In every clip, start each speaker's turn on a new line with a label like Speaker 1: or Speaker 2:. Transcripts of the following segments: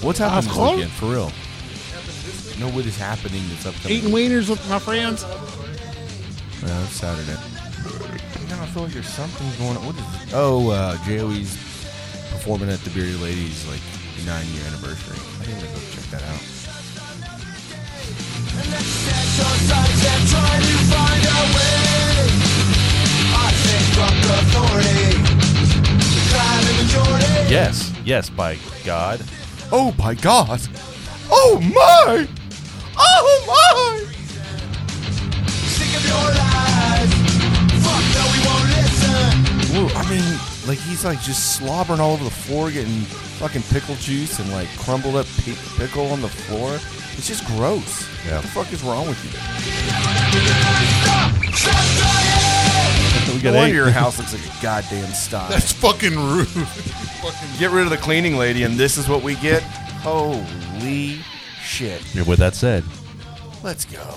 Speaker 1: What's happening this
Speaker 2: Of course.
Speaker 1: weekend? For real? No, what is happening this upcoming?
Speaker 2: Eating wieners with my friends.
Speaker 1: No, it's Saturday. No, I feel like there's something going on. What is Oh, uh, Joey's performing at the Bearded Ladies like nine year anniversary. I think I'm gonna go check that out.
Speaker 3: Yes, yes, by God.
Speaker 1: Oh my God! Oh my! Oh my! Whoa, I mean, like he's like just slobbering all over the floor, getting fucking pickle juice and like crumbled up pi- pickle on the floor. It's just gross.
Speaker 3: Yeah.
Speaker 1: What the fuck is wrong with you? No
Speaker 3: We got
Speaker 1: wonder your
Speaker 3: eight.
Speaker 1: house looks like a goddamn stock.
Speaker 2: That's fucking rude.
Speaker 1: Get rid of the cleaning lady, and this is what we get. Holy shit!
Speaker 3: Yeah, With that said,
Speaker 1: Let's go.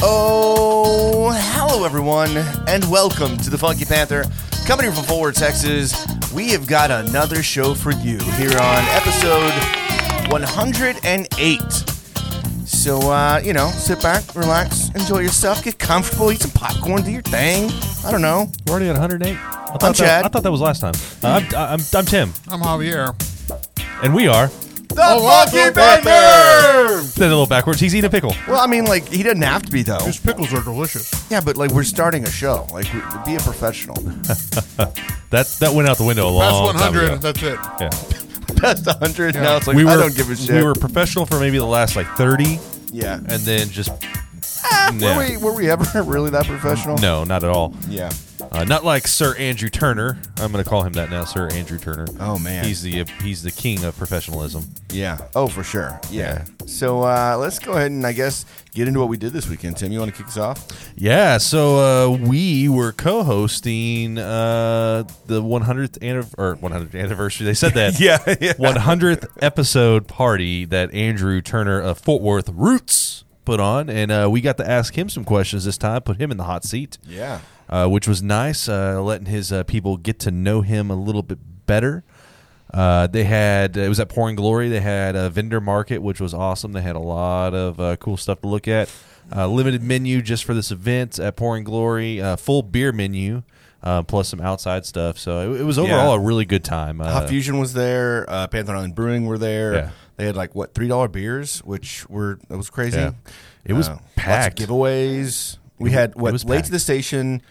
Speaker 1: Oh, hello everyone, and welcome to the Funky Panther. Coming here from Forward, Texas, we have got another show for you here on episode 108. So, uh, you know, sit back, relax, enjoy yourself, get comfortable, eat some popcorn, do your thing. I don't know.
Speaker 3: we're already at 108. I thought, that,
Speaker 1: Chad.
Speaker 3: I thought that was last time. Uh, I'm, I'm, I'm Tim,
Speaker 2: I'm Javier.
Speaker 3: and we are.
Speaker 1: The
Speaker 3: Oh,
Speaker 1: Funky Panther!
Speaker 3: Then a little backwards. He's eating a pickle.
Speaker 1: Well, I mean, like, he doesn't have to be, though.
Speaker 2: His pickles are delicious.
Speaker 1: Yeah, but, like, we're starting a show. Like, we, be a professional.
Speaker 3: That that went out the window a
Speaker 2: That's
Speaker 3: long time
Speaker 2: 100.
Speaker 3: ago.
Speaker 2: That's it.
Speaker 3: Yeah.
Speaker 1: That's 100. Now it's like,
Speaker 3: we were,
Speaker 1: I don't give a shit.
Speaker 3: We were professional for maybe the last like 30,
Speaker 1: yeah.
Speaker 3: and then just
Speaker 1: Were,
Speaker 3: no.
Speaker 1: Ah, we, were we ever really that professional?
Speaker 3: no, not at all.
Speaker 1: Yeah.
Speaker 3: Uh, not like Sir Andrew Turner. I'm going to call him that now, Sir Andrew Turner.
Speaker 1: Oh, man.
Speaker 3: he's the he's the king of professionalism.
Speaker 1: Yeah. Oh, for sure. Yeah.
Speaker 3: Yeah.
Speaker 1: So, uh, let's go ahead and, I guess, get into what we did this weekend. Tim, you want to kick us off?
Speaker 3: Yeah, so uh, we were co-hosting uh, the 100th anniv- or 100th anniversary. They said that
Speaker 1: Yeah, yeah.
Speaker 3: 100th episode party that Andrew Turner of Fort Worth Roots put on, and uh, we got to ask him some questions this time. Put him in the hot seat,
Speaker 1: Yeah.
Speaker 3: uh, which was nice, uh, letting his uh, people get to know him a little bit better. Uh, they had it was at Pouring Glory. They had a vendor market, which was awesome. They had a lot of uh, cool stuff to look at. Uh, limited menu just for this event at Pouring Glory. Uh, full beer menu, uh, plus some outside stuff. So it, it was overall
Speaker 1: Yeah.
Speaker 3: a really good time. Uh,
Speaker 1: Hot Fusion was there. Uh, Panther Island Brewing were there.
Speaker 3: Yeah.
Speaker 1: They had like what three dollar beers, which were that was crazy. Uh,
Speaker 3: Yeah. It was
Speaker 1: lots of
Speaker 3: packed.
Speaker 1: giveaways. We had what
Speaker 3: was
Speaker 1: late
Speaker 3: packed.
Speaker 1: to the station,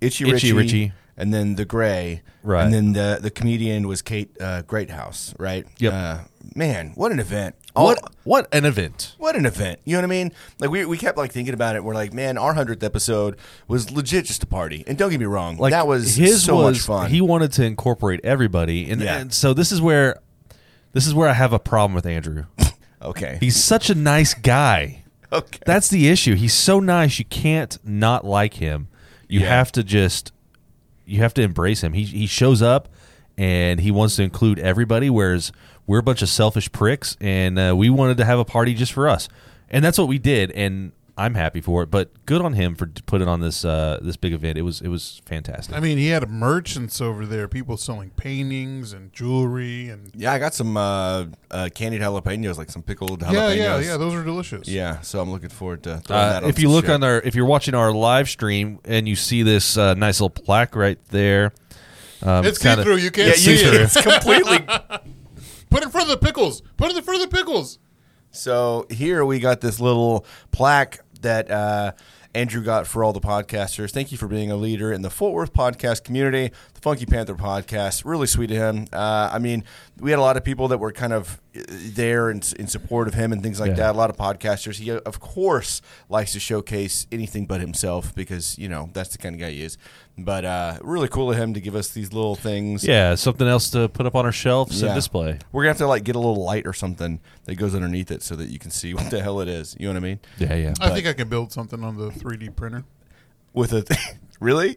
Speaker 1: Itchy,
Speaker 3: Itchy
Speaker 1: Richie,
Speaker 3: Richie.
Speaker 1: and then the Gray.
Speaker 3: Right.
Speaker 1: And then the the comedian was Kate uh, Greathouse. Right.
Speaker 3: Yep.
Speaker 1: Uh, man, what an event!
Speaker 3: what
Speaker 1: All-
Speaker 3: what an event!
Speaker 1: what an event. You know what I mean? Like we, we kept like thinking about it. We're like, man, our hundredth episode was legit just a party. And don't get me wrong,
Speaker 3: Like
Speaker 1: that was
Speaker 3: his
Speaker 1: so
Speaker 3: was
Speaker 1: much fun.
Speaker 3: he wanted to incorporate everybody, and,
Speaker 1: Yeah.
Speaker 3: and so this is where this is where I have a problem with Andrew.
Speaker 1: okay.
Speaker 3: He's such a nice guy.
Speaker 1: okay.
Speaker 3: That's the issue. He's so nice. You can't not like him. You
Speaker 1: Yeah.
Speaker 3: have to just you have to embrace him. He he shows up and he wants to include everybody whereas we're a bunch of selfish pricks and uh, we wanted to have a party just for us. And that's what we did and I'm happy for it, but good on him for d- putting on this uh, this big event. It was it was fantastic. Uh,
Speaker 2: I mean, he had merchants over there, people selling paintings and jewelry and
Speaker 1: Yeah, I got some uh, uh, candied jalapenos, like some pickled jalapenos.
Speaker 2: yeah, yeah, yeah. Those are delicious.
Speaker 1: Yeah, so I'm looking forward to throwing
Speaker 3: Uh,
Speaker 1: that.
Speaker 3: if you look on our, if you're watching our live stream and you see this uh, nice little plaque right there, um,
Speaker 2: It's
Speaker 3: kinda-
Speaker 2: see-through, you can't
Speaker 1: yeah,
Speaker 3: it's
Speaker 1: you,
Speaker 3: see-through.
Speaker 1: it's completely.
Speaker 2: Put it in front of the pickles. Put it in front of the pickles.
Speaker 1: so here we got this little plaque that uh, Andrew got for all the podcasters. Thank you for being a leader in the Fort Worth podcast community, the Funky Panther podcast. Really sweet of him. Uh, I mean, we had a lot of people that were kind of uh, there in, in support of him and things like
Speaker 3: Yeah.
Speaker 1: that. A lot of podcasters. He of course likes to showcase anything but himself because you know that's the kind of guy he is. But uh, really cool of him to give us these little things.
Speaker 3: Yeah, something else to put up on our shelves
Speaker 1: Yeah.
Speaker 3: and display.
Speaker 1: We're gonna have to like get a little light or something that goes underneath it so that you can see what the hell it is. You know what I mean?
Speaker 2: Uh,
Speaker 3: Yeah, yeah.
Speaker 2: I think I can build something on the 3D printer.
Speaker 1: With a really,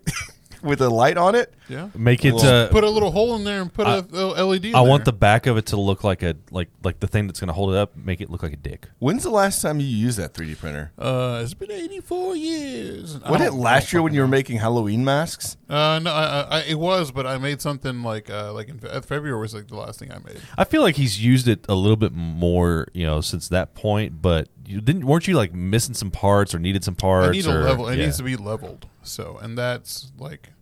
Speaker 1: with a light on it.
Speaker 2: Yeah.
Speaker 3: Make it.
Speaker 1: Well,
Speaker 3: Uh,
Speaker 2: Put a little hole in there and put
Speaker 3: I-
Speaker 2: a little LED. In
Speaker 3: I want the
Speaker 2: there.
Speaker 3: back of it to look like a like like the thing that's going to hold it up. Make it look like a dick.
Speaker 1: When's the last time you used that 3D printer?
Speaker 2: Uh, it's been 84 years. I
Speaker 1: Wasn't it
Speaker 2: don't-
Speaker 1: last year when you were making Halloween masks?
Speaker 2: Uh, no, I, I, I, it was, but I made something like uh, like in Fe- February was like the last thing I made.
Speaker 3: I feel like he's used it a little bit more, you know, since that point. But you didn't, weren't you like missing some parts or needed some parts?
Speaker 2: I need a
Speaker 3: or-
Speaker 2: level. It
Speaker 3: yeah.
Speaker 2: needs to be leveled. So, and that's like,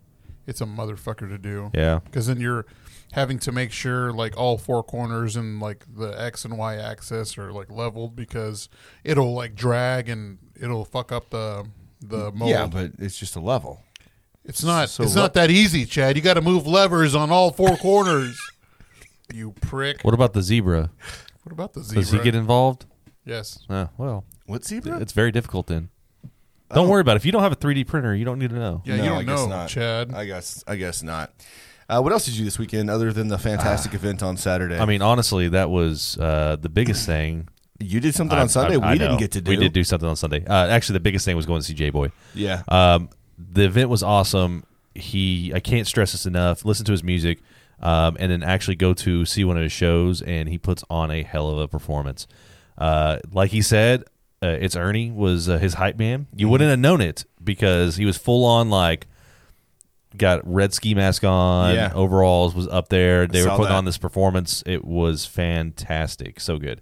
Speaker 2: it's a motherfucker to do.
Speaker 3: Yeah.
Speaker 2: Because then you're having to make sure like all four corners and like the x and y axis are like leveled because it'll like drag and it'll fuck up the the mold.
Speaker 1: Yeah, but it's just a level.
Speaker 2: it's not
Speaker 1: so
Speaker 2: it's
Speaker 1: what-
Speaker 2: not that easy, Chad. You got to move levers on all four corners. you prick. What,
Speaker 3: What about the zebra?
Speaker 2: about the zebra?
Speaker 3: Does he get involved?
Speaker 2: yes.
Speaker 3: Uh, well,
Speaker 1: What zebra?
Speaker 3: it's very difficult then. Don't worry about it. If you don't have a 3D printer, you don't need to know.
Speaker 2: Yeah,
Speaker 1: No,
Speaker 2: you
Speaker 1: I
Speaker 2: don't
Speaker 1: guess
Speaker 2: know,
Speaker 1: not.
Speaker 2: Chad.
Speaker 1: I guess I guess not. Uh, what else did you do this weekend other than the fantastic event on Saturday?
Speaker 3: Ah. I mean, honestly, that was uh, the biggest thing.
Speaker 1: you did something
Speaker 3: I-
Speaker 1: on Sunday
Speaker 3: I- I
Speaker 1: we didn't
Speaker 3: know.
Speaker 1: get to do.
Speaker 3: We did do something on Sunday. Uh, actually, the biggest thing was going to see J Boy.
Speaker 1: Yeah.
Speaker 3: Um, the event was awesome. He, I can't stress this enough. Listen to his music, um, and then actually go to see one of his shows, and he puts on a hell of a performance. Uh, like he said, uh, it's Ernie was uh, his hype man. You
Speaker 1: Mm-hmm.
Speaker 3: wouldn't have known it because he was full on like got red ski mask on,
Speaker 1: Yeah.
Speaker 3: overalls was up there. They were
Speaker 1: saw
Speaker 3: putting
Speaker 1: that.
Speaker 3: on this performance. It was fantastic, so good.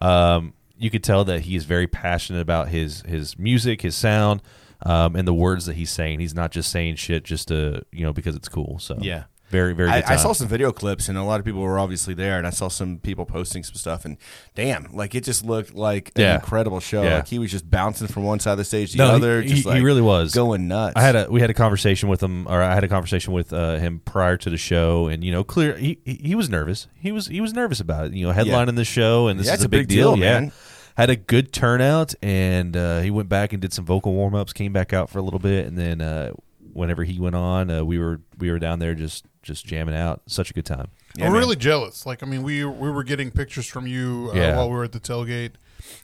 Speaker 3: Um, you could tell that he is very passionate about his his music, his sound, um, and the words that he's saying. He's not just saying shit just to you know because it's cool. So
Speaker 1: Yeah.
Speaker 3: very very. Good
Speaker 1: I, I
Speaker 3: time.
Speaker 1: saw some video clips and a lot of people were obviously there and I saw some people posting some stuff and damn, like it just looked like an
Speaker 3: Yeah.
Speaker 1: incredible show.
Speaker 3: Yeah.
Speaker 1: Like he was just bouncing from one side of the stage to
Speaker 3: No,
Speaker 1: the
Speaker 3: he-
Speaker 1: other.
Speaker 3: he-
Speaker 1: just
Speaker 3: he
Speaker 1: like,
Speaker 3: really was.
Speaker 1: going nuts.
Speaker 3: I had a we had a conversation with him, or I had a conversation with uh, him prior to the show, and you know, clear he he he was nervous. He was he was nervous about it. You know, headlining the show, and this
Speaker 1: Yeah,
Speaker 3: is
Speaker 1: it's
Speaker 3: a big, deal.
Speaker 1: man.
Speaker 3: Yeah, had a good turnout, and uh, he went back and did some vocal warm ups. Came back out for a little bit, and then uh, whenever he went on, uh, we were we were down there just just jamming out. Such a good time.
Speaker 1: Yeah,
Speaker 2: I'm
Speaker 1: man.
Speaker 2: really jealous. Like, I mean, we we were getting pictures from you uh,
Speaker 3: Yeah.
Speaker 2: while we were at the tailgate,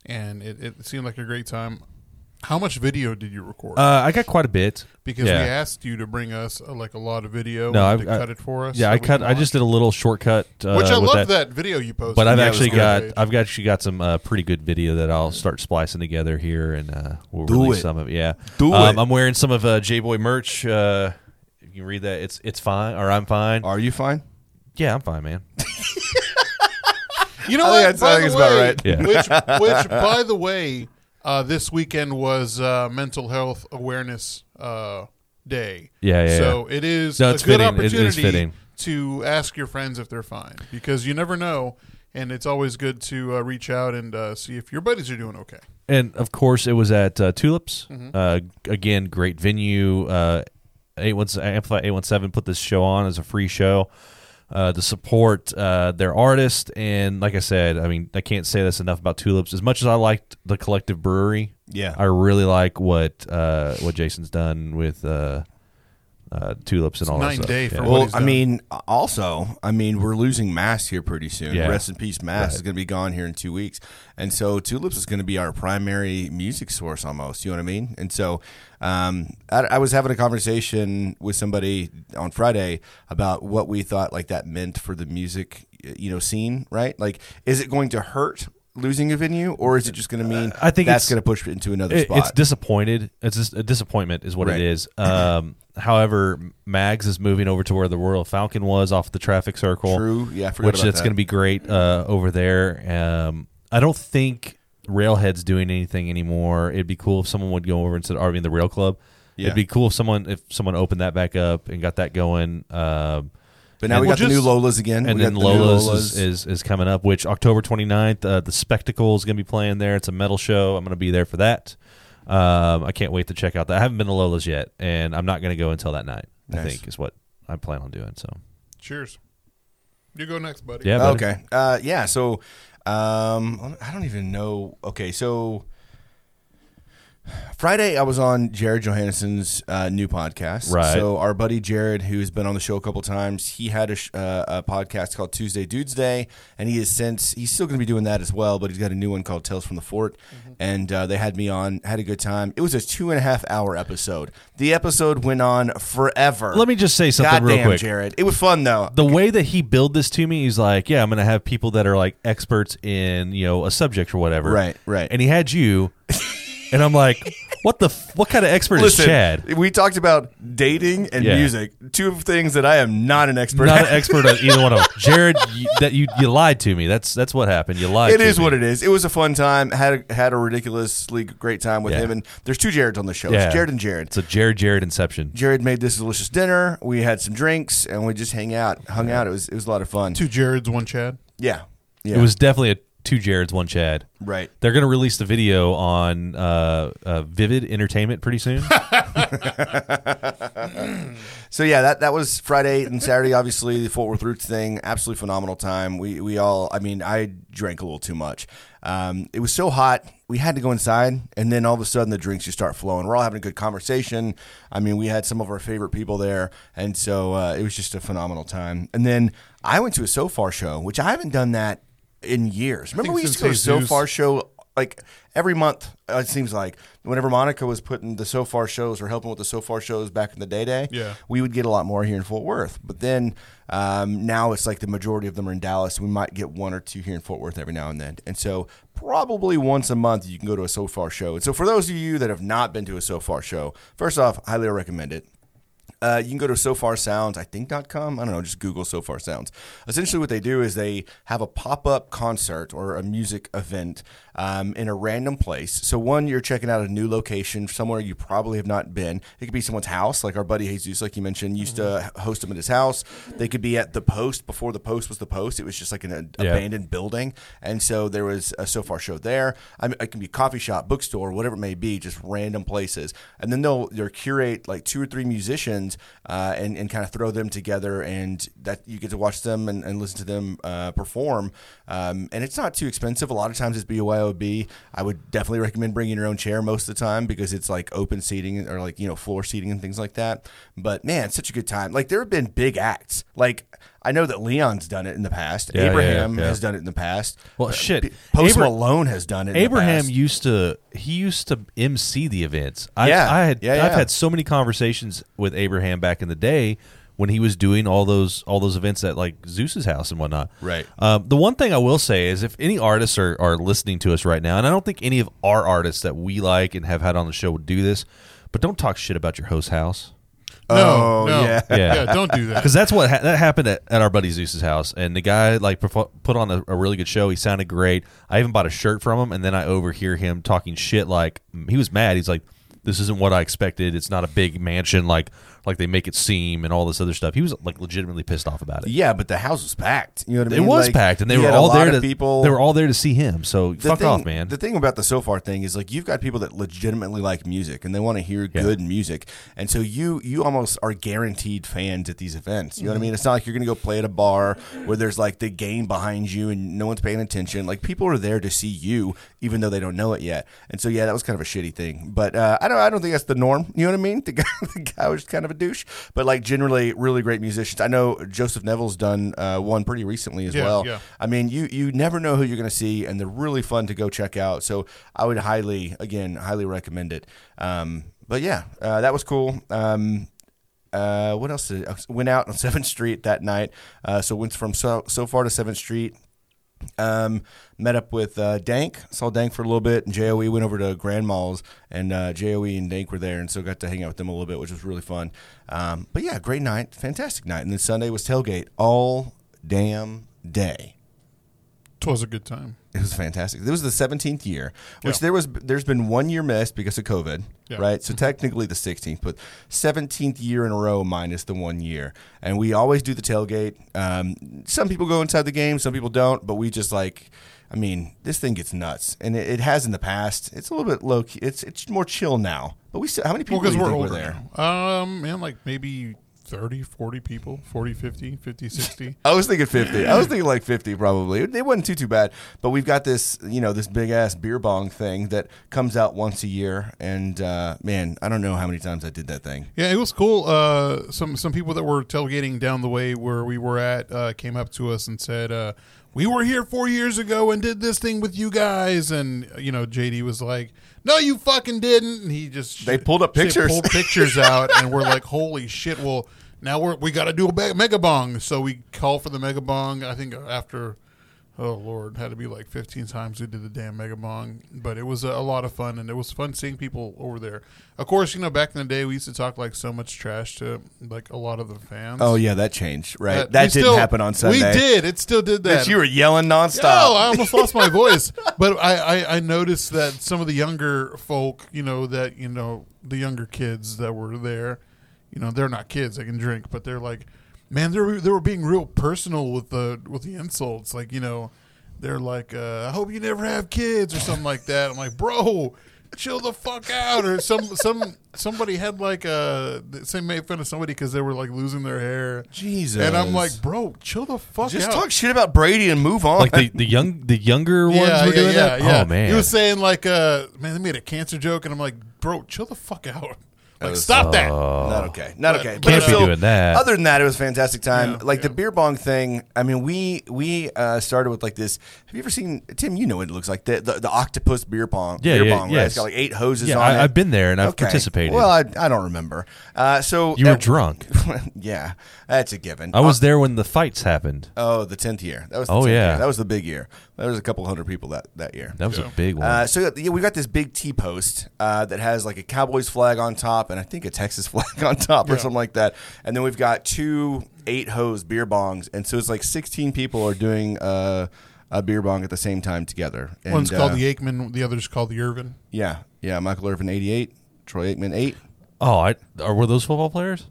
Speaker 2: and it, it seemed like a great time. How much video did you record?
Speaker 3: Uh, I got quite a bit
Speaker 2: because
Speaker 3: yeah.
Speaker 2: we asked you to bring us uh, like a lot of video. and
Speaker 3: No, I've-
Speaker 2: to
Speaker 3: I-
Speaker 2: cut it for us.
Speaker 3: Yeah,
Speaker 2: that
Speaker 3: I
Speaker 2: we
Speaker 3: cut.
Speaker 2: can
Speaker 3: I just
Speaker 2: watch.
Speaker 3: did a little shortcut. Uh,
Speaker 2: which I
Speaker 3: with
Speaker 2: love that.
Speaker 3: that
Speaker 2: video you posted.
Speaker 3: But I've
Speaker 1: Yeah, it was
Speaker 3: actually
Speaker 1: good.
Speaker 3: got
Speaker 2: Page.
Speaker 3: I've actually got some uh, pretty good video that I'll start splicing together here, and uh, we'll
Speaker 1: Do
Speaker 3: release
Speaker 1: it.
Speaker 3: some of yeah.
Speaker 1: Do
Speaker 3: um,
Speaker 1: it.
Speaker 3: I'm wearing some of uh, J Boy merch. Uh, if you read that, it's it's fine or I'm fine.
Speaker 1: Are you fine?
Speaker 3: yeah, I'm fine, man.
Speaker 2: you know
Speaker 1: I
Speaker 2: what?
Speaker 1: think that's- I
Speaker 2: by
Speaker 1: think
Speaker 2: the
Speaker 1: it's about
Speaker 2: way-
Speaker 1: right.
Speaker 3: Yeah.
Speaker 2: Which, which, by the way, uh, this weekend was uh, Mental Health Awareness uh, Day.
Speaker 3: Yeah, yeah,
Speaker 2: So it is
Speaker 3: No,
Speaker 2: a
Speaker 3: it's
Speaker 2: good
Speaker 3: fitting. It is
Speaker 2: opportunity
Speaker 3: fitting.
Speaker 2: to ask your friends if they're fine because you never know, and it's always good to uh, reach out and uh, see if your buddies are doing okay.
Speaker 3: And of course, it was at uh, Tulips. Uh, again, great venue. Uh, eight one Amplify eight one seven put this show on as a free show uh, to support uh, their artist. And like I said, I mean, I can't say this enough about Tulips. As much as I liked the Collective Brewery,
Speaker 1: Yeah.
Speaker 3: I really like what uh, what Jason's done with uh, uh, Tulips and all that
Speaker 2: nine
Speaker 3: stuff.
Speaker 2: day
Speaker 3: Yeah.
Speaker 2: for what
Speaker 1: Well,
Speaker 2: he's
Speaker 1: I
Speaker 2: done.
Speaker 1: mean, also, I mean, we're losing Mass here pretty soon.
Speaker 3: Yeah.
Speaker 1: Rest in peace, Mass is going to be gone here in two weeks, and so Tulips is going to be our primary music source almost. You know what I mean? And so, um, I, I was having a conversation with somebody on Friday about what we thought like that meant for the music, you know, scene. Right? Like, is it going to hurt? Losing a venue, or is it just going to mean
Speaker 3: I think
Speaker 1: that's
Speaker 3: it's-
Speaker 1: going to push it into another
Speaker 3: It-
Speaker 1: spot?
Speaker 3: It's disappointed. It's just a disappointment is what
Speaker 1: Right.
Speaker 3: it is. Um, however, Mags is moving over to where the Royal Falcon was off the traffic circle.
Speaker 1: True. Yeah, I forgot
Speaker 3: which
Speaker 1: about
Speaker 3: that's
Speaker 1: that.
Speaker 3: going to be great uh, over there. Um, I don't think Railhead's doing anything anymore. It'd be cool if someone would go over and said RV and the Rail Club.
Speaker 1: Yeah.
Speaker 3: It'd be cool if someone if someone opened that back up and got that going. Um,
Speaker 1: but now we
Speaker 3: Well,
Speaker 1: got the new
Speaker 3: just-
Speaker 1: Lolas again,
Speaker 3: and
Speaker 1: we
Speaker 3: then
Speaker 1: got the new
Speaker 3: Lola's, Is, is is coming up, which October 29th, uh, the Spectacle is going to be playing there. It's a metal show. I'm going to be there for that. Um, I can't wait to check out that. I haven't been to Lola's yet, and I'm not going to go until that night. I
Speaker 1: Nice.
Speaker 3: think is what I plan on doing. So
Speaker 2: Cheers. You go next, buddy.
Speaker 3: yeah, buddy.
Speaker 1: Okay. Uh, yeah. So, um, I don't even know. Okay. So, Friday, I was on Jared Johansson's uh, new podcast.
Speaker 3: Right.
Speaker 1: So our buddy Jared, who's been on the show a couple times, he had a, sh- uh, a podcast called Tuesday Dudes Day, and he has since he's still going to be doing that as well, but he's got a new one called Tales from the Fort, and uh, they had me on, had a good time. It was a two and a half hour episode. The episode went on forever.
Speaker 3: Let me just say something
Speaker 1: Goddamn,
Speaker 3: real quick.
Speaker 1: Jared. It was fun though.
Speaker 3: the way that he billed this to me, he's like, "Yeah, I'm going to have people that are like experts in you know a subject or whatever."
Speaker 1: Right, right.
Speaker 3: And he had you, and I'm like, "What the? F- what kind of expert
Speaker 1: Listen,
Speaker 3: is Chad?
Speaker 1: we talked about dating and
Speaker 3: Yeah.
Speaker 1: music, two things that I am not an expert
Speaker 3: Not
Speaker 1: at.
Speaker 3: an expert on either one of them. Jared, you, that you you lied to me. That's that's what happened. You lied.
Speaker 1: It
Speaker 3: to
Speaker 1: is
Speaker 3: me.
Speaker 1: what it is. It was a fun time. Had a, had a ridiculously great time with
Speaker 3: Yeah.
Speaker 1: him. And there's two Jareds on the show.
Speaker 3: Yeah.
Speaker 1: It's Jared and Jared.
Speaker 3: It's a Jared Jared Inception.
Speaker 1: Jared made this delicious dinner. We had some drinks and we just hang out, hung out. It was it was a lot of fun.
Speaker 2: Two Jareds, one Chad.
Speaker 1: Yeah, yeah.
Speaker 3: It was definitely a two Jareds, one Chad.
Speaker 1: right.
Speaker 3: They're going to release the video on uh, uh, Vivid Entertainment pretty soon.
Speaker 1: So yeah, that that was Friday and Saturday. Obviously, the Fort Worth Roots thing, absolutely phenomenal time. We we all, I mean, I drank a little too much. Um, it was so hot, we had to go inside, and then all of a sudden the drinks just start flowing. We're all having a good conversation. I mean, we had some of our favorite people there, and so uh, it was just a phenomenal time. And then I went to a SoFar show, which I haven't done that in years. Remember
Speaker 2: think
Speaker 1: we used to go to
Speaker 2: since Jesus.
Speaker 1: SoFar show like every month. uh, It seems like whenever Monica was putting the SoFar shows or helping with the SoFar shows back in the day day,
Speaker 2: Yeah.
Speaker 1: we would get a lot more here in Fort Worth. But then um, now it's like the majority of them are in Dallas. We might get one or two here in Fort Worth every now and then. And so probably once a month you can go to a SoFar show. And so for those of you that have not been to a SoFar show, first off, highly recommend it. Uh, you can go to sofarsounds, I think, dot com. I don't know, just Google So Far Sounds. Essentially, what they do is they have a pop up concert or a music event um, in a random place. So, one, you're checking out a new location somewhere you probably have not been. It could be someone's house, like our buddy Jesus, like you mentioned, used to host them at his house. They could be at the post before the post was the post. It was just like an a- abandoned
Speaker 3: Yeah.
Speaker 1: abandoned building. And so there was a so far show there. I mean, it can be coffee shop, bookstore, whatever it may be, just random places. And then they'll they'll curate like two or three musicians uh, and and kind of throw them together, and that you get to watch them and, and listen to them uh, perform. Um, and it's not too expensive. A lot of times it's BYOB. I would definitely recommend bringing your own chair most of the time because it's like open seating or like you know floor seating and things like that. But man, such a good time. Like there have been big acts. Like I know that Leon's done it in the past.
Speaker 3: Yeah, yeah,
Speaker 1: Abraham
Speaker 3: yeah.
Speaker 1: has done it in the past.
Speaker 3: Well,
Speaker 1: Uh,
Speaker 3: shit.
Speaker 1: P- Post
Speaker 3: Abra-
Speaker 1: Malone has done it. in the
Speaker 3: Abraham
Speaker 1: past.
Speaker 3: used to he used to MC the events. I,
Speaker 1: Yeah.
Speaker 3: I had
Speaker 1: Yeah,
Speaker 3: I've
Speaker 1: yeah.
Speaker 3: had so many conversations with Abraham back in the day when he was doing all those all those events at like Zeus's house and whatnot.
Speaker 1: Right.
Speaker 3: Um, the one thing I will say is if any artists are, are listening to us right now, and I don't think any of our artists that we like and have had on the show would do this, but don't talk shit about your host house.
Speaker 1: Oh,
Speaker 2: no, no.
Speaker 1: yeah.
Speaker 3: Yeah.
Speaker 2: Don't do that.
Speaker 3: Because that's what ha- that happened at, at our buddy Zeus's house, and the guy like perfo- put on a, a really good show. He sounded great. I even bought a shirt from him, and then I overhear him talking shit. Like he was mad. He's like, "This isn't what I expected. It's not a big mansion like like they make it seem, and all this other stuff." He was like legitimately pissed off about it.
Speaker 1: Yeah, but the house was packed. You know what I
Speaker 3: It
Speaker 1: mean?
Speaker 3: was
Speaker 1: Like,
Speaker 3: packed, and they
Speaker 1: you
Speaker 3: were
Speaker 1: had a
Speaker 3: all
Speaker 1: lot
Speaker 3: there
Speaker 1: of
Speaker 3: to
Speaker 1: people.
Speaker 3: They were all there to see him. So
Speaker 1: The
Speaker 3: fuck
Speaker 1: thing-
Speaker 3: off, man.
Speaker 1: The thing about the so far thing is like you've got people that legitimately like music and they want to hear good music, and so you you almost are guaranteed fans at these events. You
Speaker 3: Mm-hmm.
Speaker 1: know what I mean? It's not like you're going to go play at a bar where there's like the game behind you and no one's paying attention. Like people are there to see you, even though they don't know it yet. And so yeah, that was kind of a shitty thing. But uh, I don't I don't think that's the norm. You know what I mean? The guy, the guy was kind of a douche, but like generally really great musicians. I know Joseph Neville's done uh, one pretty recently as
Speaker 2: Yeah,
Speaker 1: well.
Speaker 2: yeah.
Speaker 1: I mean, you you never know who you're going to see, and they're really fun to go check out. So I would highly, again, highly recommend it. Um, but yeah, uh, that was cool. Um, uh, what else? Did, I went out on Seventh Street that night. Uh, so went from so so far to Seventh Street. Um, met up with uh, Dank, saw Dank for a little bit, and JOE went over to Grand Malls, and uh, JOE and Dank were there, and so got to hang out with them a little bit, which was really fun. Um, but yeah, great night, fantastic night, and then Sunday was tailgate all damn day.
Speaker 2: Twas a good time.
Speaker 1: It was fantastic. This was the 17th year, which
Speaker 2: Yeah.
Speaker 1: there was there's been one year missed because of COVID,
Speaker 2: Yeah. Mm-hmm.
Speaker 1: right? So technically the 16th, but 17th year in a row minus the one year. And we always do the tailgate. Um, some people go inside the game, some people don't, but we just like I mean, this thing gets nuts, and it, it has in the past. It's a little bit low. Key. It's it's more chill now, but we still how many people
Speaker 2: Well, because
Speaker 1: do you
Speaker 2: we're
Speaker 1: think
Speaker 2: older
Speaker 1: were there?
Speaker 2: now. Um, man, like maybe 30, 40 people, 40, 50, 50, 60.
Speaker 1: I was thinking 50. I was thinking like 50 probably. It wasn't too too bad. But we've got this, you know, this big ass beer bong thing that comes out once a year and uh, man, I don't know how many times I did that thing.
Speaker 2: Yeah, it was cool. Uh, some some people that were tailgating down the way where we were at uh, came up to us and said, uh, "We were here four years ago and did this thing with you guys." And you know, JD was like, "No, you fucking didn't." And he just
Speaker 1: They pulled up
Speaker 2: shit,
Speaker 1: pictures.
Speaker 2: pulled pictures out, and we're like, "Holy shit!" Well, now we're we got to do a be- mega bong. So we call for the mega bong. I think after. Oh Lord, had to be like 15 times we did the damn mega bong, but it was a, a lot of fun, and it was fun seeing people over there. Of course, you know back in the day we used to talk like so much trash to like a lot of the fans.
Speaker 1: Oh yeah, that changed, right?
Speaker 2: But
Speaker 1: that
Speaker 2: Uh, we
Speaker 1: didn't
Speaker 2: still-
Speaker 1: happen on Sunday.
Speaker 2: We did. It still did that.
Speaker 1: Bitch, you were yelling nonstop.
Speaker 2: Oh, I almost lost my voice. But I, I, I noticed that some of the younger folk, you know, that, you know, the younger kids that were there, you know, they're not kids, they can drink, but they're like, man, they were, they were being real personal with the, with the insults. Like, you know, they're like, uh, I hope you never have kids or something like that. I'm like, bro. Chill the fuck out, or some some somebody had like a they made fun of somebody because they were like losing their hair.
Speaker 1: Jesus.
Speaker 2: and I'm like, bro, chill the fuck
Speaker 1: just
Speaker 2: out.
Speaker 1: talk shit about Brady and move on.
Speaker 3: Like the, the young the younger ones were doing that. Oh man,
Speaker 2: He was saying like, uh, man, they made a cancer joke, and I'm like, bro, chill the fuck out. Like,
Speaker 1: was-
Speaker 2: stop that.
Speaker 1: not okay. Not okay. But
Speaker 3: Can't be
Speaker 1: still,
Speaker 3: doing that.
Speaker 1: Other than that, it was a fantastic time.
Speaker 2: Yeah,
Speaker 1: like the
Speaker 2: yeah.
Speaker 1: beer bong thing. I mean, we we uh, started with like this. Have you ever seen Tim? You know what it looks like the the, the octopus beer pong.
Speaker 3: Yeah,
Speaker 1: beer
Speaker 3: yeah,
Speaker 1: pong. Right?
Speaker 3: yes.
Speaker 1: It's got like eight hoses
Speaker 3: yeah,
Speaker 1: on it.
Speaker 3: I, I've been there and I've
Speaker 1: Okay.
Speaker 3: participated.
Speaker 1: Well, I, I don't remember. Uh, so
Speaker 3: you were
Speaker 1: that-
Speaker 3: drunk.
Speaker 1: yeah, that's a given.
Speaker 3: I was there when the fights happened.
Speaker 1: Oh, the tenth year. That was. The
Speaker 3: Oh,
Speaker 1: 10th
Speaker 3: yeah.
Speaker 1: year. that was the big year. There was a couple hundred people that that year.
Speaker 3: That was a big one.
Speaker 1: Uh, so yeah, we got this big T post uh, that has like a Cowboys flag on top and I think a Texas flag on top or something like that. And then we've got two eight hose beer bongs, and so it's like sixteen people are doing uh, a beer bong at the same time together. And,
Speaker 2: One's called
Speaker 1: uh,
Speaker 2: the Aikman, the other's called the Irvin.
Speaker 1: yeah, yeah. Michael Irvin eighty eight, Troy Aikman eight,
Speaker 3: oh, I, are were those football players?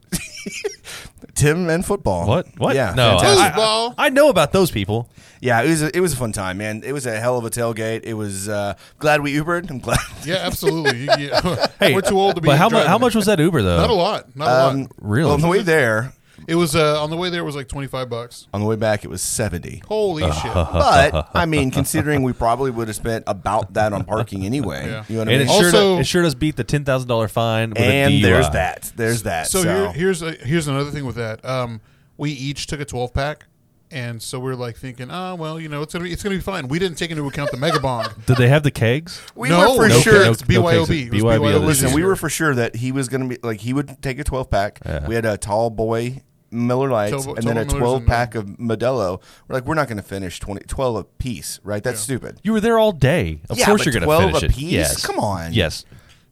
Speaker 1: Tim and football.
Speaker 3: What? What?
Speaker 1: Yeah,
Speaker 3: no,
Speaker 1: fantastic.
Speaker 3: I,
Speaker 2: Foosball.
Speaker 3: I, I know about those people.
Speaker 1: yeah. It was a, it was a fun time, man. It was a hell of a tailgate. It was uh, glad we Ubered. I'm glad.
Speaker 2: Yeah, absolutely. You- you-
Speaker 3: Hey,
Speaker 2: we're too old to be.
Speaker 3: But how, mu-
Speaker 2: driving.
Speaker 3: how much was that Uber though?
Speaker 2: Not a lot. Not a
Speaker 1: Um,
Speaker 2: lot.
Speaker 3: Really?
Speaker 1: well, on the way there,
Speaker 2: It was uh, on the way there. It was like 25 bucks.
Speaker 1: on the way back, it was seventy.
Speaker 2: Holy
Speaker 3: Uh,
Speaker 2: shit.
Speaker 1: But I mean, considering we probably would have spent about that on parking anyway.
Speaker 2: Yeah.
Speaker 1: You know what I mean?
Speaker 3: And it sure,
Speaker 2: Also-
Speaker 3: does, it sure does beat the ten thousand dollar fine. With a
Speaker 1: and
Speaker 3: DUI.
Speaker 1: there's that. There's that. So,
Speaker 2: So, here, here's a, here's another thing with that. Um, we each took a 12 pack, and so we are like thinking, ah, well, you know, it's gonna be it's gonna be fine. We didn't take into account the mega bong.
Speaker 3: Did they have the kegs?
Speaker 1: we
Speaker 2: no,
Speaker 1: were for
Speaker 3: no
Speaker 1: sure.
Speaker 3: no-
Speaker 2: It's BYOB.
Speaker 3: kegs.
Speaker 2: It was
Speaker 3: BYOB.
Speaker 2: BYOB.
Speaker 1: Listen, we
Speaker 2: sure.
Speaker 1: were for sure that he was going to be like he would take a 12 pack. We had a tall boy Miller Lights
Speaker 2: Tall bo-
Speaker 1: and then
Speaker 2: tall
Speaker 1: a
Speaker 2: Miller's and-
Speaker 1: 12 pack of Modelo. We're like, we're not going to finish 20, 12 a piece, right? That's stupid.
Speaker 3: You were there all day. Of
Speaker 1: Yeah,
Speaker 3: course
Speaker 1: but
Speaker 3: you're going
Speaker 1: 12
Speaker 3: to finish it.
Speaker 1: apiece?
Speaker 3: Yes.
Speaker 1: Come on.
Speaker 3: Yes.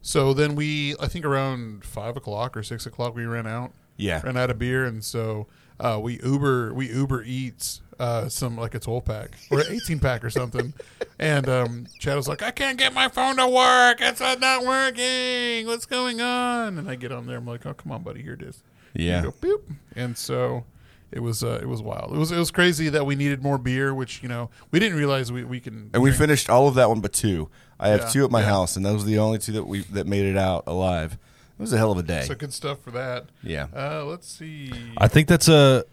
Speaker 2: So then we, I think around five o'clock or six o'clock, we ran out.
Speaker 1: Yeah.
Speaker 2: ran out of beer, and so uh, we Uber we Uber Eats uh, some like a twelve pack or an eighteen pack or something. And um, Chad was like, "I can't get my phone to work. It's uh, not working. What's going on?" And I get on there. I'm like, "Oh, come on, buddy, here it is."
Speaker 1: Yeah.
Speaker 2: And, you go, boop. and so. It was uh, it was wild. It was it was crazy that we needed more beer, which you know we didn't realize we, we can.
Speaker 1: And we finished all of that one but two. I have
Speaker 2: Yeah,
Speaker 1: two at my
Speaker 2: yeah.
Speaker 1: house, and those were the only two that we that made it out alive. It was a hell of a day.
Speaker 2: so good stuff for that.
Speaker 1: Yeah.
Speaker 2: Uh, let's see.
Speaker 3: I think that's a.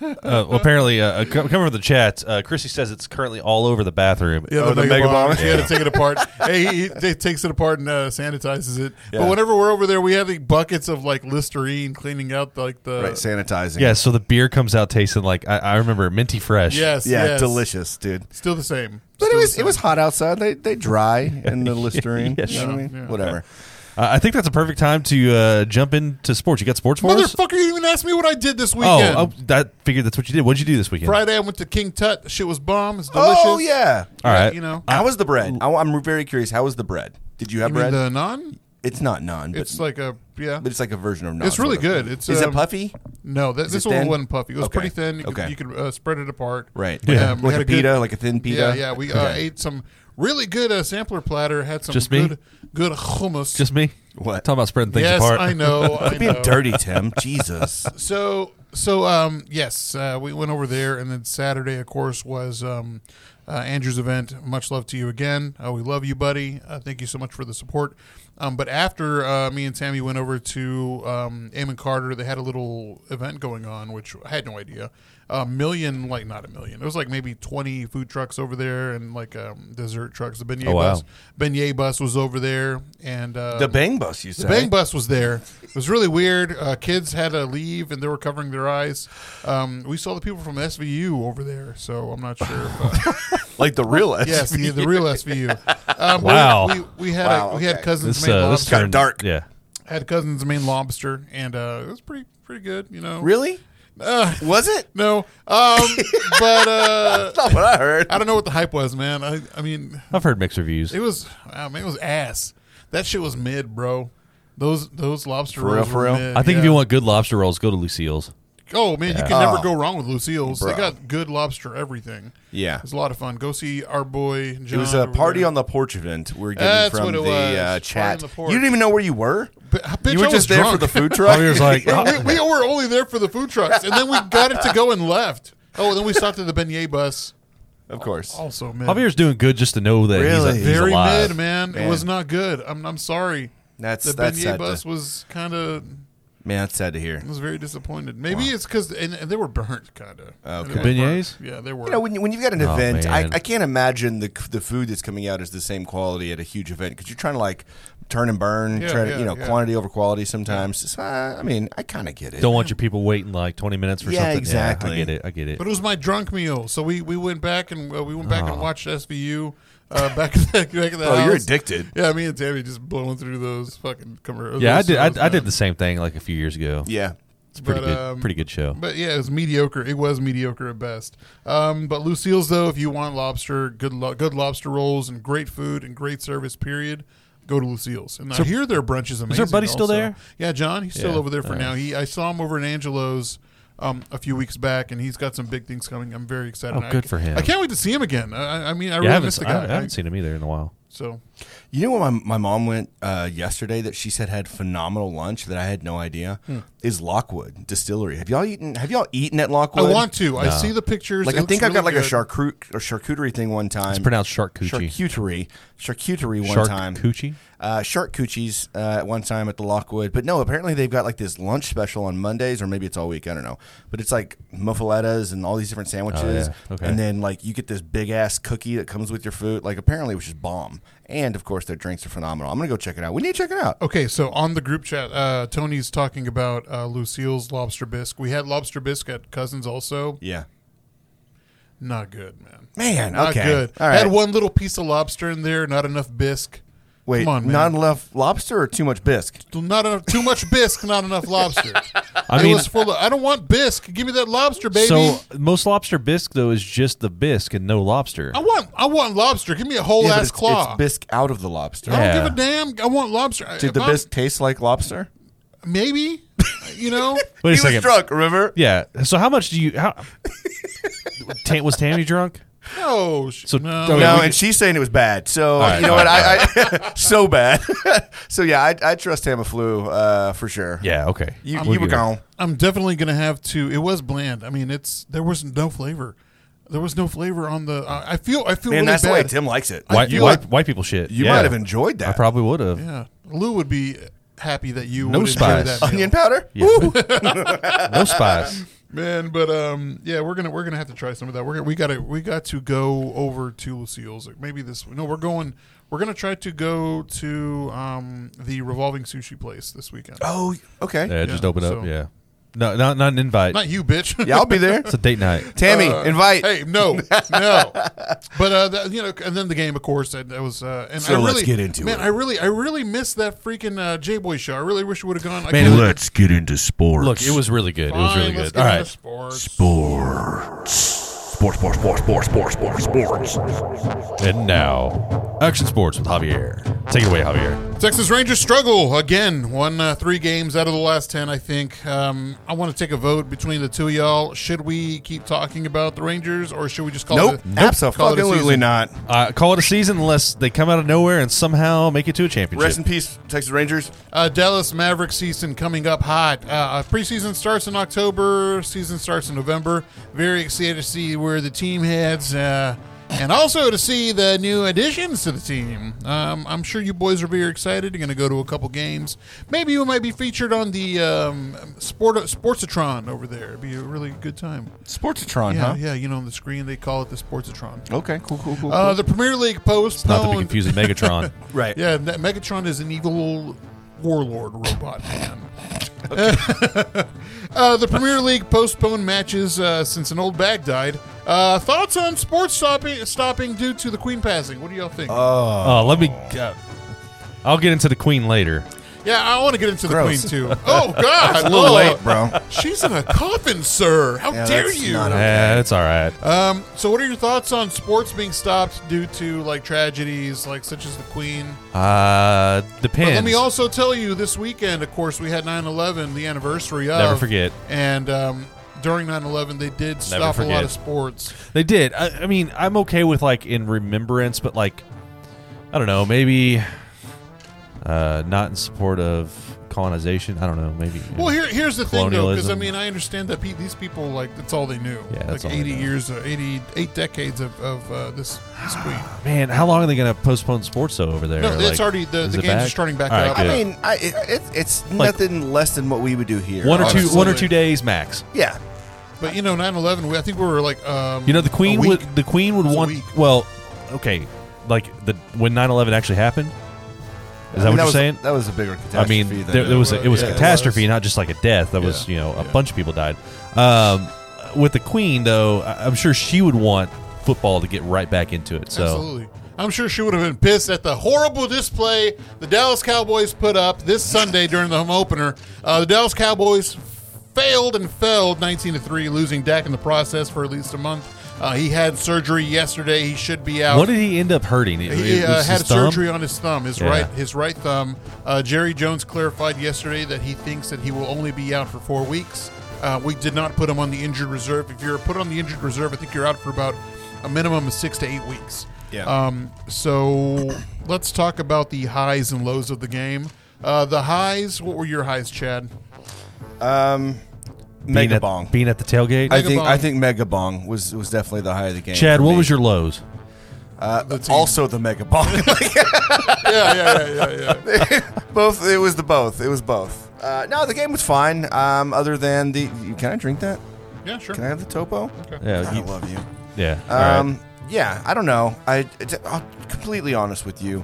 Speaker 3: Uh, well, apparently, uh, uh, co- coming from the chat, uh, Chrissy says it's currently all over the bathroom.
Speaker 2: Yeah,
Speaker 1: Oh,
Speaker 2: the,
Speaker 1: the
Speaker 2: mega
Speaker 1: mega
Speaker 2: bomb.
Speaker 1: bomb.
Speaker 2: He had to take it apart. hey, he, he takes it apart and uh, sanitizes it.
Speaker 1: Yeah.
Speaker 2: But whenever we're over there, we have the buckets of like Listerine cleaning out like the
Speaker 1: right, sanitizing.
Speaker 3: Yeah, so the beer comes out tasting like I, I remember minty fresh.
Speaker 2: yes,
Speaker 1: Yeah,
Speaker 2: yes.
Speaker 1: delicious, dude.
Speaker 2: Still the same.
Speaker 1: But it
Speaker 2: Still
Speaker 1: was
Speaker 2: the
Speaker 1: it was
Speaker 2: same.
Speaker 1: hot outside. They they dry in the Listerine.
Speaker 3: Yeah,
Speaker 1: you know what I mean?
Speaker 2: sure. Yeah.
Speaker 1: Whatever.
Speaker 3: Uh, I I think that's a perfect time to uh, jump into sports. You got sports for us?
Speaker 2: Motherfucker, you didn't even asked me what I did this
Speaker 3: Oh,
Speaker 2: weekend.
Speaker 3: oh, that figured that's what you did. What'd you do this weekend?
Speaker 2: Friday, I went to King Tut. The Shit was bomb. It's delicious.
Speaker 1: Oh yeah.
Speaker 3: All right,
Speaker 2: You know,
Speaker 1: How was the bread? I, am very curious. How was the bread? Did you
Speaker 2: I
Speaker 1: have
Speaker 2: mean
Speaker 1: bread?
Speaker 2: the non.
Speaker 1: it's not naan, but
Speaker 2: It's like a yeah.
Speaker 1: but it's like a version of naan.
Speaker 2: It's really
Speaker 1: sort of.
Speaker 2: good. It's,
Speaker 1: is
Speaker 2: um,
Speaker 1: it puffy?
Speaker 2: No, that, this
Speaker 1: it
Speaker 2: one
Speaker 1: thin?
Speaker 2: wasn't puffy. It was
Speaker 1: Okay.
Speaker 2: pretty thin. You could,
Speaker 1: Okay.
Speaker 2: you could uh, spread it apart.
Speaker 1: Right.
Speaker 3: Yeah.
Speaker 2: Um, we
Speaker 1: Like
Speaker 2: had
Speaker 1: a
Speaker 2: a good-
Speaker 1: pita, like a thin pita.
Speaker 2: Yeah, yeah. We uh,
Speaker 1: Okay.
Speaker 2: ate some really good uh, sampler platter. Had some
Speaker 3: Just me?
Speaker 2: good, good hummus.
Speaker 3: Just me?
Speaker 1: What?
Speaker 3: Talking about spreading things
Speaker 2: yes,
Speaker 3: apart.
Speaker 2: I know. I
Speaker 1: Being
Speaker 2: know.
Speaker 1: dirty, Tim. Jesus.
Speaker 2: So so um, yes, uh, we went over there, and then Saturday, of course, was um, uh, Andrew's event. Much love to you again. Uh, we love you, buddy. Uh, thank you so much for the support. Um, but after uh, me and Tammy went over to um, Amon Carter, they had a little event going on, which I had no idea. A million, like not a million. It was like maybe twenty food trucks over there, and like um, dessert trucks. The beignet
Speaker 3: Oh, wow.
Speaker 2: bus, beignet bus was over there, and uh,
Speaker 1: The bang bus, you say?
Speaker 2: the bang bus was there. It was really weird. Uh, kids had to leave and they were covering their eyes. Um, we saw the people from SVU over there, so I'm not sure. If, uh,
Speaker 1: like the real S.
Speaker 2: yes, the, the real SVU. Um, but
Speaker 3: Wow.
Speaker 2: We, we had
Speaker 1: Wow,
Speaker 2: a, we had
Speaker 1: okay.
Speaker 2: cousins
Speaker 3: This
Speaker 2: main
Speaker 3: uh, this
Speaker 2: lobster.
Speaker 1: kinda
Speaker 3: turned
Speaker 1: dark.
Speaker 3: Yeah.
Speaker 2: had cousins main lobster, and uh, it was pretty pretty good. You know,
Speaker 1: Really?
Speaker 2: Uh,
Speaker 1: Was it?
Speaker 2: no, um, but uh,
Speaker 1: That's not what I heard.
Speaker 2: I don't know what the hype was, man. I I mean,
Speaker 3: I've heard mixed reviews.
Speaker 2: it was I mean, it was ass. That shit was mid, bro. Those those lobster
Speaker 1: For real,
Speaker 2: rolls
Speaker 1: for
Speaker 2: were
Speaker 1: real?
Speaker 2: mid,
Speaker 3: I think if
Speaker 2: yeah.
Speaker 3: you want good lobster rolls, go to Lucille's.
Speaker 2: Oh man, you can
Speaker 1: Oh.
Speaker 2: never go wrong with Lucille's. They
Speaker 1: Bruh.
Speaker 2: got good lobster everything.
Speaker 1: Yeah.
Speaker 2: it's a lot of fun. Go see our boy. John
Speaker 1: It was a
Speaker 2: over
Speaker 1: party
Speaker 2: there.
Speaker 1: on the porch event. We're getting
Speaker 2: That's
Speaker 1: from
Speaker 2: what
Speaker 1: the
Speaker 2: it was.
Speaker 1: Uh,
Speaker 2: Party
Speaker 1: chat.
Speaker 2: on the
Speaker 1: you
Speaker 2: porch.
Speaker 1: didn't even know where you were.
Speaker 2: B- uh, bitch,
Speaker 1: you were
Speaker 2: I was
Speaker 1: just there for
Speaker 2: drunk.
Speaker 1: the food truck.
Speaker 3: Javier was like,
Speaker 2: we, we were only there for the food trucks, and then we got it to go and left. Oh, and then we stopped at the beignet bus.
Speaker 1: of course.
Speaker 2: Also, man,
Speaker 3: Javier's doing good just to know that he's,
Speaker 1: Really?
Speaker 3: he's
Speaker 2: very
Speaker 3: alive.
Speaker 2: mid, man.
Speaker 1: Man.
Speaker 2: It was not good. I'm I'm sorry.
Speaker 1: That's
Speaker 2: The
Speaker 1: that's
Speaker 2: beignet
Speaker 1: sad.
Speaker 2: bus
Speaker 1: To,
Speaker 2: was kind of
Speaker 1: man, that's sad to hear.
Speaker 2: was very disappointed. Maybe it's because and, and they were burnt, kind of.
Speaker 1: Okay.
Speaker 3: Beignets?
Speaker 2: Yeah, they were.
Speaker 1: You know, when, you- when you've got an
Speaker 3: Oh,
Speaker 1: event, I,
Speaker 3: man.
Speaker 1: I can't imagine the c- the food that's coming out is the same quality at a huge event because you're trying to like turn and burn,
Speaker 2: Yeah,
Speaker 1: try to,
Speaker 2: yeah,
Speaker 1: you know,
Speaker 2: yeah.
Speaker 1: quantity over quality sometimes. So, uh, I mean, I kind of get it.
Speaker 3: Don't want your people waiting like 20 minutes for
Speaker 1: Yeah,
Speaker 3: something.
Speaker 1: exactly.
Speaker 3: Yeah, I get it. I get it.
Speaker 2: But it was my drunk meal, so we, we went back and uh, we went back and watched SVU uh, back in the back in the
Speaker 1: Oh,
Speaker 2: house.
Speaker 1: you're addicted.
Speaker 2: Yeah, me and Tammy just blowing through those fucking commercials.
Speaker 3: yeah, I did. I, I did the same thing like a few years ago.
Speaker 1: Yeah.
Speaker 3: it's pretty good. pretty good show.
Speaker 2: um, But yeah, it was mediocre. It was mediocre at best. Um, but Lucille's though, if you want lobster, good lo- good lobster rolls and great food and great service, period. Go to Lucille's, and I hear their brunch is amazing.
Speaker 3: our buddy still
Speaker 2: also.
Speaker 3: there?
Speaker 2: Yeah, John, he's still
Speaker 3: Yeah,
Speaker 2: over there for
Speaker 3: all
Speaker 2: now. He I saw him over in Angelo's. Um, a few weeks back, and he's got some big things coming. I'm very excited.
Speaker 3: Oh,
Speaker 2: And I-
Speaker 3: good for him.
Speaker 2: I can't wait to see him again. I, I- I mean, I
Speaker 3: yeah, I
Speaker 2: really
Speaker 3: haven't,
Speaker 2: miss the
Speaker 3: I
Speaker 2: guy.
Speaker 3: haven't- I haven't seen him either in a while.
Speaker 2: so
Speaker 1: You know where my, my mom went uh, yesterday that she said had phenomenal lunch that I had no idea is Lockwood Distillery. Have y'all eaten? Have y'all eaten at
Speaker 2: I
Speaker 1: Lockwood?
Speaker 2: want to. I see the pictures.
Speaker 1: Like
Speaker 2: It
Speaker 1: I
Speaker 2: looks
Speaker 1: think I
Speaker 2: really
Speaker 1: got like
Speaker 2: good.
Speaker 1: a charcut or charcuterie thing one time.
Speaker 3: It's pronounced charcuterie.
Speaker 1: charcuterie, charcuterie one
Speaker 3: Shark
Speaker 1: time.
Speaker 3: coochie?
Speaker 1: Uh, shark coochies uh, at one time at the Lockwood, but no, apparently they've got like this lunch special on Mondays, or maybe it's all week. I don't know, but it's like muffalettas and all these different sandwiches,
Speaker 3: Oh, yeah. Okay.
Speaker 1: and then like you get this big ass cookie that comes with your food. Like apparently it was just bomb, and of course their drinks are phenomenal. I'm gonna go check it out. We need to check it out.
Speaker 2: Okay, so on the group chat, uh, Tony's talking about uh, Lucille's lobster bisque. We had lobster bisque at Cousins also.
Speaker 1: Yeah,
Speaker 2: Not good, man.
Speaker 1: man.
Speaker 2: Not
Speaker 1: okay,
Speaker 2: good.
Speaker 1: All right.
Speaker 2: Had one little piece of lobster in there. Not enough bisque.
Speaker 1: Wait,
Speaker 2: Come on, man.
Speaker 1: not enough lobster or too much bisque?
Speaker 2: not enough. Too much bisque. Not enough lobster.
Speaker 3: I
Speaker 2: It
Speaker 3: mean-
Speaker 2: was full of- I don't want bisque. Give me that lobster, baby.
Speaker 3: So most lobster bisque though is just the bisque and no lobster.
Speaker 2: I want. I want lobster. Give me a whole
Speaker 1: Yeah, but
Speaker 2: ass
Speaker 1: it's,
Speaker 2: claw.
Speaker 1: it's bisque out of the lobster.
Speaker 2: I
Speaker 3: Yeah.
Speaker 2: don't give a damn. I want lobster.
Speaker 1: Did
Speaker 2: If
Speaker 1: the
Speaker 2: I'm-
Speaker 1: bisque taste like lobster?
Speaker 2: Maybe. You know.
Speaker 3: Wait a second.
Speaker 1: drunk, remember?
Speaker 3: Yeah. So how much do you? How, Tam, was Tammy drunk?
Speaker 2: Oh, sh-
Speaker 3: So-
Speaker 2: no.
Speaker 3: okay.
Speaker 1: No,
Speaker 3: we
Speaker 1: and
Speaker 3: could-
Speaker 1: she's saying it was bad. So
Speaker 3: right,
Speaker 1: you know
Speaker 3: all
Speaker 1: what?
Speaker 3: right,
Speaker 1: I, I so bad. so yeah, I, I trust Tamiflu uh, for sure.
Speaker 3: Yeah. Okay.
Speaker 1: you,
Speaker 3: We'll
Speaker 1: you were
Speaker 3: give it-
Speaker 1: gone.
Speaker 2: I'm definitely gonna have to. It was bland. I mean, it's there was no flavor. There was no flavor on the. I I feel. I feel
Speaker 1: Man,
Speaker 2: really
Speaker 1: that's the way
Speaker 2: bad.
Speaker 1: Tim likes it.
Speaker 3: White,
Speaker 1: you
Speaker 3: white, white people shit.
Speaker 1: you
Speaker 3: Yeah.
Speaker 1: might have enjoyed
Speaker 3: I
Speaker 1: that.
Speaker 3: probably would have.
Speaker 2: yeah, Lou would be happy that you
Speaker 3: No
Speaker 2: would
Speaker 3: spice.
Speaker 2: enjoy that meal.
Speaker 1: Onion powder.
Speaker 3: Yeah. no spice.
Speaker 2: man. But um, yeah, we're gonna we're gonna have to try some of that. We're gonna, we gotta we got to go over to Lucille's. Maybe this. No, we're going. We're gonna try to go to um the revolving sushi place this weekend.
Speaker 1: Oh, okay.
Speaker 3: Yeah, Just
Speaker 2: Yeah,
Speaker 3: open up.
Speaker 2: so-
Speaker 3: Yeah. No, not not an invite.
Speaker 2: Not you, bitch.
Speaker 1: Yeah, I'll be there.
Speaker 3: It's a date night.
Speaker 1: Tammy,
Speaker 2: Uh,
Speaker 1: invite.
Speaker 2: Hey, no, no. but uh, that, you know, and then the game, of course, that, that was. Uh, and
Speaker 1: So
Speaker 2: I really,
Speaker 1: let's get into
Speaker 2: man,
Speaker 1: it.
Speaker 2: I really, I really missed that freaking uh, J Boy show. I really wish it would have gone.
Speaker 3: Man,
Speaker 2: I
Speaker 3: it
Speaker 2: could've-
Speaker 4: Let's get into sports.
Speaker 3: Look, it was really good. It was
Speaker 2: Fine,
Speaker 3: really
Speaker 2: let's
Speaker 3: good.
Speaker 2: get
Speaker 3: All
Speaker 2: into
Speaker 3: right.
Speaker 2: sports.
Speaker 4: sports. Sports, sports, sports, sports, sports, sports, sports.
Speaker 3: And now, action sports with Javier. Take it away, Javier.
Speaker 2: Texas Rangers struggle again. Won uh, three games out of the last ten, I think. Um, I want to take a vote between the two of y'all. Should we keep talking about the Rangers, or should we just call
Speaker 1: Nope.
Speaker 2: it? a- call it a
Speaker 1: Absolutely
Speaker 2: season?
Speaker 1: not.
Speaker 3: Uh, call it a season unless they come out of nowhere and somehow make it to a championship.
Speaker 1: Rest in peace, Texas Rangers.
Speaker 2: Uh, Dallas Maverick season coming up hot. Uh, Uh, preseason starts in October. Season starts in November. Very excited to see where the team heads, uh, and also to see the new additions to the team. Um, I'm sure you boys are very excited. You're going to go to a couple games. Maybe you might be featured on the um, Sport Sportsatron over there. It'd be a really good time.
Speaker 1: Sportsatron,
Speaker 2: Yeah,
Speaker 1: huh?
Speaker 2: yeah. You know, on the screen they call it the Sportsatron.
Speaker 1: Okay, cool, cool, cool.
Speaker 2: Uh,
Speaker 1: cool.
Speaker 2: the Premier League post.
Speaker 3: Not to be
Speaker 2: known-
Speaker 3: confused with Megatron.
Speaker 1: right.
Speaker 2: yeah, that Megatron is an evil warlord robot man. uh, the Premier League postponed matches uh, since an old bag died. Uh, thoughts on sports stopping stopping due to the Queen passing? What do y'all think?
Speaker 3: Oh, let me. Uh, I'll get into the Queen later.
Speaker 2: yeah, I want to get into the
Speaker 1: gross.
Speaker 2: Queen too. Oh God,
Speaker 1: A little
Speaker 2: Oh,
Speaker 1: late, bro.
Speaker 2: She's in a coffin, sir. How
Speaker 1: Yeah,
Speaker 2: dare
Speaker 1: that's
Speaker 2: you?
Speaker 1: not a-
Speaker 3: Yeah, it's Uh, all right.
Speaker 2: um, so, what are your thoughts on sports being stopped due to like tragedies, like such as the Queen?
Speaker 3: Uh, depends.
Speaker 2: But let me also tell you, this weekend, of course, we had 9/11, the anniversary of.
Speaker 3: Never forget.
Speaker 2: And um, during 9/11, they did stop a lot
Speaker 3: forget.
Speaker 2: of sports.
Speaker 3: They did. I, I mean, I'm okay with like in remembrance, but like, I don't know, maybe uh, not in support of colonization. I don't know, maybe.
Speaker 2: Well, here, here's the thing, though, because I
Speaker 3: Colonialism.
Speaker 2: mean, I understand that pe- these people like that's all they knew.
Speaker 3: Yeah,
Speaker 2: like
Speaker 3: that's all they
Speaker 2: 80
Speaker 3: know.
Speaker 2: years, uh, 80, eight decades of, of uh, this, this queen.
Speaker 3: man, how long are they going to postpone sports though over there?
Speaker 2: No, it's
Speaker 3: Like,
Speaker 2: already- the-
Speaker 3: is
Speaker 2: the
Speaker 3: it
Speaker 2: games are starting back
Speaker 3: All right,
Speaker 2: up.
Speaker 1: I
Speaker 3: good.
Speaker 1: mean, I, it, it's- it's nothing less than what we would do here.
Speaker 3: one or two, one or
Speaker 2: honestly.
Speaker 3: two days max.
Speaker 1: Yeah.
Speaker 2: But you know, 9/11, we, I think we were like, um,
Speaker 3: You know, the Queen
Speaker 2: a week.
Speaker 3: would the Queen would
Speaker 2: It's a
Speaker 3: want.
Speaker 2: week.
Speaker 3: Well, okay, like the when 9/11 actually happened. Is
Speaker 1: I
Speaker 3: that
Speaker 1: mean,
Speaker 3: what you're
Speaker 1: was,
Speaker 3: saying?
Speaker 1: That was a bigger
Speaker 3: I
Speaker 1: catastrophe.
Speaker 3: mean,
Speaker 1: than
Speaker 3: there, there was a, it was
Speaker 2: Yeah,
Speaker 3: a
Speaker 2: it
Speaker 3: catastrophe,
Speaker 2: was.
Speaker 3: not just like a death. That was
Speaker 2: Yeah,
Speaker 3: you know a
Speaker 2: yeah.
Speaker 3: bunch of people died. Um, with the Queen, though, I- I'm sure she would want football to get right back into it. So
Speaker 2: Absolutely. I'm sure she would have been pissed at the horrible display the Dallas Cowboys put up this Sunday during the home opener. Uh, the Dallas Cowboys failed and failed 19 to 3, losing Dak in the process for at least a month. Uh, he had surgery yesterday. He should be out.
Speaker 3: what did he end up hurting? It-
Speaker 2: he
Speaker 3: it
Speaker 2: uh,
Speaker 3: was
Speaker 2: had
Speaker 3: his thumb?
Speaker 2: surgery on his thumb, his
Speaker 3: Yeah.
Speaker 2: right his right thumb. Uh, Jerry Jones clarified yesterday that he thinks that he will only be out for four weeks. Uh, we did not put him on the injured reserve. If you're put on the injured reserve, I think you're out for about a minimum of six to eight weeks.
Speaker 1: Yeah.
Speaker 2: Um, so let's talk about the highs and lows of the game. Uh, the highs. What were your highs, Chad?
Speaker 1: um,
Speaker 3: Being
Speaker 1: mega
Speaker 3: at,
Speaker 1: bong.
Speaker 3: being at the tailgate.
Speaker 1: I think
Speaker 2: Megabong.
Speaker 1: I think mega bong was was definitely the high of the game.
Speaker 3: Chad,
Speaker 1: for
Speaker 3: what
Speaker 1: me.
Speaker 3: was your lows?
Speaker 1: Uh,
Speaker 2: The team.
Speaker 1: also the mega bong?
Speaker 2: yeah, yeah, yeah, yeah, yeah.
Speaker 1: both. It was the both. It was both. Uh, no, the game was fine. Um, other than the, can I drink that?
Speaker 2: Yeah, sure.
Speaker 1: Can I have the topo?
Speaker 3: Yeah,
Speaker 1: I
Speaker 3: you-
Speaker 1: love you.
Speaker 3: yeah. all right.
Speaker 1: Um, yeah, I don't know. I, it's- I'm completely honest with you.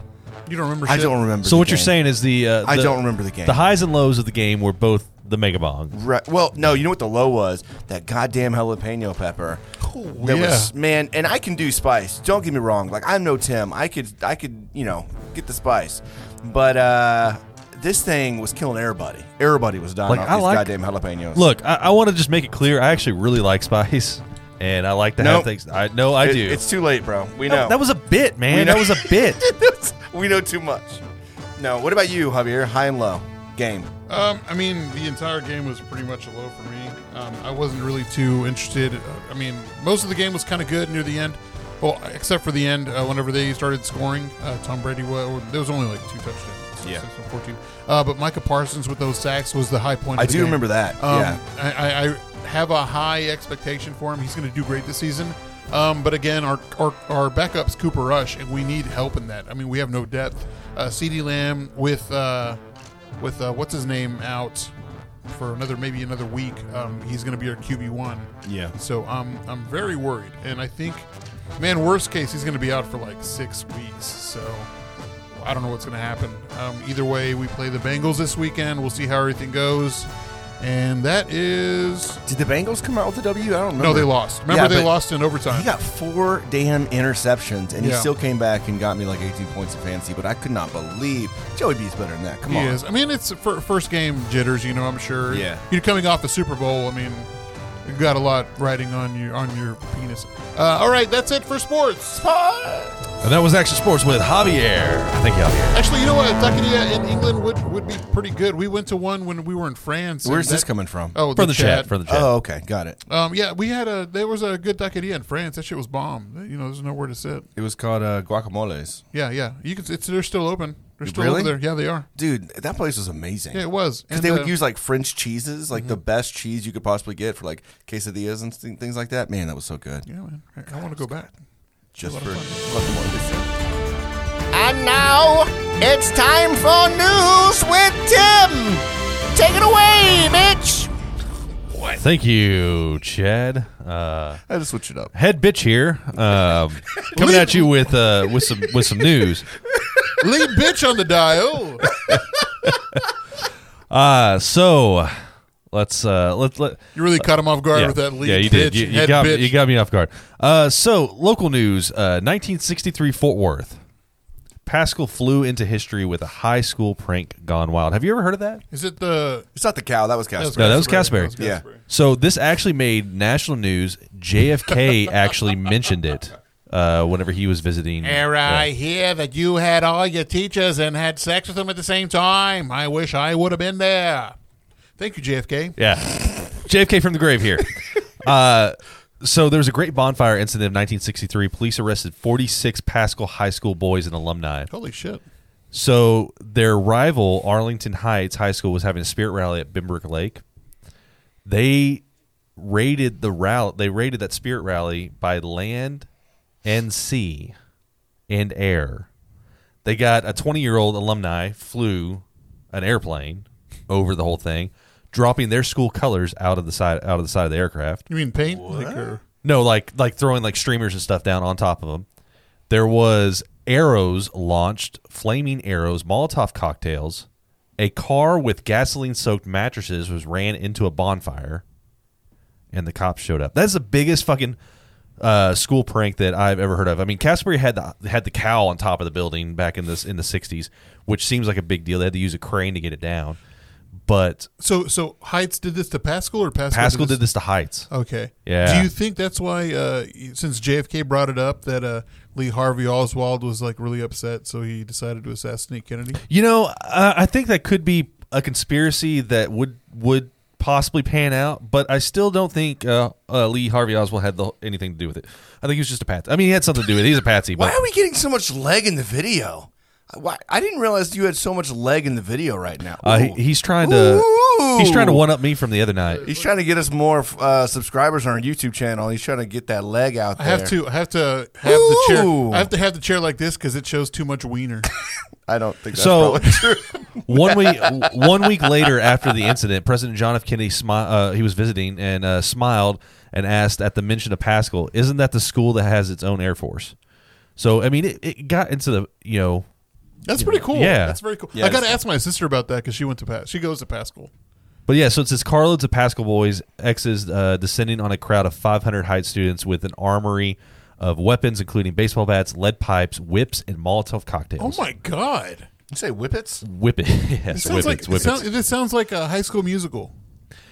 Speaker 2: You don't remember?
Speaker 1: I
Speaker 2: shit?
Speaker 1: don't remember.
Speaker 3: So
Speaker 1: the
Speaker 3: what you're
Speaker 1: game.
Speaker 3: saying is the, uh,
Speaker 1: I
Speaker 3: the-
Speaker 1: don't remember the game.
Speaker 3: the highs and lows of the game were both the mega bong.
Speaker 1: Right. Well, no, you know what the low was? That goddamn jalapeno pepper.
Speaker 2: Oh,
Speaker 1: That
Speaker 2: yeah.
Speaker 1: was man, and I can do spice. Don't get me wrong. Like I'm no Tim. I could I could, you know, get the spice. But uh this thing was killing everybody. Everybody was dying
Speaker 3: Like,
Speaker 1: off
Speaker 3: I
Speaker 1: these
Speaker 3: like-
Speaker 1: goddamn jalapenos.
Speaker 3: Look, I, I want to just make it clear. I actually really like spice, and I like to
Speaker 1: Nope.
Speaker 3: have things. I know I
Speaker 1: It-
Speaker 3: do.
Speaker 1: It's too late, bro. We know.
Speaker 3: That, that was a bit,
Speaker 1: We
Speaker 3: man.
Speaker 1: know-
Speaker 3: That was a bit.
Speaker 1: we know too much. No, what about you, Javier? High and low game.
Speaker 2: Um, I mean, the entire game was pretty much a low for me. Um, I wasn't really too interested. I mean, most of the game was kind of good near the end. Well, except for the end, uh, whenever they started scoring, uh, Tom Brady was there was only like two touchdowns.
Speaker 1: Yeah.
Speaker 2: six and fourteen. Uh, but Micah Parsons with those sacks was the high point. Of
Speaker 1: I
Speaker 2: the
Speaker 1: do
Speaker 2: game.
Speaker 1: remember that.
Speaker 2: Um,
Speaker 1: yeah.
Speaker 2: I, I, I have a high expectation for him. He's going to do great this season. Um, but again, our, our our backup's Cooper Rush, and we need help in that. I mean, we have no depth. Uh, Ceedee Lamb with uh, with uh, what's his name out for another maybe another week. Um, he's going to be our QB one.
Speaker 1: Yeah.
Speaker 2: So um, I'm very worried, and I think, man, worst case he's going to be out for like six weeks. So I don't know what's going to happen. Um, either way, we play the Bengals this weekend. We'll see how everything goes. And that is
Speaker 1: Did the Bengals come out with a W? I don't remember.
Speaker 2: no, they lost. Remember,
Speaker 1: Yeah,
Speaker 2: they
Speaker 1: but-
Speaker 2: lost in overtime.
Speaker 1: He got four damn interceptions, and he
Speaker 2: Yeah.
Speaker 1: still came back and got me like 18 points of fantasy. But I could not believe Joey B's better than that. Come
Speaker 2: He
Speaker 1: on,
Speaker 2: is. I mean, it's fir- first game jitters. You know, I'm sure.
Speaker 1: Yeah.
Speaker 2: You're coming off the Super Bowl. I mean, you got a lot riding on you on your penis. Uh, all right, that's it for sports.
Speaker 3: And that was Action Sports with Javier. Thank you, Javier.
Speaker 2: Actually, you know what? Dakinia in England would, would be pretty good. We went to one when we were in France. and
Speaker 1: Where's this
Speaker 2: that-
Speaker 1: coming from?
Speaker 2: Oh,
Speaker 3: From the chat. From the chat.
Speaker 1: Oh, okay, got it.
Speaker 2: Um, yeah, we had a there was a good taqueria in France. That shit was bomb. You know, there's nowhere to sit.
Speaker 1: It was called uh, guacamoles.
Speaker 2: Yeah, yeah. You can. It's they're still open. They're still
Speaker 1: Really?
Speaker 2: over there. Yeah, they are.
Speaker 1: Dude, that place was amazing.
Speaker 2: Yeah, it was.
Speaker 1: Because
Speaker 2: And,
Speaker 1: they
Speaker 2: uh, Mhm.
Speaker 1: would use like French cheeses, like the best cheese you could possibly get for like quesadillas and th- things like that. Man, that was so good.
Speaker 2: Yeah, man. I- I want to go back.
Speaker 1: Just
Speaker 2: a
Speaker 1: for
Speaker 2: lot of
Speaker 1: guacamole. And now it's time for news with Tim. Take it away, bitch. Uh,
Speaker 3: Thank you, Chad. Uh,
Speaker 1: I had to switch it up.
Speaker 3: head bitch here, um, coming at you with uh, with some with some news.
Speaker 2: Lead bitch on the dial.
Speaker 3: Uh, so let's uh, let let
Speaker 2: You really caught him off guard with that lead
Speaker 3: yeah, you
Speaker 2: bitch.
Speaker 3: did. You, you
Speaker 2: head
Speaker 3: got
Speaker 2: bitch.
Speaker 3: Me, you got me off guard. Uh, so local news: uh, 1963 Fort Worth. Pascal flew into history with a high school prank gone wild. Have you ever heard of that?
Speaker 2: Is it the?
Speaker 1: It's not the cow. That was Casper.
Speaker 3: No, that was Casper.
Speaker 1: Yeah.
Speaker 3: So this actually made national news. JFK actually mentioned it uh, whenever he was visiting.
Speaker 2: And
Speaker 3: yeah.
Speaker 2: I hear that you had all your teachers and had sex with them at the same time. I wish I would have been there. Thank you, JFK.
Speaker 3: Yeah. JFK from the grave here. Uh, so there was a great bonfire incident in 1963. Police arrested 46 Pascal High School boys and alumni.
Speaker 2: Holy shit.
Speaker 3: So their rival, Arlington Heights High School, was having a spirit rally at Bimbrook Lake. They raided the rally. They raided that spirit rally by land and sea and air. They got a 20 year old alumni flew an airplane over the whole thing, dropping their school colors out of the side out of the side of the aircraft.
Speaker 2: You mean paint? Like, or-
Speaker 3: No, like like throwing like streamers and stuff down on top of them. There was arrows launched, flaming arrows, Molotov cocktails. A car with gasoline-soaked mattresses was ran into a bonfire, and the cops showed up. That's the biggest fucking uh, school prank that I've ever heard of. I mean, Casper had the had the cow on top of the building back in this in the '60s, which seems like a big deal. They had to use a crane to get it down, but
Speaker 2: so, so Heights did this to Pascal or Pascal?
Speaker 3: Pascal did this to Heights.
Speaker 2: Okay.
Speaker 3: Yeah.
Speaker 2: Do you think that's why, uh, since JFK brought it up, that uh, Lee Harvey Oswald was like really upset, so he decided to assassinate Kennedy?
Speaker 3: You know, uh, I think that could be a conspiracy that would would possibly pan out, but I still don't think uh, uh, Lee Harvey Oswald had the, anything to do with it. I think he was just a patsy. I mean, he had something to do with it. He's a patsy,
Speaker 1: Why
Speaker 3: but
Speaker 1: are we getting so much leg in the video? Why? I didn't realize you had so much leg in the video right now.
Speaker 3: uh, he-
Speaker 1: Ooh.
Speaker 3: he's trying to
Speaker 1: Ooh.
Speaker 3: he's trying to one up me from the other night.
Speaker 1: He's trying to get us more uh, subscribers on our YouTube channel. He's trying to get that leg out
Speaker 2: I
Speaker 1: there.
Speaker 2: have to. I have to have the
Speaker 1: Ooh.
Speaker 2: chair. I have to have the chair like this because it shows too much wiener.
Speaker 1: I don't think that's
Speaker 3: So-
Speaker 1: probably true.
Speaker 3: one week one week later after the incident, President John F. Kennedy smi- uh, he was visiting and uh, smiled and asked at the mention of Pascal, "Isn't that the school that has its own air force?" So I mean, it, it got into the you know
Speaker 2: That's pretty cool.
Speaker 3: Yeah.
Speaker 2: that's very cool.
Speaker 1: Yeah,
Speaker 2: I got to
Speaker 1: it's-
Speaker 2: ask my sister about that because she went to Pas. She goes to Pascal.
Speaker 3: But yeah, so it says carloads of Pascal boys, exes uh, descending on a crowd of 500 Heights students with an armory of weapons, including baseball bats, lead pipes, whips, and Molotov
Speaker 2: Oh
Speaker 3: cocktails.
Speaker 2: my god!
Speaker 1: You say whippets?
Speaker 3: Whip it.
Speaker 2: It
Speaker 3: yes,
Speaker 2: sounds
Speaker 3: whippets,
Speaker 2: like it
Speaker 3: whippets.
Speaker 2: sounds, this sounds like a High School Musical.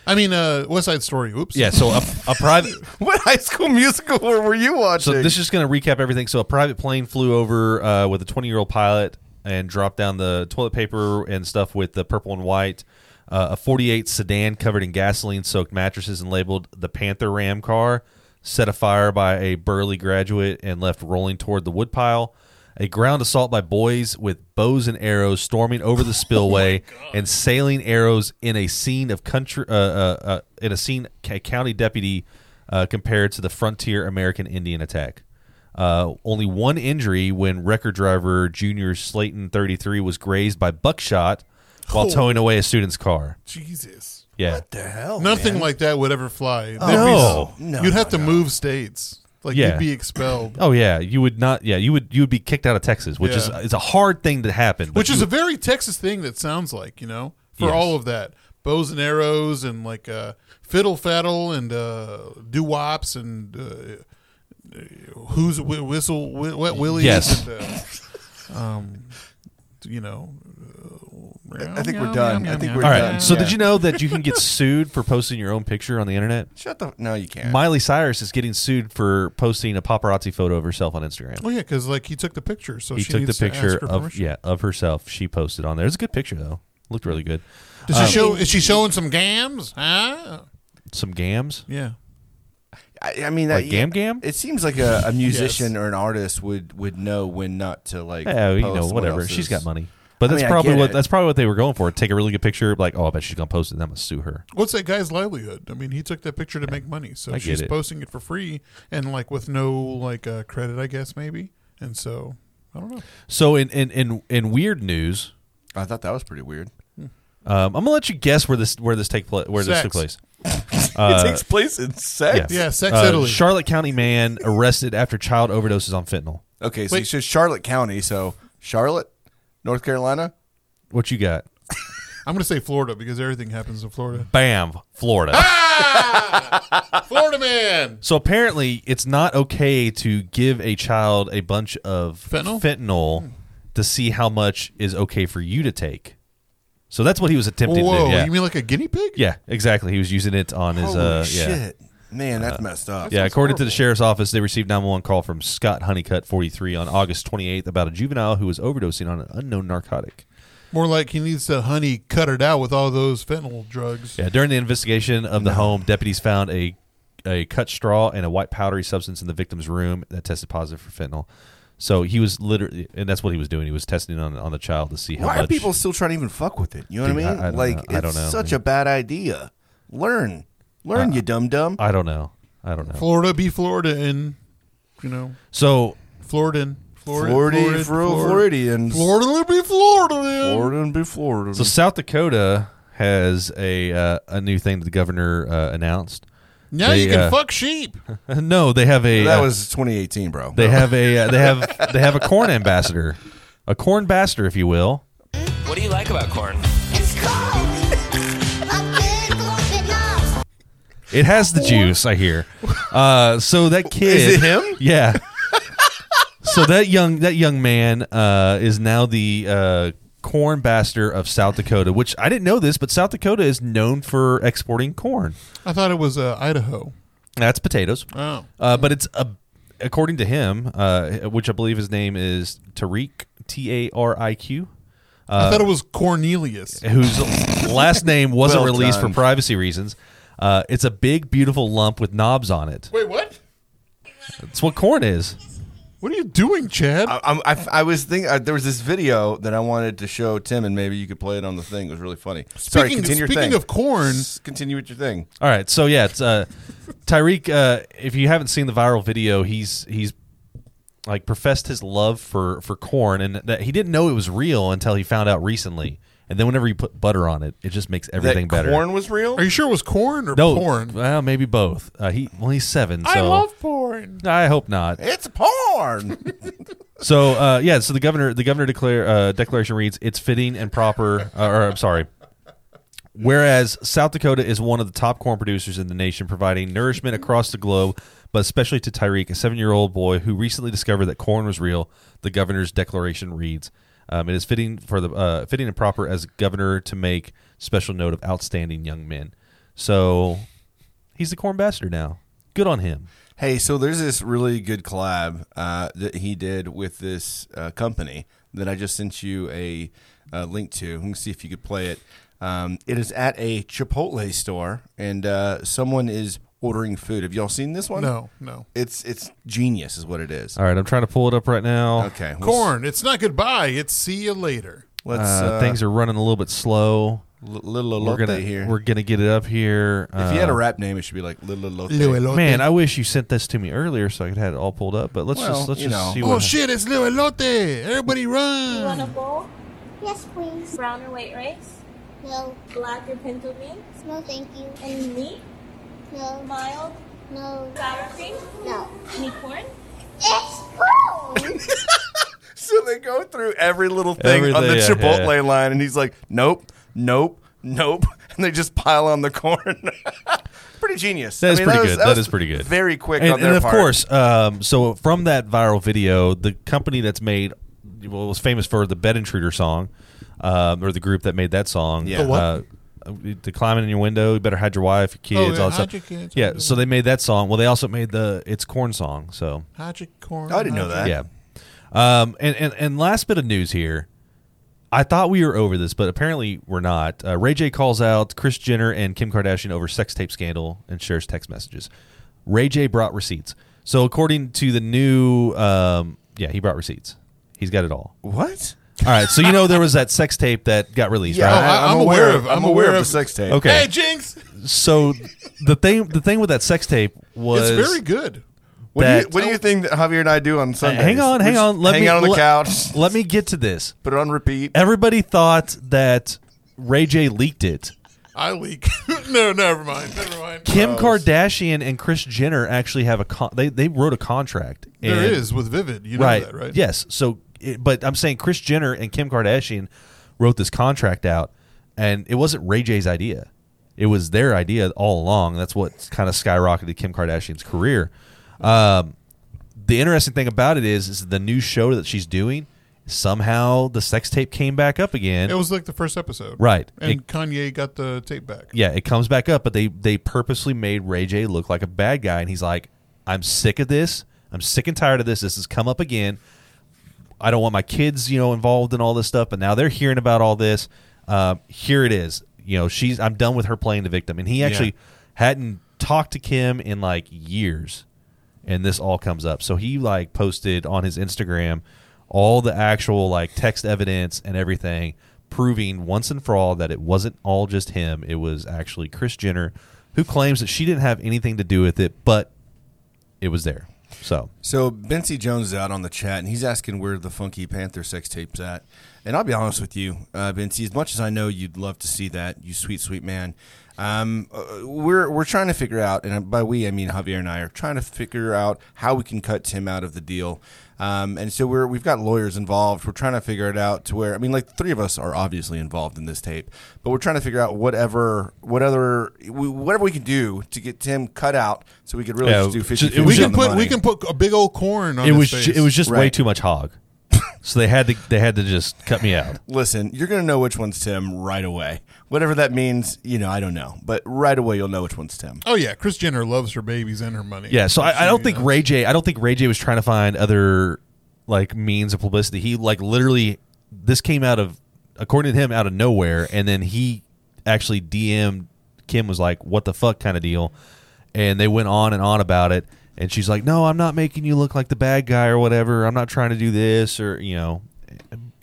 Speaker 2: I mean, uh, West Side Story. Oops.
Speaker 3: yeah, so a, a private.
Speaker 1: What high school musical were, were you watching?
Speaker 3: So this is going to recap everything. So a private plane flew over uh, with a 20 year old pilot and dropped down the toilet paper and stuff with the purple and white. Uh, a 48 sedan covered in gasoline soaked mattresses and labeled the Panther Ram car set afire by a burly graduate and left rolling toward the woodpile. A ground assault by boys with bows and arrows storming over
Speaker 2: Oh
Speaker 3: the spillway and sailing arrows in a scene of country uh, uh, uh, in a scene a county deputy uh, compared to the frontier American Indian attack. Uh, only one injury when record driver Junior Slayton 33 was grazed by buckshot while
Speaker 2: Oh.
Speaker 3: towing away a student's car.
Speaker 2: Jesus.
Speaker 3: Yeah.
Speaker 1: what the hell?
Speaker 2: Nothing
Speaker 1: man?
Speaker 2: like that would ever fly. There'd be
Speaker 3: No.
Speaker 2: s-
Speaker 1: No,
Speaker 2: You'd have
Speaker 1: no,
Speaker 2: to move states. Like
Speaker 3: Yeah.
Speaker 2: you'd be expelled.
Speaker 3: Oh yeah, you would not. Yeah, you would. You would be kicked out of Texas, which is
Speaker 2: Yeah.
Speaker 3: it's a hard thing to happen. but
Speaker 2: Which is
Speaker 3: you-
Speaker 2: a very Texas thing that sounds like, you know, for
Speaker 3: Yes.
Speaker 2: all of that. Bows and arrows and like uh, fiddle faddle and uh, doo wops and uh, uh, who's whi- whistle, whi- wet willies.
Speaker 3: Yes.
Speaker 2: And, uh, um, you know, uh,
Speaker 1: I think we're done. I think we're
Speaker 3: All right.
Speaker 1: done.
Speaker 3: So
Speaker 1: Yeah.
Speaker 3: did you know that you can get sued for posting your own picture on the internet?
Speaker 1: Shut the. No, you can't.
Speaker 3: Miley Cyrus is getting sued for posting a paparazzi photo of herself on Instagram.
Speaker 2: Well, yeah, because like he took the picture, so
Speaker 3: he
Speaker 2: she
Speaker 3: took the
Speaker 2: needs to
Speaker 3: picture
Speaker 2: ask her
Speaker 3: of
Speaker 2: permission.
Speaker 3: yeah of herself. She posted on there. It's a good picture though. Looked really good.
Speaker 2: Does
Speaker 3: um,
Speaker 2: she show? Is she showing some gams? Huh?
Speaker 3: Some gams.
Speaker 2: Yeah.
Speaker 1: I, I mean,
Speaker 3: Like
Speaker 1: that,
Speaker 3: Gam Gam?
Speaker 1: It seems like a, a musician or an artist would would know when not to like.
Speaker 3: Yeah, you
Speaker 1: post
Speaker 3: know
Speaker 1: what
Speaker 3: whatever.
Speaker 1: else
Speaker 3: She's
Speaker 1: is-
Speaker 3: got money. But
Speaker 1: I
Speaker 3: that's
Speaker 1: mean, I
Speaker 3: probably
Speaker 1: get
Speaker 3: what
Speaker 1: it.
Speaker 3: that's probably what they were going for. Take a really good picture, like oh, I bet she's gonna post it. and I'm gonna sue her.
Speaker 2: What's that guy's livelihood? I mean, he took that picture to make money, so
Speaker 3: I get
Speaker 2: she's
Speaker 3: it.
Speaker 2: posting it for free and like with no like uh, credit, I guess maybe. And so I don't know.
Speaker 3: So in in in, in weird news,
Speaker 1: I thought that was pretty weird.
Speaker 3: um, I'm gonna let you guess where this where this take place where this
Speaker 2: Sex.
Speaker 3: took place.
Speaker 1: it takes place in sex.
Speaker 2: Yeah, sex
Speaker 3: Uh,
Speaker 2: Italy.
Speaker 3: Charlotte County man arrested after child overdoses on fentanyl.
Speaker 1: Okay, so
Speaker 2: Wait.
Speaker 1: you said Charlotte County. So Charlotte, North Carolina.
Speaker 3: What you got?
Speaker 2: I'm gonna say Florida because everything happens in Florida.
Speaker 3: Bam, Florida.
Speaker 1: Ah!
Speaker 2: Florida man.
Speaker 3: So apparently, it's not okay to give a child a bunch of
Speaker 2: Fentanyl? Hmm.
Speaker 3: fentanyl to see how much is okay for you to take. So that's what he was attempting to
Speaker 2: Whoa,
Speaker 3: do. Yeah,
Speaker 2: you mean like a guinea pig?
Speaker 3: yeah exactly. He was using it on his.
Speaker 1: Holy
Speaker 3: uh, yeah.
Speaker 1: shit, man, that's messed up.
Speaker 3: Yeah, according to the sheriff's office, they received 911 call from Scott Honeycutt, 43, on August 28th about a juvenile who was overdosing on an unknown narcotic.
Speaker 2: More like he needs to honey cut it out with all those fentanyl drugs.
Speaker 3: Yeah, during the investigation of the home, deputies found a a cut straw and a white powdery substance in the victim's room that tested positive for fentanyl. So he was literally, and that's what he was doing. He was testing on on the child to see how
Speaker 1: Why
Speaker 3: much.
Speaker 1: are people still trying to even fuck with it? You know
Speaker 3: Dude,
Speaker 1: what I mean?
Speaker 3: I- I don't
Speaker 1: like,
Speaker 3: know. I
Speaker 1: it's
Speaker 3: don't know, Mm. Uh,
Speaker 1: such
Speaker 3: man.
Speaker 1: a bad idea. Learn, learn, you dumb dumb.
Speaker 3: I don't know. I don't know.
Speaker 2: Florida be Florida and you know
Speaker 3: So
Speaker 2: Floridan. Florida,
Speaker 1: Florida, Florida, Floridians.
Speaker 2: Florida be Florida. Florida.
Speaker 1: Florida be Florida.
Speaker 3: so South Dakota has a uh, a new thing that the governor uh, announced.
Speaker 2: Now
Speaker 3: They,
Speaker 2: you can
Speaker 3: uh,
Speaker 2: fuck sheep.
Speaker 3: no, they have a
Speaker 1: that
Speaker 3: uh,
Speaker 1: was 2018, bro.
Speaker 3: they have a uh, they have they have a corn ambassador, a corn ambassador, if you will.
Speaker 5: What do you like about corn?
Speaker 6: It's cold. I can't close it now.
Speaker 3: It has the juice, I hear. Uh, so that kid
Speaker 1: Is it him?
Speaker 3: Yeah. so that young that young man uh, is now the uh, corn bastard of South Dakota, which I didn't know this, but South Dakota is known for exporting corn.
Speaker 2: I thought it was uh, Idaho.
Speaker 3: That's potatoes,
Speaker 2: Oh.
Speaker 3: uh, but it's a, according to him, uh, which I believe his name is Tariq T A R I Q. Uh,
Speaker 2: I thought it was Cornelius.
Speaker 3: whose last name wasn't
Speaker 1: Well
Speaker 3: released
Speaker 1: done.
Speaker 3: for privacy reasons. Uh, it's a big, beautiful lump with knobs on it.
Speaker 2: Wait, what?
Speaker 3: That's what corn is.
Speaker 2: What are you doing, Chad?
Speaker 3: Uh,
Speaker 1: I, I'm- I, I was thinking uh, there was this video that I wanted to show Tim, and maybe you could play it on the thing. It was really funny. Sorry,
Speaker 2: Speaking-
Speaker 1: continue your
Speaker 2: speaking
Speaker 1: thing.
Speaker 2: of corn-
Speaker 1: S- continue with your thing.
Speaker 3: All right, so yeah, it's uh, Tyreek. Uh, if you haven't seen the viral video, he's he's like professed his love for for corn, and that he didn't know it was real until he found out recently. And then whenever you put butter on it, it just makes everything
Speaker 1: that
Speaker 3: better.
Speaker 1: corn was real.
Speaker 2: are you sure it was corn or
Speaker 3: no,
Speaker 2: porn?
Speaker 3: well, maybe both. Uh, he well, he's seven. So
Speaker 2: I love porn.
Speaker 3: I hope not.
Speaker 1: it's porn.
Speaker 3: So uh, yeah, so the governor the governor declare uh, declaration reads it's fitting and proper. Uh, or I'm sorry. Whereas South Dakota is one of the top corn producers in the nation, providing nourishment across the globe, but especially to Tyreek, a seven year old boy who recently discovered that corn was real. The governor's declaration reads. Um, it is fitting for the uh, fitting and proper as governor to make special note of outstanding young men. So he's the corn bastard now. Good on him.
Speaker 1: hey, so there's this really good collab uh, that he did with this uh, company that I just sent you a, uh link to. Let me see if you could play it. Um, it is at a Chipotle store, and uh, someone is ordering food. Have y'all seen this one?
Speaker 2: No, no.
Speaker 1: It's it's genius, is what it is.
Speaker 3: All right, I'm trying to pull it up right now.
Speaker 1: Okay, we'll s-
Speaker 2: Corn. It's not goodbye. It's see you later.
Speaker 1: Let's
Speaker 3: Uh, things are running a little bit slow.
Speaker 1: L- little
Speaker 3: we're
Speaker 1: elote
Speaker 3: gonna
Speaker 1: here.
Speaker 3: we're gonna get it up here.
Speaker 1: if you had a
Speaker 3: Uh,
Speaker 1: rap name, it should be like little elote.
Speaker 3: man, I wish you sent this to me earlier so I could have it all pulled up. But let's
Speaker 1: Well,
Speaker 3: just let's
Speaker 1: you
Speaker 3: just
Speaker 1: know.
Speaker 3: see what.
Speaker 2: oh shit! It's Lil Elote. Everybody
Speaker 7: You want a
Speaker 2: run.
Speaker 7: bowl?
Speaker 6: Yes, please.
Speaker 7: Brown or white rice?
Speaker 6: No,
Speaker 7: Black or pinto beans?
Speaker 6: no, thank you.
Speaker 7: Any meat?
Speaker 6: No,
Speaker 7: Mild?
Speaker 6: no,
Speaker 7: Sour cream?
Speaker 6: no.
Speaker 7: Any corn?
Speaker 6: It's cold.
Speaker 1: so they go through every little thing on the
Speaker 3: Everything, yeah,
Speaker 1: Chipotle line, and he's like, "Nope, nope, nope," and they just pile on the corn. pretty genius.
Speaker 3: That
Speaker 1: I
Speaker 3: is
Speaker 1: mean,
Speaker 3: pretty
Speaker 1: was-
Speaker 3: good. That
Speaker 1: was
Speaker 3: is pretty good.
Speaker 1: Very quick
Speaker 3: and,
Speaker 1: on their
Speaker 3: and of
Speaker 1: part.
Speaker 3: course, um, so from that viral video, the company that's made well was famous for the Bed Intruder song. um, or the group that made that song.
Speaker 1: Yeah. The
Speaker 2: what?
Speaker 3: Uh, the climbing in your window. You better hide your wife, your
Speaker 2: Oh, yeah,
Speaker 3: kids, all that
Speaker 2: hide
Speaker 3: stuff.
Speaker 2: your kids, hide
Speaker 3: yeah.
Speaker 2: your
Speaker 3: So they made that song. Well, they also made the it's corn song. So
Speaker 2: Hydro corn.
Speaker 1: I didn't know that.
Speaker 3: yeah. Um, and, and and last bit of news here. I thought we were over this, but apparently we're not. Uh, Ray J calls out Chris Jenner and Kim Kardashian over sex tape scandal and shares text messages. Ray J brought receipts. So according to the new, um, yeah, he brought receipts. He's got it all.
Speaker 1: What?
Speaker 3: All right, so you know there was that sex tape that got released,
Speaker 1: Yeah, Oh,
Speaker 3: right?
Speaker 2: I-
Speaker 1: I, am
Speaker 2: I'm
Speaker 1: aware,
Speaker 2: aware
Speaker 1: of.
Speaker 2: of-
Speaker 1: I'm
Speaker 2: I'm
Speaker 1: aware
Speaker 2: aware
Speaker 1: of the
Speaker 2: of-
Speaker 1: sex tape.
Speaker 3: Okay.
Speaker 2: Hey, Jinx.
Speaker 3: So the thing, the thing with that sex tape was
Speaker 2: It's very good.
Speaker 1: What do, you,
Speaker 3: That-
Speaker 1: what do you think that Javier and I do on Sundays?
Speaker 3: hang on,
Speaker 1: We
Speaker 3: hang
Speaker 1: just
Speaker 3: on, let
Speaker 1: hang
Speaker 3: me-
Speaker 1: out on the
Speaker 3: let-
Speaker 1: couch.
Speaker 3: Let me get to this.
Speaker 1: Put it on repeat.
Speaker 3: Everybody thought that Ray J leaked it.
Speaker 2: I leak. no, never mind. Never mind.
Speaker 3: Kim Kardashian and Chris Jenner actually have a con- they they wrote a contract. And,
Speaker 2: There is with Vivid. You know
Speaker 3: right,
Speaker 2: that, right?
Speaker 3: Yes. So, it, but I'm saying Chris Jenner and Kim Kardashian wrote this contract out, and it wasn't Ray J's idea. It was their idea all along. That's what kind of skyrocketed Kim Kardashian's career. Um, the interesting thing about it is, is the new show that she's doing. Somehow the sex tape came back up again.
Speaker 2: It was like the first episode.
Speaker 3: Right.
Speaker 2: And
Speaker 3: It-
Speaker 2: Kanye got the tape back.
Speaker 3: yeah, it comes back up, but they they purposely made Ray J look like a bad guy, and he's like, "I'm sick of this. I'm sick and tired of this. This has come up again. I don't want my kids, you know, involved in all this stuff. But now they're hearing about all this. Uh, here it is. You know, she's. I'm done with her playing the victim. And he actually hadn't talked to Kim in like years, and this all comes up. So he like posted on his Instagram all the actual like text evidence and everything proving once and for all that it wasn't all just him. It was actually Chris Jenner, who claims that she didn't have anything to do with it, but it was there. So
Speaker 1: So Bensie Jones is out on the chat, and he's asking where the Funky Panther sex tape's at. And I'll be honest with you, uh, Bensie. As much as I know you'd love to see that, you sweet sweet man. Um, uh, we're we're trying to figure out, and by we I mean Javier and I are trying to figure out how we can cut Tim out of the deal. Um, and so we're we've got lawyers involved. We're trying to figure it out to where I mean, like the three of us are obviously involved in this tape, but we're trying to figure out whatever whatever we, whatever we can do to get Tim cut out, so we could really
Speaker 3: Yeah,
Speaker 1: just do
Speaker 3: just-
Speaker 1: fifty.
Speaker 3: it
Speaker 2: We
Speaker 3: was
Speaker 2: can
Speaker 3: just-
Speaker 2: put we can put a big old corn on
Speaker 3: it
Speaker 2: his
Speaker 3: was
Speaker 2: face.
Speaker 3: ju- it was just way
Speaker 1: Right.
Speaker 3: too much hog. so they had to they had to just cut me out.
Speaker 1: Listen, you're going to know which one's Tim right away. Whatever that means, you know, I don't know. But right away, you'll know which one's Tim.
Speaker 2: Oh yeah, Chris Jenner loves her babies and her money.
Speaker 3: Yeah, so I, I don't
Speaker 2: She,
Speaker 3: think
Speaker 2: uh,
Speaker 3: Ray J. I don't think Ray J. was trying to find other like means of publicity. He like literally this came out of according to him out of nowhere, and then he actually DM'd Kim was like, "What the fuck?" kind of deal, and they went on and on about it. And she's like, "No, I'm not making you look like the bad guy or whatever. I'm not trying to do this or you know,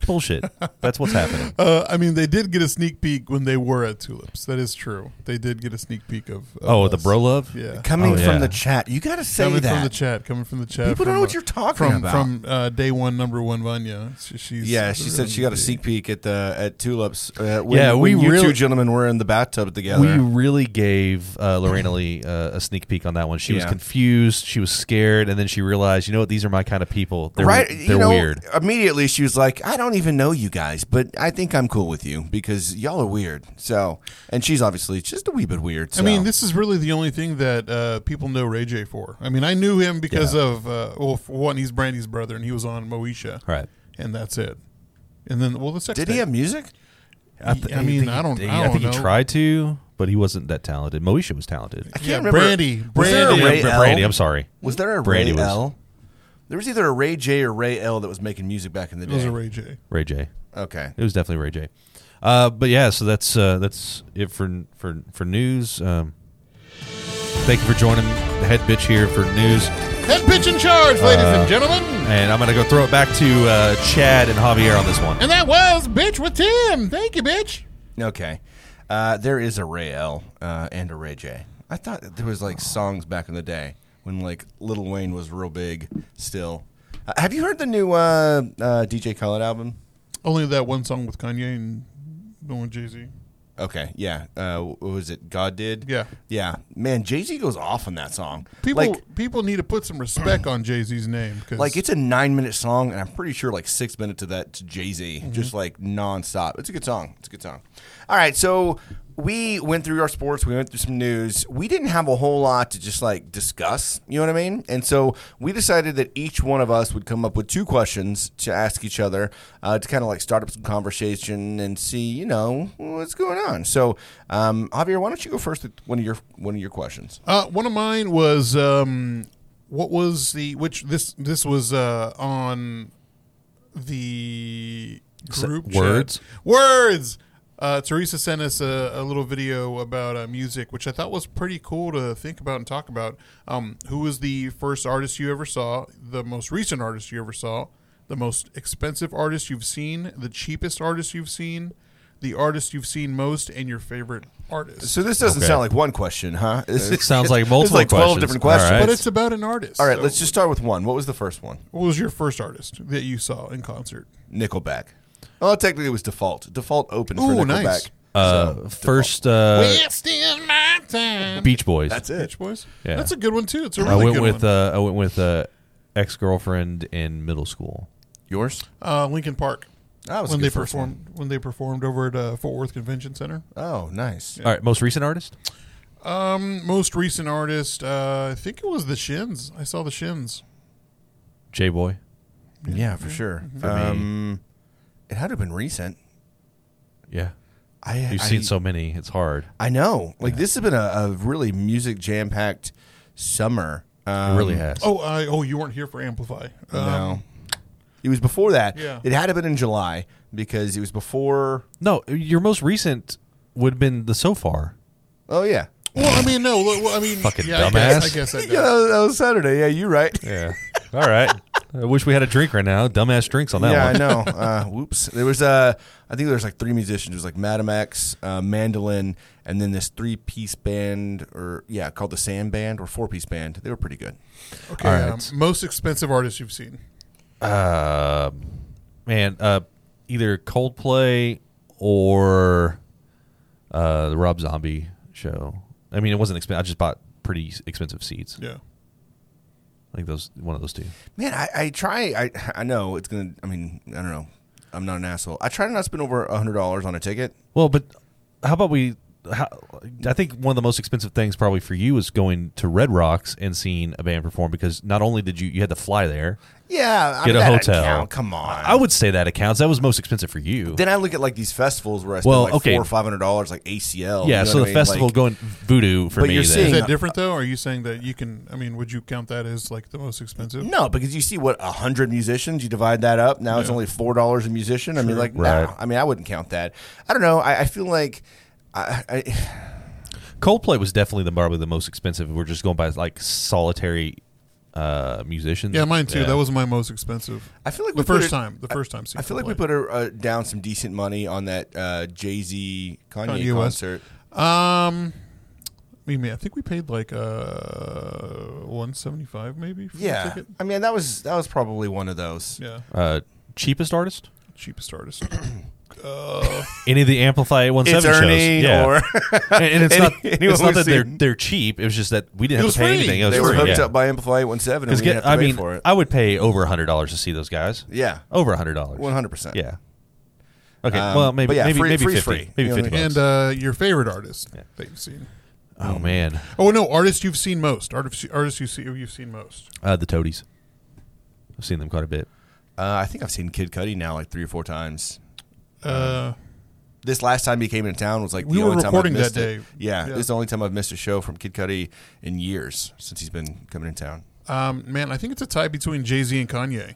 Speaker 3: bullshit. That's what's happening."
Speaker 2: Uh, I mean, they did get a sneak peek when they were at Tulips. That is true. They did get a sneak peek of. of
Speaker 3: Oh, the
Speaker 2: us.
Speaker 3: bro love.
Speaker 2: Yeah.
Speaker 1: Coming
Speaker 3: Oh, yeah.
Speaker 1: from the chat, you got to say
Speaker 2: coming
Speaker 1: that.
Speaker 2: from the chat. Coming from the chat.
Speaker 1: People don't
Speaker 2: from,
Speaker 1: know what
Speaker 2: uh,
Speaker 1: you're talking
Speaker 2: from,
Speaker 1: about.
Speaker 2: From uh, day one, number one, Vanya. She, she's
Speaker 1: yeah, she said she got a sneak peek at the at tulips. Uh, when,
Speaker 3: Yeah, we
Speaker 1: when you
Speaker 3: really-
Speaker 1: two gentlemen were in the bathtub together.
Speaker 3: We really gave uh, Lorena Lee uh, a sneak peek on that one. She was
Speaker 1: Yeah.
Speaker 3: confused, she was scared, and then she realized, you know what? These are my kind of people. They're
Speaker 1: right,
Speaker 3: they're
Speaker 1: you know,
Speaker 3: weird.
Speaker 1: immediately she was like, "I don't even know you guys, but I think I'm cool with you because y'all are weird." So, and she's obviously just a wee bit weird.
Speaker 2: I
Speaker 1: So.
Speaker 2: mean, this is really the only thing that uh, people know Ray J for. I mean, I knew him because of uh, well, for one, he's Brandy's brother, and he was on Moesha,
Speaker 3: Right.
Speaker 2: And that's it. And then, well, the sex
Speaker 1: did he
Speaker 2: tape.
Speaker 1: have music?
Speaker 2: I mean, I don't-
Speaker 3: He,
Speaker 2: I don't
Speaker 3: think he
Speaker 2: know.
Speaker 3: tried to, but he wasn't that talented. Moesha was talented.
Speaker 1: I can't
Speaker 2: Yeah,
Speaker 1: remember.
Speaker 2: Brandy.
Speaker 1: Was there a
Speaker 2: Brandy.
Speaker 1: Ray L?
Speaker 3: Brandy, I'm sorry.
Speaker 1: Was there a
Speaker 3: Brandy
Speaker 1: Ray
Speaker 3: was-
Speaker 1: L? There was either a Ray J or Ray L that was making music back in the
Speaker 2: It
Speaker 1: day.
Speaker 2: was a Ray J.
Speaker 3: Ray J.
Speaker 1: Okay.
Speaker 3: It was definitely Ray J. Uh, but yeah, so that's uh, that's it for for for news. Um, thank you for joining the head bitch here for news.
Speaker 2: Head pitch in charge, ladies and gentlemen.
Speaker 3: And I'm going to go throw it back to uh, Chad and Javier on this one.
Speaker 2: And that was bitch with Tim. Thank you, bitch.
Speaker 1: Okay. Uh, there is a Ray L uh, and a Ray J. I thought that there was like songs back in the day when like Little Wayne was real big still. Uh, have you heard the new uh, uh, DJ Khaled album?
Speaker 2: Only that one song with Kanye and the one Jay Z.
Speaker 1: Okay, yeah. Uh, what was it? God did.
Speaker 2: Yeah.
Speaker 1: yeah. Man, Jay Z goes off on that song.
Speaker 2: People
Speaker 1: like,
Speaker 2: people need to put some respect on Jay Z's name because
Speaker 1: like it's a nine-minute song, and I'm pretty sure like six minutes of that's Jay Z, just like nonstop. It's a good song. It's a good song. All right, so we went through our sports, we went through some news. We didn't have a whole lot to just like discuss, you know what I mean? And so we decided that each one of us would come up with two questions to ask each other uh, to kind of like start up some conversation and see, you know, what's going on. So, um, Javier, why don't you go first with one of your one of your questions?
Speaker 2: Uh, one of mine was um, what was the which this this was uh, on the group chat.
Speaker 3: words?
Speaker 2: words. Uh, Teresa sent us a, a little video about uh, music, which I thought was pretty cool to think about and talk about. Um, who was the first artist you ever saw? The most recent artist you ever saw? The most expensive artist you've seen? The cheapest artist you've seen? The artist you've seen most, and your favorite artist.
Speaker 1: So this doesn't
Speaker 3: Okay.
Speaker 1: sound like one question, huh? This
Speaker 3: It sounds like
Speaker 1: this is
Speaker 3: multiple
Speaker 1: like twelve
Speaker 3: questions.
Speaker 1: different
Speaker 3: All
Speaker 1: questions.
Speaker 3: right.
Speaker 2: but it's about an artist.
Speaker 1: All right,
Speaker 2: so-
Speaker 1: let's just start with one. What was the first one?
Speaker 2: What was your first artist that you saw in concert?
Speaker 1: Nickelback. Well, technically it was Default. Default opened for
Speaker 2: Ooh,
Speaker 1: Nickelback.
Speaker 2: nice.
Speaker 3: Uh, first, uh,
Speaker 2: in my time. Beach,
Speaker 3: Beach Boys.
Speaker 1: That's it.
Speaker 2: Boys.
Speaker 3: Yeah.
Speaker 2: That's a good one too. It's a really
Speaker 3: I went
Speaker 2: good
Speaker 3: with
Speaker 2: one.
Speaker 3: uh, I went with uh, ex girlfriend in middle school.
Speaker 1: Yours?
Speaker 2: Uh, Lincoln Park.
Speaker 1: That was a
Speaker 2: when
Speaker 1: good
Speaker 2: they
Speaker 1: first
Speaker 2: performed when they performed over at uh, Fort Worth Convention Center.
Speaker 1: Oh, nice.
Speaker 3: All right, most recent artist.
Speaker 2: Um, most recent artist, uh, I think it was the Shins. I saw the Shins.
Speaker 3: J Boy.
Speaker 1: Yeah, for sure.
Speaker 2: Mm-hmm.
Speaker 3: For me.
Speaker 1: um, It had to have been recent.
Speaker 3: Yeah,
Speaker 1: I,
Speaker 3: you've
Speaker 1: I-
Speaker 3: seen so many. It's hard.
Speaker 1: I know. Like this has been a, a really music jam packed summer.
Speaker 3: It
Speaker 1: Um,
Speaker 3: really has.
Speaker 2: Oh, I, oh, you weren't here for Amplify. Um,
Speaker 1: No. It was before that.
Speaker 2: Yeah.
Speaker 1: It had to have been in July because it was before.
Speaker 3: no, your most recent would have been the So Far.
Speaker 1: Oh yeah.
Speaker 2: Well, I mean, no. well, Well, I mean,
Speaker 3: Fucking
Speaker 2: yeah, I guess-
Speaker 3: dumbass.
Speaker 2: I guess that
Speaker 1: Yeah, that was, that was Saturday. Yeah, you're right.
Speaker 3: Yeah. All right. I wish we had a drink right now. Dumbass drinks on that
Speaker 1: yeah,
Speaker 3: one.
Speaker 1: I know. Uh, whoops. There was uh, I think there was like three musicians. It was like Madam X, uh, Mandolin, and then this three piece band, or yeah, called the Sand Band or four piece band. They were pretty good.
Speaker 2: Okay.
Speaker 3: All
Speaker 2: um,
Speaker 3: right.
Speaker 2: most expensive artist you've seen.
Speaker 3: Uh, man, uh, either Coldplay or uh, the Rob Zombie show. I mean, it wasn't expensive. I just bought pretty expensive seats.
Speaker 2: Yeah.
Speaker 3: I think those one of those two.
Speaker 1: Man, I, I try. I I know it's gonna. I mean, I don't know. I'm not an asshole. I try to not spend over a hundred dollars on a ticket.
Speaker 3: Well, but how about we? How, I think one of the most expensive things probably for you is going to Red Rocks and seeing a band perform because not only did you you had to fly there,
Speaker 1: Yeah, I
Speaker 3: get
Speaker 1: mean,
Speaker 3: a
Speaker 1: that
Speaker 3: hotel.
Speaker 1: account, come on.
Speaker 3: I would say that accounts. That was most expensive for you.
Speaker 1: Then I look at like these festivals where I spend
Speaker 3: Well,
Speaker 1: like
Speaker 3: okay.
Speaker 1: four or five hundred dollars, like ACL. you
Speaker 3: yeah.
Speaker 1: know
Speaker 3: So
Speaker 1: what I
Speaker 3: the
Speaker 1: mean?
Speaker 3: festival
Speaker 1: Like,
Speaker 3: going voodoo for
Speaker 1: But
Speaker 3: me.
Speaker 1: you're
Speaker 3: then.
Speaker 1: seeing-
Speaker 2: Is
Speaker 1: No.
Speaker 2: that different though? Are you saying that you can? I mean, would you count that as like the most expensive?
Speaker 1: No, because you see what hundred musicians, you divide that up. Now it's only four dollars a musician. I mean, like,
Speaker 3: Right.
Speaker 1: no. I mean, I wouldn't count that. I don't know. I, I feel like, I, I,
Speaker 3: Coldplay was definitely the probably the most expensive. We're just going by like solitary uh, musicians.
Speaker 2: Yeah, mine too. That was my most expensive.
Speaker 1: I feel like
Speaker 2: the
Speaker 1: we put
Speaker 2: first
Speaker 1: it-
Speaker 2: time. The first time.
Speaker 1: I feel like we put a, uh down some decent money on that uh, Jay Z Kanye,
Speaker 2: Kanye West.
Speaker 1: concert.
Speaker 2: Um, I mean, I think we paid like uh one seventy five maybe. For the
Speaker 1: Yeah,
Speaker 2: ticket.
Speaker 1: I mean that was that was probably one of those.
Speaker 2: Yeah.
Speaker 3: uh, cheapest artist.
Speaker 2: Cheapest artist.
Speaker 3: Any of the Amplify One Seven shows. Yeah. and, and it's
Speaker 1: Any- anyone
Speaker 3: not. It's not
Speaker 1: we've
Speaker 3: that they're
Speaker 1: seen.
Speaker 3: they're cheap. It was just that we
Speaker 2: It
Speaker 3: didn't have
Speaker 2: was
Speaker 3: to pay
Speaker 2: free.
Speaker 3: anything. It was
Speaker 1: they were
Speaker 3: free,
Speaker 1: hooked
Speaker 3: yeah.
Speaker 1: up by Amplify 17 and we
Speaker 3: Because
Speaker 1: didn't have
Speaker 3: get,
Speaker 1: to
Speaker 3: I
Speaker 1: pay
Speaker 3: mean,
Speaker 1: for it.
Speaker 3: I would pay over hundred dollars to see those guys.
Speaker 1: yeah,
Speaker 3: Over hundred dollars.
Speaker 1: one hundred percent.
Speaker 3: Yeah. Okay.
Speaker 1: Um,
Speaker 3: well, maybe
Speaker 1: but yeah,
Speaker 3: maybe
Speaker 1: free-
Speaker 3: maybe
Speaker 1: free's
Speaker 3: fifty.
Speaker 1: free.
Speaker 3: Maybe
Speaker 1: You know
Speaker 3: fifty
Speaker 1: what I
Speaker 3: bucks.
Speaker 2: and uh, your favorite artist
Speaker 3: Yeah.
Speaker 2: that you've seen.
Speaker 3: oh man,
Speaker 2: Oh no, artist you've seen most. Artist artist you see you've seen most.
Speaker 3: uh, the Toadies. I've seen them quite a bit.
Speaker 1: Uh, I think I've seen Kid Cudi now like three or four times. Um,
Speaker 2: Uh,
Speaker 1: This last time he came into town was like
Speaker 2: We
Speaker 1: the
Speaker 2: were
Speaker 1: only time
Speaker 2: recording
Speaker 1: I've missed
Speaker 2: that
Speaker 1: it.
Speaker 2: day.
Speaker 1: Yeah,
Speaker 2: Yeah.
Speaker 1: this is the only time I've missed a show from Kid Cudi in years since he's been coming in town.
Speaker 2: um, man, I think it's a tie between Jay Z and Kanye.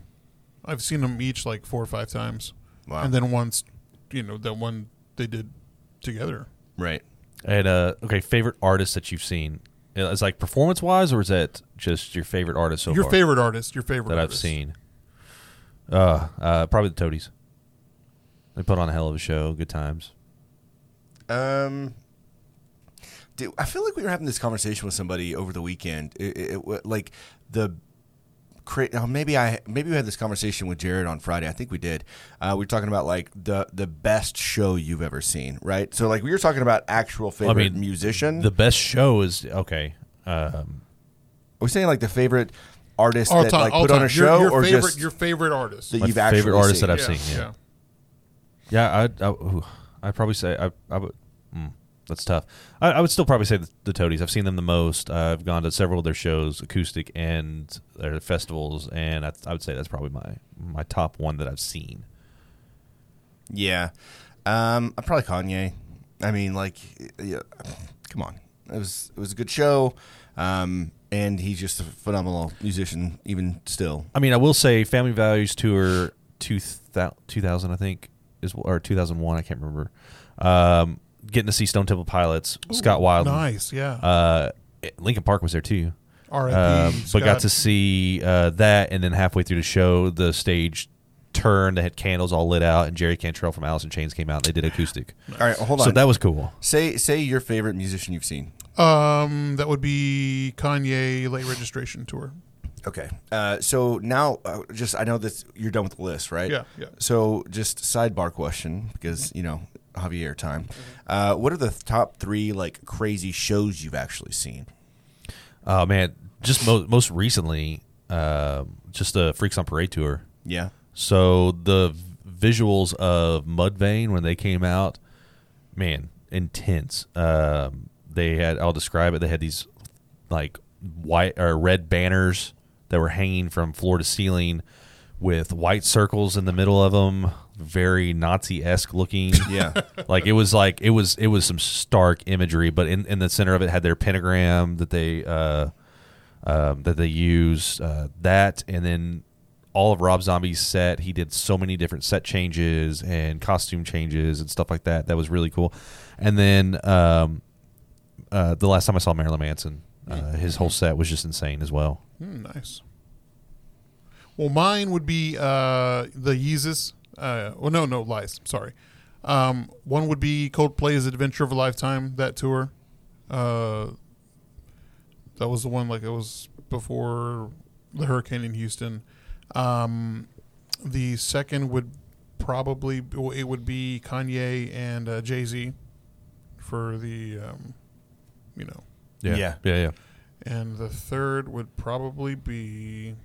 Speaker 2: I've seen them each like four or five times.
Speaker 1: Wow.
Speaker 2: And then once, you know, that one they did together.
Speaker 1: Right.
Speaker 3: And uh, okay, favorite artist that you've seen? It's like performance wise, or is that just your favorite artist so
Speaker 2: your
Speaker 3: far
Speaker 2: favorite artist. Your favorite
Speaker 3: that I've
Speaker 2: artist.
Speaker 3: seen? Uh, uh, probably the Toadies. They put on a hell of a show. Good times.
Speaker 1: Um, dude, I feel like we were having this conversation with somebody over the weekend. It, it, it, wa- like the cra- oh, maybe I maybe we had this conversation with Jared on Friday. I think we did. Uh, we were talking about like the the best show you've ever seen, right? So like we were talking about actual favorite
Speaker 3: mean,
Speaker 2: Mm-hmm.
Speaker 1: musician.
Speaker 3: The best show is okay. Um,
Speaker 1: we're saying like the favorite artist
Speaker 2: All
Speaker 1: that
Speaker 2: time,
Speaker 1: like
Speaker 2: all
Speaker 1: put on
Speaker 2: time.
Speaker 1: a
Speaker 2: Your-
Speaker 1: show
Speaker 2: your,
Speaker 1: or
Speaker 2: favorite,
Speaker 1: just
Speaker 2: your favorite artist.
Speaker 1: that
Speaker 3: My
Speaker 1: you've
Speaker 3: favorite
Speaker 1: actually
Speaker 3: artist that
Speaker 1: seen.
Speaker 3: I've seen, yeah. yeah, I'd I, ooh, I'd probably say I I would. Mm. That's tough. I, I would still probably say the, the Toadies. I've seen them the most. I've gone to several of their shows, acoustic and their festivals, and I, I would say that's probably my my top one that I've seen.
Speaker 1: Yeah. Um, I'm probably Kanye. I mean, like, yeah, come on. It was it was a good show, um, and he's just a phenomenal musician, even still.
Speaker 3: I mean, I will say Family Values Tour 2000, 2000 I think, is or 2001, I can't remember. Um, getting to see Stone Temple Pilots, Scott Wilde.
Speaker 2: Nice, yeah.
Speaker 3: Uh, Lincoln Park was there too.
Speaker 2: R.I.P.
Speaker 3: Um, but got
Speaker 2: Scott.
Speaker 3: to see uh, that, and then halfway through the show, the stage turned. They had candles all lit out, and Jerry Cantrell from Alice in Chains came out. and They did acoustic,
Speaker 1: All right, hold on.
Speaker 3: so that was cool.
Speaker 1: say say your favorite musician you've seen.
Speaker 2: um, that would be Kanye late registration tour.
Speaker 1: Okay. Uh, so now, uh, just I know this you're done with the list, right?
Speaker 2: Yeah, yeah.
Speaker 1: So just sidebar question because you know Javier time.
Speaker 2: Mm-hmm.
Speaker 1: Uh, what are the top three like crazy shows you've actually seen?
Speaker 3: Oh man, just mo- most recently, uh, just the Freaks on Parade tour.
Speaker 1: Yeah.
Speaker 3: So the v- visuals of Mudvayne when they came out, man, intense. Um, they had I'll describe it. They had these like white or red banners that were hanging from floor to ceiling with white circles in the middle of them, very Nazi esque looking.
Speaker 1: Yeah.
Speaker 3: like it was like it was it was some stark imagery, but in, in the center of it had their pentagram that they uh, um, that they use uh, that, and then all of Rob Zombie's set. He did so many different set changes and costume changes and stuff like that. That was really cool. And then um, uh, the last time I saw Marilyn Manson, uh, his whole set was just insane as well.
Speaker 2: Hmm, nice. Well, mine would be uh, the Yeezus. Uh, well, no, no lies. Sorry. Um, one would be Coldplay's Adventure of a Lifetime. That tour. Uh, that was the one. Like it was before the hurricane in Houston. Um, the second would probably well, it would be Kanye and uh, Jay Z for the um, you know
Speaker 1: Yeah. Yeah.
Speaker 3: yeah, yeah.
Speaker 2: and the third would probably be,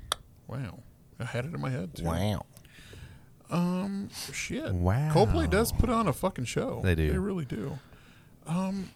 Speaker 2: wow, I had it in my head. Too.
Speaker 1: Wow.
Speaker 2: Um, shit.
Speaker 3: Wow.
Speaker 2: Coldplay does put on a fucking show.
Speaker 3: They do.
Speaker 2: They really do.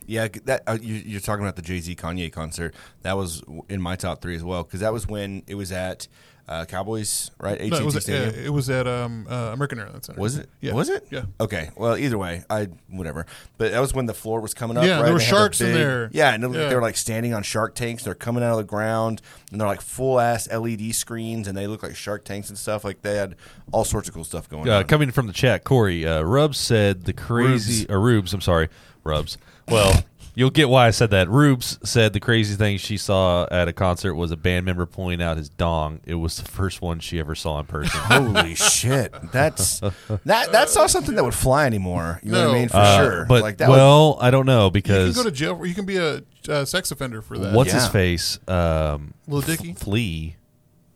Speaker 1: Yeah, c- that uh, you, you're talking about the Jay Z Kanye concert. That was w- in my top three as well because that was when it was at uh, Cowboys, right? AT&T
Speaker 2: No, it was at,
Speaker 1: Stadium.
Speaker 2: uh, it was at um uh, American Airlines Center.
Speaker 1: was it?
Speaker 2: Yeah.
Speaker 1: Was it? Uh,
Speaker 2: Yeah.
Speaker 1: Okay. Well, either way, I whatever. But that was when the floor was coming up.
Speaker 2: Yeah,
Speaker 1: right?
Speaker 2: there were
Speaker 1: They had the
Speaker 2: sharks in
Speaker 1: big-
Speaker 2: there.
Speaker 1: Yeah, and it looked like
Speaker 2: Yeah.
Speaker 1: they were like standing on shark tanks. They're coming out of the ground, and they're like full ass LED screens, and they look like shark tanks and stuff. Like they had all sorts of cool stuff going
Speaker 3: Uh,
Speaker 2: Uh-huh.
Speaker 1: on.
Speaker 3: coming from the chat, Corey uh, Rubs said the crazy Rubes. Uh, Rubes. I'm sorry, Rubs. Well, you'll get why I said that. Rubes said the crazy thing she saw at a concert was a band member pulling out his dong. It was the first one she ever saw in person.
Speaker 1: Holy shit! That's that. That's not something that would fly anymore. You know what I
Speaker 2: No.
Speaker 1: mean? For
Speaker 3: Uh,
Speaker 1: sure.
Speaker 3: but
Speaker 1: like that. was,
Speaker 3: well, I don't know
Speaker 2: You can
Speaker 3: because
Speaker 2: go to jail. Or you can be a uh, sex offender for that.
Speaker 3: what's
Speaker 1: Yeah.
Speaker 3: his face, um,
Speaker 2: Lil Dicky?
Speaker 3: Flea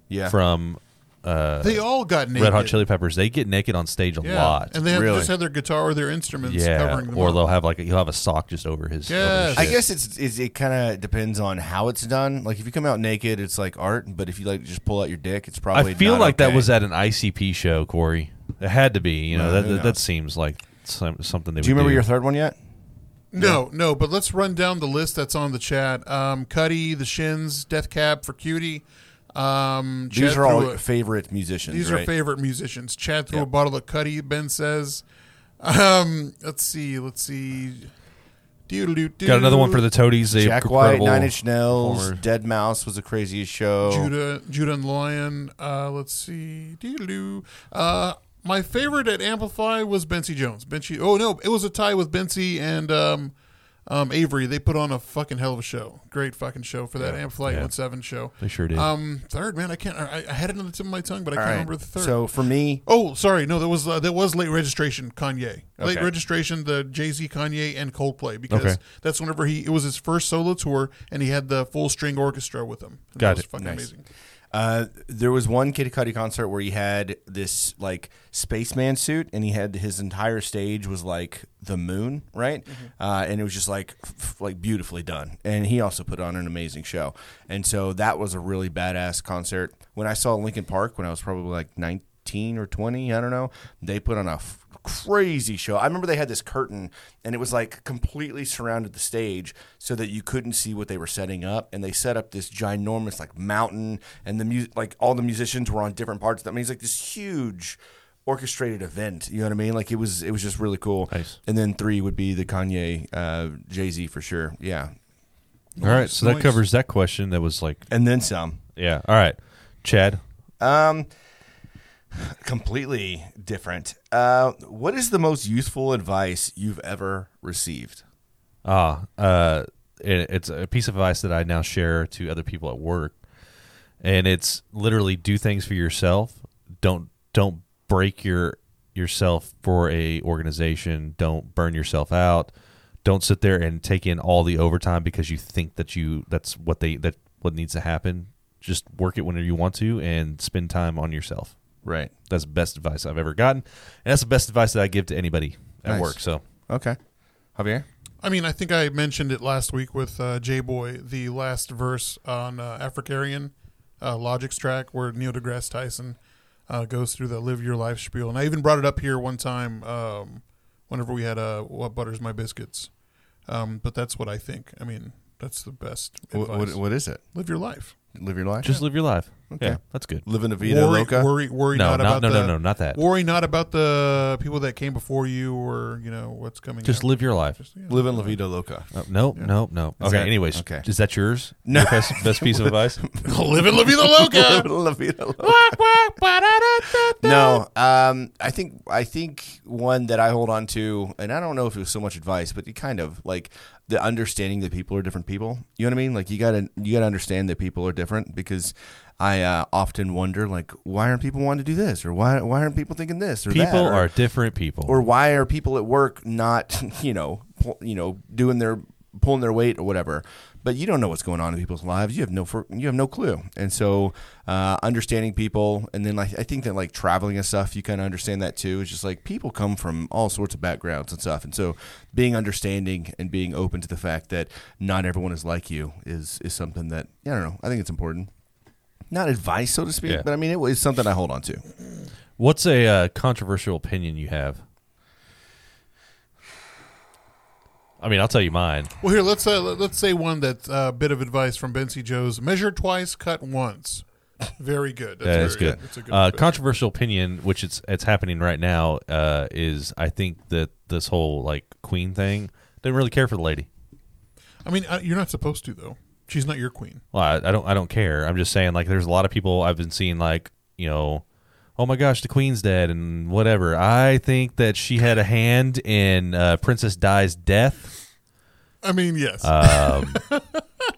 Speaker 1: yeah.
Speaker 3: from
Speaker 1: Uh,
Speaker 2: They all got naked.
Speaker 3: Red Hot Chili Peppers. They get naked on stage a
Speaker 2: Yeah.
Speaker 3: lot.
Speaker 2: And they have
Speaker 1: Really?
Speaker 2: just had their guitar or their instruments
Speaker 3: yeah,
Speaker 2: covering them.
Speaker 3: or
Speaker 2: up.
Speaker 3: they'll have like he'll have a sock just over his. over his
Speaker 2: Yes.
Speaker 1: I
Speaker 3: shit.
Speaker 1: guess it's, it's it kind of depends on how it's done. Like if you come out naked, it's like art. But if you like just pull out your dick, it's probably.
Speaker 3: I feel
Speaker 1: not
Speaker 3: like that
Speaker 1: okay.
Speaker 3: was at an ICP show, Corey. It had to be. You know,
Speaker 1: Well,
Speaker 3: that,
Speaker 1: who
Speaker 3: that,
Speaker 1: knows?
Speaker 3: that seems like some, something they
Speaker 1: Do you
Speaker 3: would
Speaker 1: remember
Speaker 3: do.
Speaker 1: your third one yet?
Speaker 2: No, no, but let's run down the list that's on the chat. Um, Cuddy, The Shins, Death Cab for Cutie. Um,
Speaker 1: These
Speaker 2: Chad
Speaker 1: are all
Speaker 2: threw a-
Speaker 1: favorite musicians.
Speaker 2: These
Speaker 1: right?
Speaker 2: are favorite musicians. Chad threw
Speaker 1: Yeah.
Speaker 2: a bottle of Cuddy, Ben says. Um, let's see, let's see. Doodle-doo-doo.
Speaker 3: Got another one for the Toadies. They
Speaker 1: Jack
Speaker 3: have
Speaker 1: White,
Speaker 3: incredible
Speaker 1: Nine Inch Nails,
Speaker 3: performer.
Speaker 1: Dead Mouse was the craziest show.
Speaker 2: Judah, Judah and Lion. Uh, let's see. Doodle-doo. Uh, my favorite at Amplify was Bensie Jones. Bensie. Oh no, it was a tie with Bensie and um, um, Avery. They put on a fucking hell of a show. Great fucking show for that Amplify
Speaker 3: yeah.
Speaker 2: 107 show.
Speaker 3: They sure did.
Speaker 2: Um, third man, I can't. I, I had it on the tip of my tongue, but I
Speaker 1: All
Speaker 2: can't
Speaker 1: right.
Speaker 2: remember the third.
Speaker 1: So for me,
Speaker 2: Oh, sorry. No, that was uh, that was late registration. Kanye, late
Speaker 1: Okay.
Speaker 2: registration. The Jay Z, Kanye, and Coldplay because
Speaker 3: Okay.
Speaker 2: that's whenever he it was his first solo tour and he had the full string orchestra with him. And
Speaker 3: Got
Speaker 2: that was
Speaker 3: it.
Speaker 2: Fucking
Speaker 1: Nice.
Speaker 2: amazing.
Speaker 1: uh, there was one Kid Cudi concert where he had this like spaceman suit, and he had his entire stage was like the moon, right?
Speaker 2: Mm-hmm.
Speaker 1: Uh, and it was just like f- f- like beautifully done. And he also put on an amazing show. And so that was a really badass concert. When I saw Lincoln Park, when I was probably like nineteen 19 or 20, I don't know. They put on a f- crazy show. I remember they had this curtain and it was like completely surrounded the stage so that you couldn't see what they were setting up and they set up this ginormous like mountain and the music like all the musicians were on different parts. I mean, it's like this huge orchestrated event, you know what I mean? Like it was it was just really cool.
Speaker 3: Nice.
Speaker 1: And then 3 would be the Kanye uh Jay-Z for sure. Yeah.
Speaker 3: All right, so that
Speaker 2: Nice.
Speaker 3: covers that question. That was like,
Speaker 1: And then some.
Speaker 3: yeah. All right, Chad.
Speaker 1: Um, completely different. Uh, what is the most useful advice you've ever received?
Speaker 3: Ah, uh, it, it's a piece of advice that I now share to other people at work, and it's literally do things for yourself. Don't don't break your yourself for a organization. Don't burn yourself out. Don't sit there and take in all the overtime because you think that you that's what they that what needs to happen. Just work it whenever you want to and spend time on yourself.
Speaker 1: Right.
Speaker 3: That's the best advice I've ever gotten, and that's the best advice that I give to anybody at
Speaker 1: Nice.
Speaker 3: work. So
Speaker 1: Okay. Javier.
Speaker 2: I mean, I think I mentioned it last week with uh, J Boy, the last verse on uh, Africarian uh, Logic's track, where Neil deGrasse Tyson uh, goes through the "Live Your Life" spiel, and I even brought it up here one time, um, whenever we had uh, "What Butters My Biscuits." Um, but that's what I think. I mean, that's the best advice.
Speaker 1: What, what, what is it?
Speaker 2: Live your life.
Speaker 1: Live your life.
Speaker 3: just live your life.
Speaker 1: Okay.
Speaker 3: Yeah, that's good.
Speaker 1: live in a vida
Speaker 2: worry,
Speaker 1: loca.
Speaker 2: worry, worry
Speaker 3: No,
Speaker 2: not,
Speaker 3: not-
Speaker 2: about
Speaker 3: no,
Speaker 2: the,
Speaker 3: no, no, not that.
Speaker 2: Worry not about the people that came before you, or you know what's coming.
Speaker 3: Just
Speaker 2: after.
Speaker 3: live your life.
Speaker 2: Just, yeah.
Speaker 1: Live in la vida loca.
Speaker 3: Uh, nope, nope, nope. Okay.
Speaker 1: that-
Speaker 3: anyways,
Speaker 1: okay.
Speaker 3: is that yours?
Speaker 1: No.
Speaker 3: Your best, best piece of advice.
Speaker 2: live in La Vida
Speaker 1: Live
Speaker 2: Loca.
Speaker 1: in la vida loca. No, um, I think I think one that I hold on to, and I don't know if it was so much advice, but it kind of like the understanding that people are different people. You know what I mean? Like you gotta you gotta understand that people are different because I uh, often wonder like why aren't people wanting to do this or why why aren't people thinking this or that,
Speaker 3: People
Speaker 1: or-
Speaker 3: are different people.
Speaker 1: or why are people at work not you know pull, you know doing their pulling their weight or whatever but you don't know what's going on in people's lives you have no fir- you have no clue and so uh, understanding people and then like i think that like traveling and stuff you kind of understand that too it's just like people come from all sorts of backgrounds and stuff and so being understanding and being open to the fact that not everyone is like you is is something that i don't know i think it's important not advice so to speak
Speaker 3: Yeah.
Speaker 1: but i mean it was something i hold on to
Speaker 3: What's a uh, controversial opinion you have? I mean, I'll tell you mine.
Speaker 2: Well, here let's uh, let- let's say one that's a bit of advice from Bensie Joe's: measure twice, cut once. Very good.
Speaker 3: Yeah,
Speaker 2: very
Speaker 3: that's good.
Speaker 2: That's a good
Speaker 3: uh,
Speaker 2: bit.
Speaker 3: controversial opinion, which it's it's happening right now, uh, is I think that this whole like queen thing didn't really care for the lady.
Speaker 2: I mean, uh, you're not supposed to though. She's not your queen.
Speaker 3: Well, I, I don't. I don't care. I'm just saying. Like, there's a lot of people I've been seeing. Like, you know, oh my gosh, the queen's dead and whatever. I think that she had a hand in uh, Princess Di's death.
Speaker 2: I mean, yes.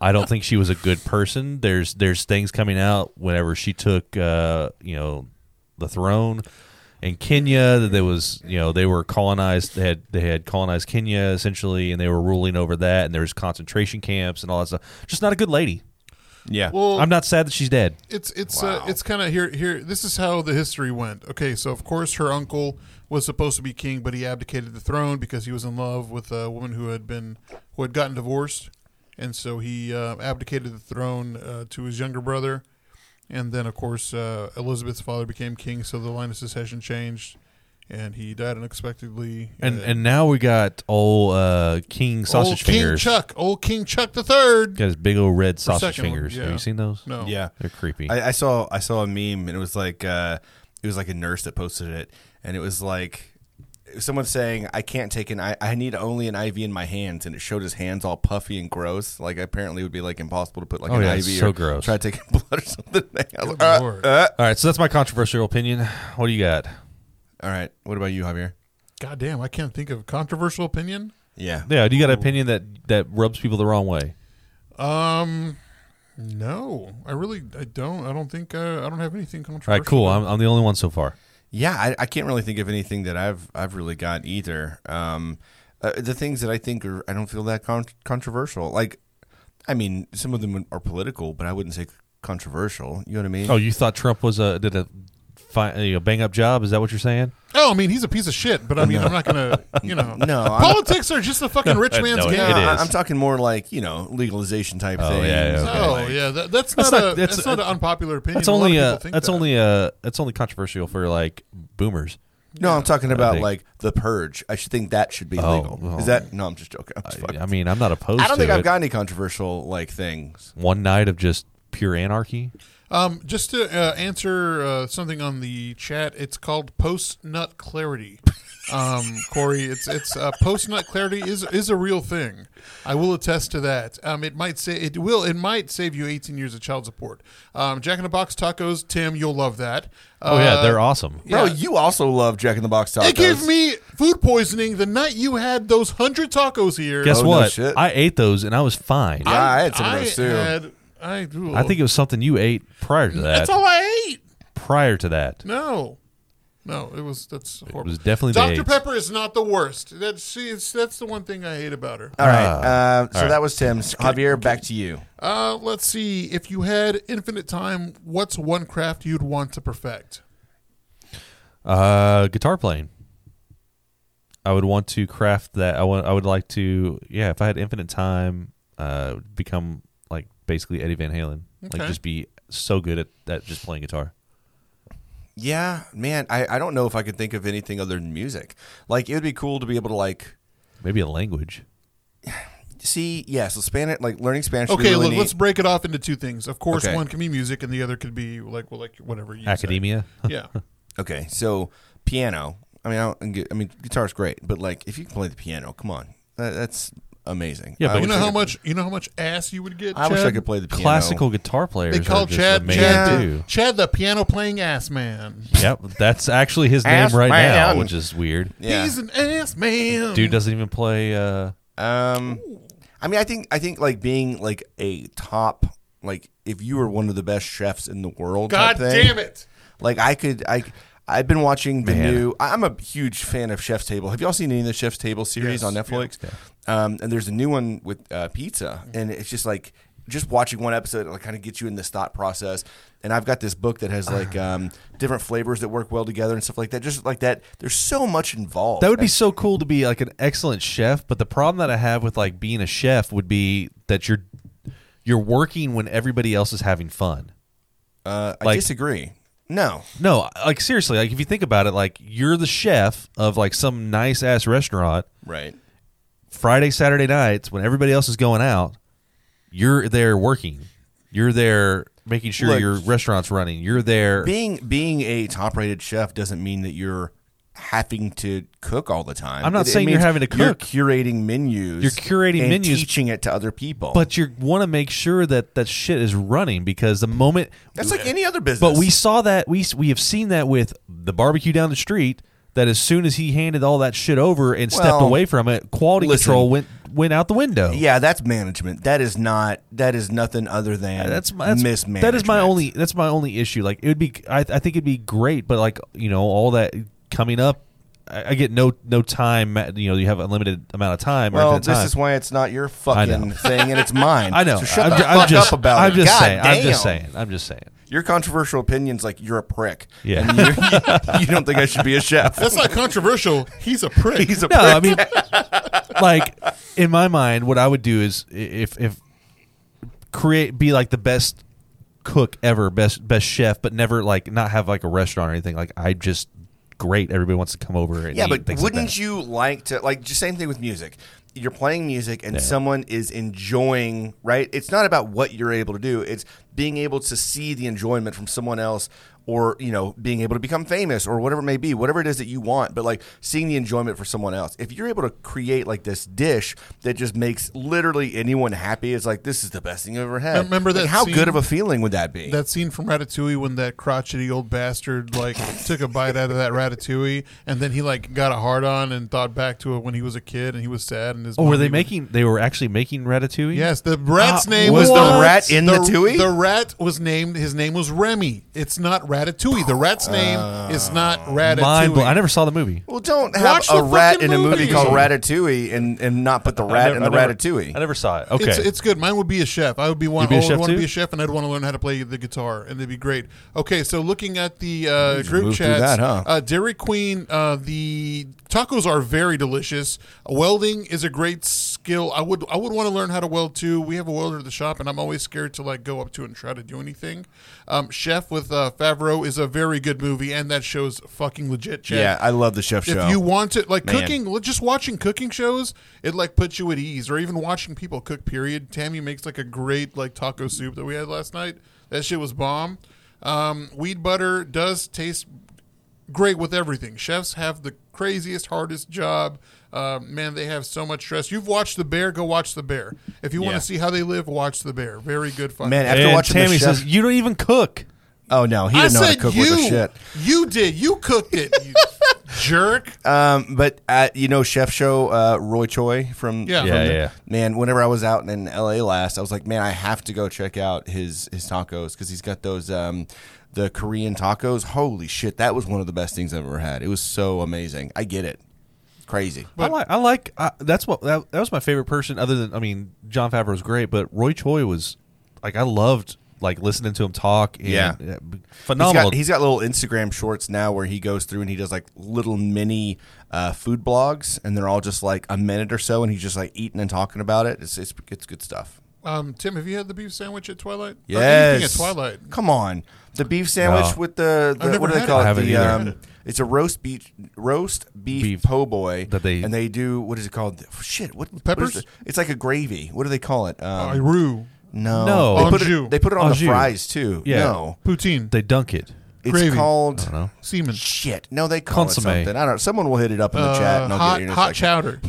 Speaker 3: I don't think she was a good person. There's there's things coming out whenever she took uh, you know the throne in Kenya that there was you know they were colonized they had they had colonized Kenya essentially and they were ruling over that and there was concentration camps and all that stuff. Just not a good lady.
Speaker 1: yeah
Speaker 2: well,
Speaker 3: I'm not sad that she's dead.
Speaker 2: it's it's uh, it's kind of here here. This is how the history went. Okay, so of course her uncle was supposed to be king, but he abdicated the throne because he was in love with a woman who had been who had gotten divorced, and so he uh, abdicated the throne uh, to his younger brother, and then of course uh, Elizabeth's father became king, so the line of succession changed, and he died unexpectedly.
Speaker 3: And
Speaker 2: Uh,
Speaker 3: and now we got old uh, King sausage
Speaker 2: old
Speaker 3: fingers.
Speaker 2: King Chuck, old King Chuck the third.
Speaker 3: Got his big old red sausage
Speaker 2: second one,
Speaker 3: fingers.
Speaker 2: yeah.
Speaker 3: Have you seen those?
Speaker 2: No,
Speaker 1: yeah
Speaker 3: they're creepy.
Speaker 1: I, I saw I saw a meme and it was like uh, it was like a nurse that posted it and it was like it was someone saying I can't take an I, I need only an IV in my hands and it showed his hands all puffy and gross like apparently it would be like impossible to put like
Speaker 3: Oh,
Speaker 1: an
Speaker 3: yeah,
Speaker 1: IV
Speaker 3: it's so
Speaker 1: or
Speaker 3: gross.
Speaker 1: try to take blood or something. I was like,
Speaker 2: Good
Speaker 1: uh,
Speaker 2: lord.
Speaker 1: uh.
Speaker 3: All right, so that's my controversial opinion. What do you got?
Speaker 1: All right, what about you, Javier?
Speaker 2: God damn, I can't think of controversial opinion.
Speaker 1: Yeah,
Speaker 3: Yeah, do you got an opinion that that rubs people the wrong way?
Speaker 2: Um, no, I really, I don't, I don't think, uh, I don't have anything controversial.
Speaker 3: All right, cool. I'm, I'm the only one so far.
Speaker 1: Yeah, I, I can't really think of anything that I've I've really got either. Um, uh, the things that I think are I don't feel that con- controversial. Like, I mean, some of them are political, but I wouldn't say controversial. You know what I mean?
Speaker 3: Oh, you thought Trump was a did a fi- you know, bang up job. Is that what you're saying?
Speaker 2: Oh, I mean, he's a piece of shit, but I mean, I'm not gonna, you know.
Speaker 1: No, I'm-
Speaker 2: politics are just a fucking rich
Speaker 3: uh,
Speaker 2: man's
Speaker 3: no,
Speaker 2: game.
Speaker 3: it is.
Speaker 1: I- I'm talking more like you know legalization type
Speaker 3: Oh,
Speaker 1: thing.
Speaker 3: yeah, yeah, okay.
Speaker 2: Oh yeah, that, that's,
Speaker 3: That's
Speaker 2: not,
Speaker 3: not-
Speaker 2: a
Speaker 3: that's-
Speaker 2: that's, not an unpopular opinion.
Speaker 3: That's
Speaker 2: A lot
Speaker 3: only
Speaker 2: of
Speaker 3: uh,
Speaker 2: people think
Speaker 3: that's
Speaker 2: that.
Speaker 3: only uh, that's only controversial for like boomers.
Speaker 1: No, I'm talking about
Speaker 3: think-
Speaker 1: like the purge. I should think that should be
Speaker 3: Oh,
Speaker 1: legal.
Speaker 3: well.
Speaker 1: Is that no? I'm just joking. I'm just
Speaker 3: I,
Speaker 1: fucking-
Speaker 3: I mean, I'm not opposed.
Speaker 1: I don't
Speaker 3: to
Speaker 1: think
Speaker 3: it.
Speaker 1: I've got any controversial like things.
Speaker 3: one night of just pure anarchy.
Speaker 2: Um, just to uh, answer uh, something on the chat, it's called post nut clarity. Um, Corey, it's it's uh, post nut clarity is is a real thing. I will attest to that. Um, it might say it will it might save you 18 years of child support. Um, Jack in the Box tacos, Tim, you'll love that.
Speaker 3: Oh yeah, they're awesome.
Speaker 1: Bro,
Speaker 2: Yeah.
Speaker 1: you also love Jack in the Box tacos.
Speaker 2: It gave me food poisoning the night you had those hundred tacos here.
Speaker 3: Guess
Speaker 1: Oh, no
Speaker 3: what?
Speaker 1: shit.
Speaker 3: I ate those and I was fine.
Speaker 1: Oh, Yeah,
Speaker 3: I,
Speaker 1: I, had some of
Speaker 2: I
Speaker 1: those too.
Speaker 2: had- I, ooh.
Speaker 3: think it was something you ate prior to that.
Speaker 2: that's all I ate.
Speaker 3: prior to that.
Speaker 2: No, no, it was that's horrible.
Speaker 3: was definitely the
Speaker 2: Dr
Speaker 3: AIDS.
Speaker 2: Pepper is not the worst. That's see, it's, that's the one thing I hate about her.
Speaker 1: All right.
Speaker 2: Ah,
Speaker 1: Uh, so that was Tim's. Javier, back to you.
Speaker 2: Uh, let's see. If you had infinite time, what's one craft you'd want to perfect?
Speaker 3: Uh, guitar playing. I would want to craft that. I want. I would like to. Yeah, if I had infinite time, uh, become like basically Eddie Van Halen.
Speaker 2: Okay.
Speaker 3: Like just be so good at that, just playing guitar.
Speaker 1: Yeah, man, I, I don't know if I could think of anything other than music. Like, it would be cool to be able to, like,
Speaker 3: Maybe a language.
Speaker 1: see, yeah, so Spanish, like, learning Spanish. would be
Speaker 2: Okay,
Speaker 1: really
Speaker 2: look,
Speaker 1: neat.
Speaker 2: let's break it off into two things. Of course,
Speaker 1: Okay.
Speaker 2: one can be music, and the other could be like well, like whatever you say.
Speaker 3: Academia.
Speaker 2: Yeah.
Speaker 1: Okay, so piano. I mean, I, don't, get- I mean, guitar's great, but, like, if you can play the piano, come on. That, that's amazing.
Speaker 3: Yeah,
Speaker 1: I
Speaker 3: but
Speaker 2: you
Speaker 1: wish
Speaker 2: know
Speaker 1: I
Speaker 2: how
Speaker 1: could-
Speaker 2: much uh, you know how much ass you would get.
Speaker 1: I wish I
Speaker 2: Chad?
Speaker 1: could play the piano.
Speaker 3: Classical guitar players.
Speaker 2: They call
Speaker 3: are just
Speaker 2: Chad
Speaker 3: amazing
Speaker 2: Chad,
Speaker 3: too.
Speaker 2: the, Chad the piano playing ass man.
Speaker 3: Yep, that's actually his name
Speaker 1: Ass
Speaker 3: right
Speaker 1: man.
Speaker 3: now, which is weird.
Speaker 1: Yeah.
Speaker 2: He's an ass man.
Speaker 3: Dude doesn't even play. Uh,
Speaker 1: Um, I mean, I think I think like being like a top, like if you were one of the best chefs in the world.
Speaker 2: God
Speaker 1: type thing,
Speaker 2: damn it.
Speaker 1: Like I could, I I've been watching the new. I- I'm a huge fan of Chef's Table. Have y'all seen any of the Chef's Table
Speaker 2: Yes,
Speaker 1: series
Speaker 2: Mm-hmm.
Speaker 1: on Netflix? Um, and there's a new one with uh, pizza, and it's just like just watching one episode, it kind of gets you in this thought process. And I've got this book that has like
Speaker 2: Ah.
Speaker 1: um, different flavors that work well together and stuff like that. Just like that, there's so much involved.
Speaker 3: That would be
Speaker 1: And-
Speaker 3: so cool to be like an excellent chef, but the problem that I have with like being a chef would be that you're you're working when everybody else is having fun.
Speaker 1: Uh, I
Speaker 3: like-
Speaker 1: disagree. No,
Speaker 3: No, like seriously, like if you think about it, like you're the chef of like some nice ass restaurant
Speaker 1: right.
Speaker 3: Friday, Saturday nights when everybody else is going out, you're there working. You're there making sure
Speaker 1: Look,
Speaker 3: your restaurant's running. You're there
Speaker 1: being being a top rated chef doesn't mean that you're having to cook all the time.
Speaker 3: I'm not
Speaker 1: It- it
Speaker 3: saying you're
Speaker 1: means
Speaker 3: having to
Speaker 1: You're
Speaker 3: cook.
Speaker 1: curating menus.
Speaker 3: You're curating
Speaker 1: and
Speaker 3: menus.
Speaker 1: teaching it to other people.
Speaker 3: but you want to make sure that that shit is running because the moment
Speaker 1: that's like any other business.
Speaker 3: But we saw that we we have seen that with the barbecue down the street. That as soon as he handed all that shit over and stepped
Speaker 1: Well,
Speaker 3: away from it, quality
Speaker 1: listen.
Speaker 3: control went went out the window.
Speaker 1: yeah, that's management. That is not. That is nothing other than
Speaker 3: that's my that's,
Speaker 1: mismanagement.
Speaker 3: That is my only that's my only issue. Like it would be, I, I think it'd be great, but like you know all that coming up, I, I get no no time. You know you have unlimited amount of time. or
Speaker 1: Well,
Speaker 3: infinite
Speaker 1: this
Speaker 3: time.
Speaker 1: is why it's not your
Speaker 3: I
Speaker 1: fucking
Speaker 3: know.
Speaker 1: thing, and it's mine.
Speaker 3: I know.
Speaker 1: So shut
Speaker 3: I'm,
Speaker 1: the
Speaker 3: ju- I'm
Speaker 1: fuck
Speaker 3: just,
Speaker 1: up about
Speaker 3: I'm
Speaker 1: it.
Speaker 3: just
Speaker 1: God
Speaker 3: saying. I'm just
Speaker 1: damn.
Speaker 3: saying. I'm just saying.
Speaker 1: Your controversial opinion's like you're a prick.
Speaker 3: Yeah.
Speaker 1: And you, you don't think I should be a chef?
Speaker 2: That's not controversial. He's a prick.
Speaker 1: He's a
Speaker 3: No,
Speaker 1: prick.
Speaker 3: I mean, like in my mind, what I would do is i- if if create be like the best cook ever, best best chef, but never like not have like a restaurant or anything. Like I just great. Everybody wants to come over. And
Speaker 1: Yeah,
Speaker 3: eat
Speaker 1: but
Speaker 3: things
Speaker 1: wouldn't
Speaker 3: like that.
Speaker 1: you like to like just same thing with music? You're playing music and someone is enjoying, right? It's not about what you're able to do. It's being able to see the enjoyment from someone else or, you know, being able to become famous or whatever it may be, whatever it is that you want, but like seeing the enjoyment for someone else. If you're able to create like this dish that just makes literally anyone happy, it's like this is the best thing I've ever had.
Speaker 2: Remember
Speaker 1: Like,
Speaker 2: that
Speaker 1: how
Speaker 2: scene-
Speaker 1: good of a feeling would that be?
Speaker 2: that scene from Ratatouille when that crotchety old bastard like took a bite out of that Ratatouille, and then he like got a hard on and thought back to it when he was a kid and he was sad and his.
Speaker 3: Oh, were
Speaker 2: mommy
Speaker 3: they
Speaker 2: was-
Speaker 3: making? They were actually making ratatouille.
Speaker 2: Yes, the rat's
Speaker 3: Ah,
Speaker 2: name
Speaker 1: Uh, was the
Speaker 2: not-
Speaker 1: rat in the Tui?
Speaker 2: The rat was named. His name was Remy. It's not Ratatouille. The rat's name is not Ratatouille.
Speaker 3: Mind blown. I never saw the movie.
Speaker 1: Well, don't have
Speaker 2: Watch
Speaker 1: a
Speaker 2: the
Speaker 1: rat
Speaker 2: fucking
Speaker 1: in a movie
Speaker 2: movie.
Speaker 1: called Ratatouille and, and not put the
Speaker 3: I
Speaker 1: rat
Speaker 3: never-
Speaker 1: in the
Speaker 3: I never-
Speaker 1: Ratatouille.
Speaker 3: I never saw it. Okay.
Speaker 2: It's, it's good. Mine would be a chef. I would be one.
Speaker 3: You'd be a
Speaker 2: I would
Speaker 3: chef
Speaker 2: want
Speaker 3: too?
Speaker 2: to be a chef, and I'd want to learn how to play the guitar, and it'd be great. Okay, so looking at the uh, group
Speaker 1: moved through
Speaker 2: chats,
Speaker 1: that, huh?
Speaker 2: uh, Dairy Queen, uh, the tacos are very delicious. Welding is a great skill. I would I would want to learn how to weld too. We have a welder at the shop, and I'm always scared to like go up to it and try to do anything. Um, chef with uh, Favreau is a very good movie, and that show's fucking legit. Chad.
Speaker 1: yeah, I love the chef show.
Speaker 2: If you want to, like
Speaker 1: Man.
Speaker 2: cooking, li- just watching cooking shows, it like puts you at ease, or even watching people cook. Period. Tammy makes like a great like taco soup that we had last night. That shit was bomb. Um, weed butter does taste great with everything. Chefs have the craziest, hardest job. Uh, man, they have so much stress. You've watched The Bear. Go watch The Bear. If you want
Speaker 1: Yeah.
Speaker 2: to see how they live, watch The Bear. Very good fun.
Speaker 1: Man, after
Speaker 3: and
Speaker 1: watching
Speaker 3: Tammy
Speaker 1: the chef,
Speaker 3: says, "You don't even cook."
Speaker 1: oh no, he
Speaker 2: I
Speaker 1: didn't know how to
Speaker 2: said
Speaker 1: cook
Speaker 2: you.
Speaker 1: with a shit.
Speaker 2: You did. You cooked it. You jerk.
Speaker 1: Um, but uh you know, chef show, uh, Roy Choi from
Speaker 2: Yeah.
Speaker 1: from
Speaker 3: Yeah,
Speaker 1: the-
Speaker 3: yeah.
Speaker 1: Man, whenever I was out in L.A. last, I was like, man, I have to go check out his his tacos because he's got those um, the Korean tacos. Holy shit, that was one of the best things I've ever had. It was so amazing. I get it, crazy.
Speaker 3: I like. I like. Uh, that's what. That, that was my favorite person. Other than, I mean, John Favreau was great, but Roy Choi was like I loved like listening to him talk. And,
Speaker 1: Yeah.
Speaker 3: uh,
Speaker 1: He's
Speaker 3: phenomenal.
Speaker 1: got, he's got little Instagram shorts now where he goes through and he does like little mini uh, food blogs, and they're all just like a minute or so, and he's just like eating and talking about it. It's it's, it's good stuff.
Speaker 2: Um, Tim, have you had the beef sandwich at Twilight? Or
Speaker 1: Yes.
Speaker 2: anything at Twilight.
Speaker 1: Come on, the beef sandwich
Speaker 3: No.
Speaker 1: with the, the
Speaker 2: never
Speaker 1: what do they
Speaker 2: had
Speaker 1: call
Speaker 2: it.
Speaker 1: it?
Speaker 3: I haven't
Speaker 1: The,
Speaker 3: either.
Speaker 1: um, it's a roast beef roast beef,
Speaker 3: Beef.
Speaker 1: po' boy
Speaker 3: That they-
Speaker 1: and they do what is it called? Shit, what what is
Speaker 2: Peppers?
Speaker 1: it? It's like a gravy. What do they call it?
Speaker 2: Uh,
Speaker 1: Um,
Speaker 2: roux,
Speaker 1: no,
Speaker 3: No.
Speaker 1: They put,
Speaker 2: Anjou.
Speaker 1: it, they put it on the
Speaker 3: Anjou.
Speaker 1: fries too.
Speaker 3: Yeah.
Speaker 1: No,
Speaker 2: poutine,
Speaker 3: they dunk it.
Speaker 1: it's
Speaker 2: Gravy.
Speaker 1: called.
Speaker 3: I don't know.
Speaker 2: semen,
Speaker 1: Shit! No, they call
Speaker 3: Consommé.
Speaker 1: it something. I don't. Someone will hit it up in the
Speaker 2: uh,
Speaker 1: chat, and I'll
Speaker 2: hot,
Speaker 1: get it in a
Speaker 2: hot
Speaker 1: second.
Speaker 2: chowder,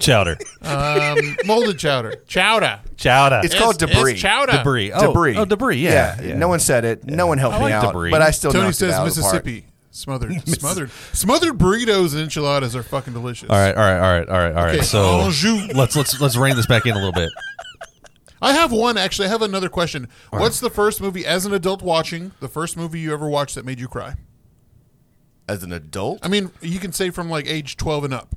Speaker 3: chowder.
Speaker 2: um, molded chowder, chowder.
Speaker 3: chowder.
Speaker 1: It's called
Speaker 2: It's-
Speaker 1: debris.
Speaker 2: It's chowder.
Speaker 3: debris. Oh,
Speaker 1: debris.
Speaker 3: Oh, debris. Yeah.
Speaker 1: No one said it. No one helped
Speaker 3: I
Speaker 1: me
Speaker 3: like
Speaker 1: out.
Speaker 3: debris.
Speaker 1: But I still
Speaker 2: Tony
Speaker 1: knocked it
Speaker 2: says
Speaker 1: out of the park.
Speaker 2: Mississippi. Smothered, smothered, smothered burritos and enchiladas are fucking delicious.
Speaker 3: All right. All right. All right. All right. All right.
Speaker 2: Okay,
Speaker 3: So
Speaker 2: Anjou.
Speaker 3: let's let's let's rein this back in a little bit.
Speaker 2: I have one actually. I have another question. What's the first movie as an adult watching? The first movie you ever watched that made you cry?
Speaker 1: As an adult,
Speaker 2: I mean, you can say from like age twelve and up.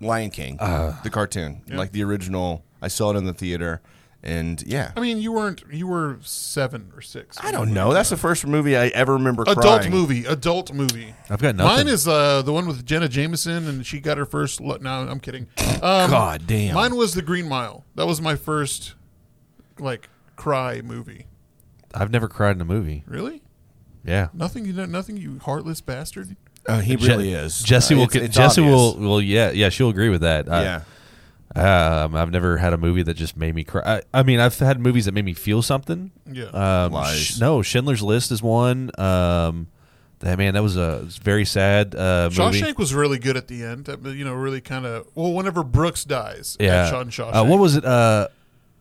Speaker 1: Lion King,
Speaker 3: Uh,
Speaker 1: the cartoon, like the original. I saw it in the theater, and yeah,
Speaker 2: I mean, you weren't. You were seven or six.
Speaker 1: I don't know. That's the first movie I ever remember.
Speaker 2: Adult
Speaker 1: crying.
Speaker 2: movie. Adult movie.
Speaker 3: I've got nothing.
Speaker 2: Mine is uh, the one with Jenna Jameson, and she got her first. Lo- no, I'm kidding. Um,
Speaker 1: God damn.
Speaker 2: Mine was the Green Mile. That was my first, like, cry movie.
Speaker 3: I've never cried in a movie.
Speaker 2: Really?
Speaker 3: Yeah.
Speaker 2: Nothing. You know, nothing. You heartless bastard.
Speaker 1: Uh, he
Speaker 3: Je-
Speaker 1: really is.
Speaker 3: Jesse
Speaker 1: Uh,
Speaker 3: will.
Speaker 1: it's-
Speaker 3: get
Speaker 1: it's
Speaker 3: Jesse
Speaker 1: obvious.
Speaker 3: will. uh, Well, yeah, yeah. She'll agree with that. I-
Speaker 1: Yeah.
Speaker 3: Um, I've never had a movie that just made me cry. I, I mean, I've had movies that made me feel something.
Speaker 2: Yeah.
Speaker 3: Um,
Speaker 1: Lies.
Speaker 3: sh- no, Schindler's List is one. Um, that man, that was a it's very sad uh, movie.
Speaker 2: Shawshank was really good at the end. That, You know, really kind of. Well, whenever Brooks dies,
Speaker 3: yeah.
Speaker 2: at Shaun Shawshank.
Speaker 3: Uh, what was it? Uh,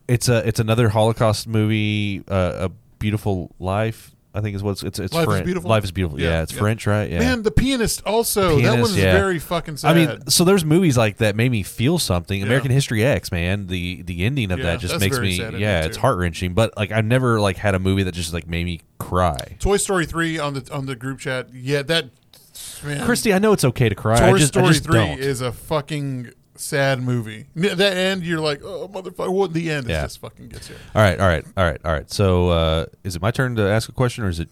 Speaker 3: it's a it's another Holocaust movie. Uh, a Beautiful Life, I think is what's it's it's
Speaker 2: Life is
Speaker 3: French.
Speaker 2: Beautiful?
Speaker 3: Life is beautiful. Yeah,
Speaker 2: Yeah,
Speaker 3: it's
Speaker 2: yeah.
Speaker 3: French, right? Yeah.
Speaker 2: Man, The Pianist. Also, that
Speaker 3: Pianist,
Speaker 2: one's
Speaker 3: yeah.
Speaker 2: very fucking
Speaker 3: I
Speaker 2: sad.
Speaker 3: mean, so there's movies like that made me feel something. American History X, man, the the ending of
Speaker 2: Yeah,
Speaker 3: that just
Speaker 2: that's
Speaker 3: makes
Speaker 2: very
Speaker 3: me
Speaker 2: sad ending,
Speaker 3: yeah, it's
Speaker 2: too.
Speaker 3: heart wrenching. But like I've never like had a movie that just like made me cry.
Speaker 2: Toy Story three on the on the group chat. Yeah, that. Man,
Speaker 3: Christy, I know it's okay to cry.
Speaker 2: Toy
Speaker 3: I just,
Speaker 2: Story
Speaker 3: I just
Speaker 2: 3
Speaker 3: don't.
Speaker 2: is a fucking sad movie. N- That end, you're like, oh, motherfucker. Well, the end,
Speaker 3: Yeah.
Speaker 2: it just fucking gets you.
Speaker 3: all right, all right, all right, all right. So uh, is it my turn to ask a question, or is it?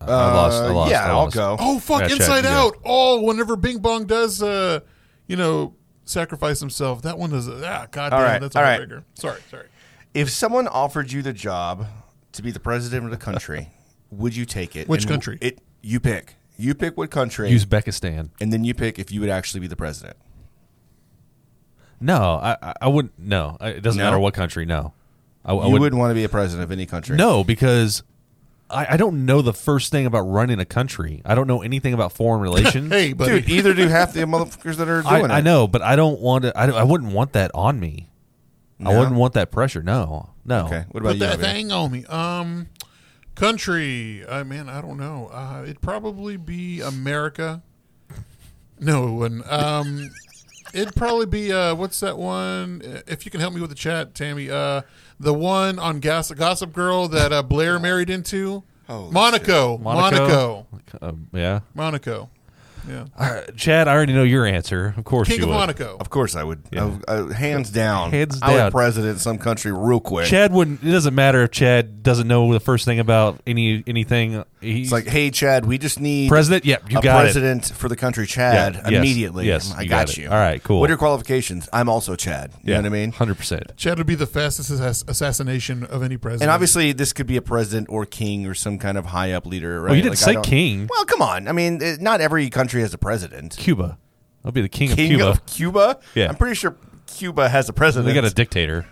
Speaker 3: I- I lost. I
Speaker 1: Uh,
Speaker 3: lost.
Speaker 1: yeah,
Speaker 3: I
Speaker 1: I'll
Speaker 3: lost.
Speaker 1: go.
Speaker 2: Oh, fuck,
Speaker 3: Yeah, Chad,
Speaker 2: Inside
Speaker 3: you go.
Speaker 2: Out. Oh, whenever Bing Bong does, uh, you know, sacrifice himself, that one is, ah, goddamn,
Speaker 1: All right,
Speaker 2: that's
Speaker 1: all
Speaker 2: all
Speaker 1: right.
Speaker 2: right. Sorry, sorry.
Speaker 1: If someone offered you the job to be the president of the country, would you take it?
Speaker 2: Which
Speaker 1: And w-
Speaker 2: country?
Speaker 1: It you pick. You pick what country,
Speaker 3: Uzbekistan.
Speaker 1: and then you pick if you would actually be the president.
Speaker 3: No, I I- I wouldn't. No, I- it doesn't
Speaker 1: No?
Speaker 3: matter what country. No, I, I
Speaker 1: you
Speaker 3: wouldn't-
Speaker 1: wouldn't want to be a president of any country.
Speaker 3: No, because I, I don't know the first thing about running a country. I don't know anything about foreign relations.
Speaker 2: Hey, buddy.
Speaker 1: dude. e-, Either do half the motherfuckers that are
Speaker 3: I,
Speaker 1: doing it.
Speaker 3: I know, but I don't want to. I, don't- I wouldn't want that on me. I wouldn't want that pressure. No, no.
Speaker 1: Okay. What about
Speaker 2: Put
Speaker 1: you?
Speaker 2: that
Speaker 1: Javier?
Speaker 2: thing on me. Um, country. I man, I don't know. Uh, it'd probably be America. No, it wouldn't. Um, it'd probably be uh, what's that one? Uh, If you can help me with the chat, Tammy, uh, the one on Goss- Gossip Girl that uh, Blair married into,
Speaker 1: Holy
Speaker 2: Monaco, Monaco,
Speaker 3: Um, yeah.
Speaker 2: Monaco, yeah,
Speaker 3: All right, Chad, I already know your answer. Of course
Speaker 2: King
Speaker 3: you
Speaker 2: of
Speaker 3: would.
Speaker 2: Monaco.
Speaker 1: Of course, I would. I, I- hands down.
Speaker 3: Hands
Speaker 1: I
Speaker 3: down.
Speaker 1: would president some country real quick.
Speaker 3: Chad wouldn't. It doesn't matter if Chad doesn't know the first thing about any anything. He's
Speaker 1: It's like, hey, Chad, we just need
Speaker 3: president. Yep, you
Speaker 1: a
Speaker 3: got it.
Speaker 1: president for the country, Chad,
Speaker 3: Yeah, yes,
Speaker 1: immediately.
Speaker 3: yes,
Speaker 1: I
Speaker 3: you
Speaker 1: got,
Speaker 3: got it.
Speaker 1: you.
Speaker 3: All right, cool.
Speaker 1: What are your qualifications? I'm also Chad. You know what I mean?
Speaker 3: Hundred percent.
Speaker 2: Chad would be the fastest ass- assassination of any president.
Speaker 1: And obviously, this could be a president or king or some kind of high up leader. Right?
Speaker 3: Well, Oh, you didn't
Speaker 1: Like, I
Speaker 3: say
Speaker 1: don't-
Speaker 3: king.
Speaker 1: Well, come on. I mean, it, not every country has a president.
Speaker 3: Cuba. I'll be the king,
Speaker 1: King
Speaker 3: of Cuba.
Speaker 1: of Cuba?
Speaker 3: Yeah.
Speaker 1: I'm pretty sure Cuba has a president.
Speaker 3: we got a dictator.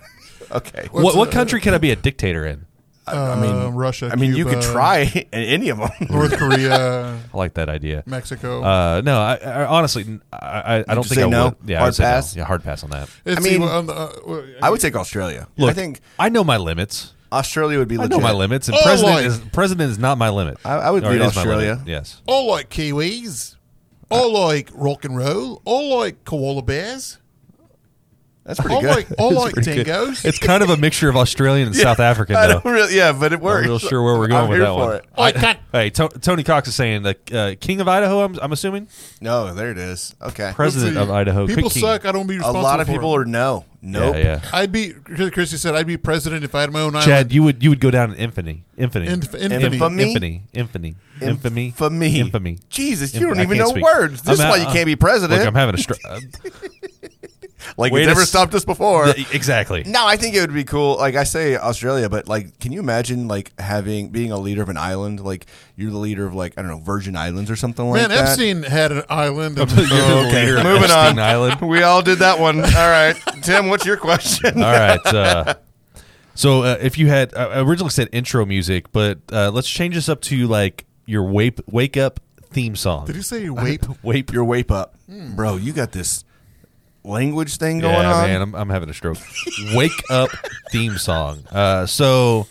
Speaker 1: okay.
Speaker 3: What, what country can I be a dictator in?
Speaker 2: I mean Uh, Russia.
Speaker 1: I mean, you could
Speaker 2: Cuba,
Speaker 1: try any of them.
Speaker 2: North Korea,
Speaker 3: I like that idea.
Speaker 2: Mexico.
Speaker 3: Uh, no, I, I honestly, I, I, I don't
Speaker 1: you
Speaker 3: think
Speaker 1: say
Speaker 3: I
Speaker 1: no?
Speaker 3: would. Yeah, I
Speaker 1: Hard
Speaker 3: would say no.
Speaker 1: pass?
Speaker 3: Yeah, hard pass on that.
Speaker 2: Let's
Speaker 1: I
Speaker 2: see
Speaker 1: mean-
Speaker 2: what on the, uh, what-
Speaker 1: I would take Australia.
Speaker 3: Look,
Speaker 1: I think
Speaker 3: I know my limits.
Speaker 1: Australia would be legit.
Speaker 3: I know my limits, and
Speaker 2: Oh,
Speaker 3: president
Speaker 2: boy.
Speaker 3: is president is not my limit.
Speaker 1: I- I would
Speaker 3: Or
Speaker 1: beat
Speaker 3: is my limit.
Speaker 1: Australia.
Speaker 3: Yes,
Speaker 2: I like Kiwis.
Speaker 1: Uh,
Speaker 2: I like rock and roll. I like koala bears.
Speaker 1: That's pretty
Speaker 2: I
Speaker 1: good.
Speaker 2: like, I like
Speaker 3: good.
Speaker 2: dingoes.
Speaker 3: it's kind of a mixture of Australian and South African.
Speaker 1: I
Speaker 3: Though
Speaker 1: don't really, yeah, but it
Speaker 3: I'm
Speaker 1: works.
Speaker 3: real sure where we're going
Speaker 1: I'm
Speaker 3: with
Speaker 1: here
Speaker 3: that
Speaker 1: for
Speaker 3: one.
Speaker 1: it.
Speaker 2: I can't.
Speaker 3: Hey, to- Tony Cox is saying the uh, King of Idaho. I'm, I'm assuming
Speaker 1: No, there it is. Okay.
Speaker 3: president of Idaho.
Speaker 2: People
Speaker 3: Good king.
Speaker 2: suck. I don't be
Speaker 1: A
Speaker 2: responsible.
Speaker 1: lot of
Speaker 2: for
Speaker 1: people
Speaker 2: it.
Speaker 1: are no. Nope.
Speaker 3: Yeah, yeah.
Speaker 2: I'd be. Christy said I'd be president if I had my own
Speaker 3: Chad,
Speaker 2: island.
Speaker 3: you would you would go down in infamy, infamy,
Speaker 2: Inf-
Speaker 3: Inf-
Speaker 2: infamy.
Speaker 3: infamy, infamy, infamy,
Speaker 1: Infamy.
Speaker 3: infamy.
Speaker 1: Jesus, you
Speaker 3: Inf-
Speaker 1: don't
Speaker 3: I
Speaker 1: even
Speaker 3: can't
Speaker 1: know
Speaker 3: speak.
Speaker 1: words. This
Speaker 3: I'm
Speaker 1: is why
Speaker 3: out-
Speaker 1: you can't be
Speaker 3: Look,
Speaker 1: president.
Speaker 3: I'm having a str- uh,
Speaker 1: like,
Speaker 3: wait
Speaker 1: we
Speaker 3: a
Speaker 1: never
Speaker 3: s-
Speaker 1: stopped us before.
Speaker 3: exactly.
Speaker 1: No, I think it would be cool. Like I say, Australia, but like, can you imagine like having being a leader of an island? Like you're the leader of like I don't know Virgin Islands or something
Speaker 2: Man,
Speaker 1: like that.
Speaker 2: Epstein had an island. And,
Speaker 3: You're the
Speaker 1: Okay,
Speaker 3: leader of
Speaker 1: moving on.
Speaker 3: Epstein Island.
Speaker 1: We all did that one. All right, Tim, what's your question?
Speaker 3: All right. Uh, so uh, if you had, I I originally said intro music, but uh, let's change this up to like your wake wake up theme song.
Speaker 2: did you say wait?
Speaker 3: wake
Speaker 1: Your wape up, bro. You got this language thing going
Speaker 3: yeah,
Speaker 1: on.
Speaker 3: man, I'm, I'm having a stroke. Wake up theme song. Uh, so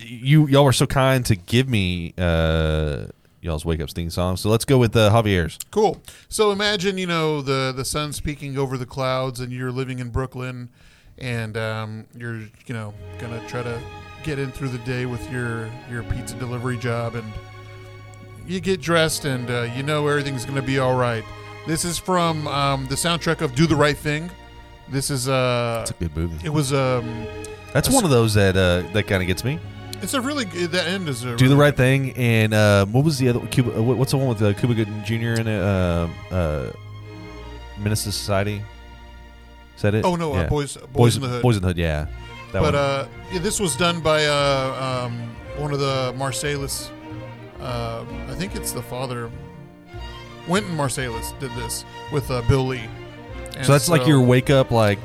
Speaker 3: you y'all were so kind to give me uh, y'all's wake up theme song. So let's go with uh, Javier's.
Speaker 2: Cool. So imagine you know the the sun's peeking over the clouds, and you're living in Brooklyn, and um, you're you know gonna try to get in through the day with your your pizza delivery job, and you get dressed, and uh, you know everything's gonna be all right. This is from um, the soundtrack of Do the Right Thing. This is uh,
Speaker 3: Good movie.
Speaker 2: it was um,
Speaker 3: That's one of those that uh, that kind of gets me.
Speaker 2: it's a really good- that end is a
Speaker 3: Do the right thing, and uh, what was the other? Cuba, uh, what- what's the one with uh, Cuba Gooding Jr. in it? Uh, uh, Menace to Society. Is that it?
Speaker 2: Oh no,
Speaker 3: Yeah.
Speaker 2: uh, boys, boys, in the hood.
Speaker 3: Boys in the Hood. Yeah. That
Speaker 2: but
Speaker 3: one.
Speaker 2: uh, yeah, this was done by uh, um, one of the Marsalis. Uh, I think it's the father, Wynton Marsalis, did this with uh, Bill Lee. And
Speaker 3: so that's like your wake up, like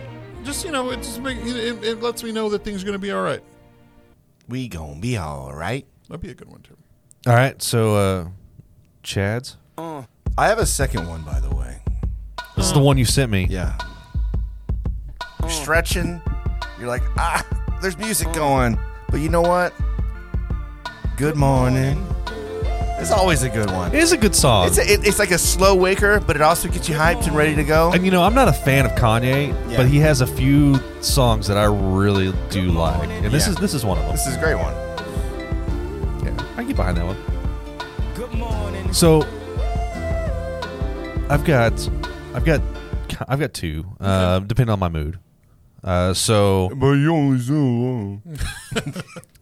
Speaker 2: just you know it just make, it, it- it lets me know that things are gonna be all right.
Speaker 1: We gonna be all right.
Speaker 2: That'd be a good one too.
Speaker 3: all right. So, uh, Chad's.
Speaker 1: I have a second one, by the way.
Speaker 3: This is the one you sent me.
Speaker 1: Yeah.
Speaker 3: Oh.
Speaker 1: You're stretching. You're like, ah, there's music going. But you know what? Good morning. It's always a good one.
Speaker 3: It is a good song.
Speaker 1: It's, a, it, it's like a slow waker, but it also gets you hyped and ready to go.
Speaker 3: and you know, I'm not a fan of Kanye,
Speaker 1: Yeah.
Speaker 3: but he has a few songs that I really do like, and this
Speaker 1: Yeah.
Speaker 3: is this is one of them.
Speaker 1: This is a great one.
Speaker 3: I can get behind that one. So I've got, I've got, I've got two, uh, depending on my mood. Uh, so
Speaker 1: But you only so long.
Speaker 3: uh,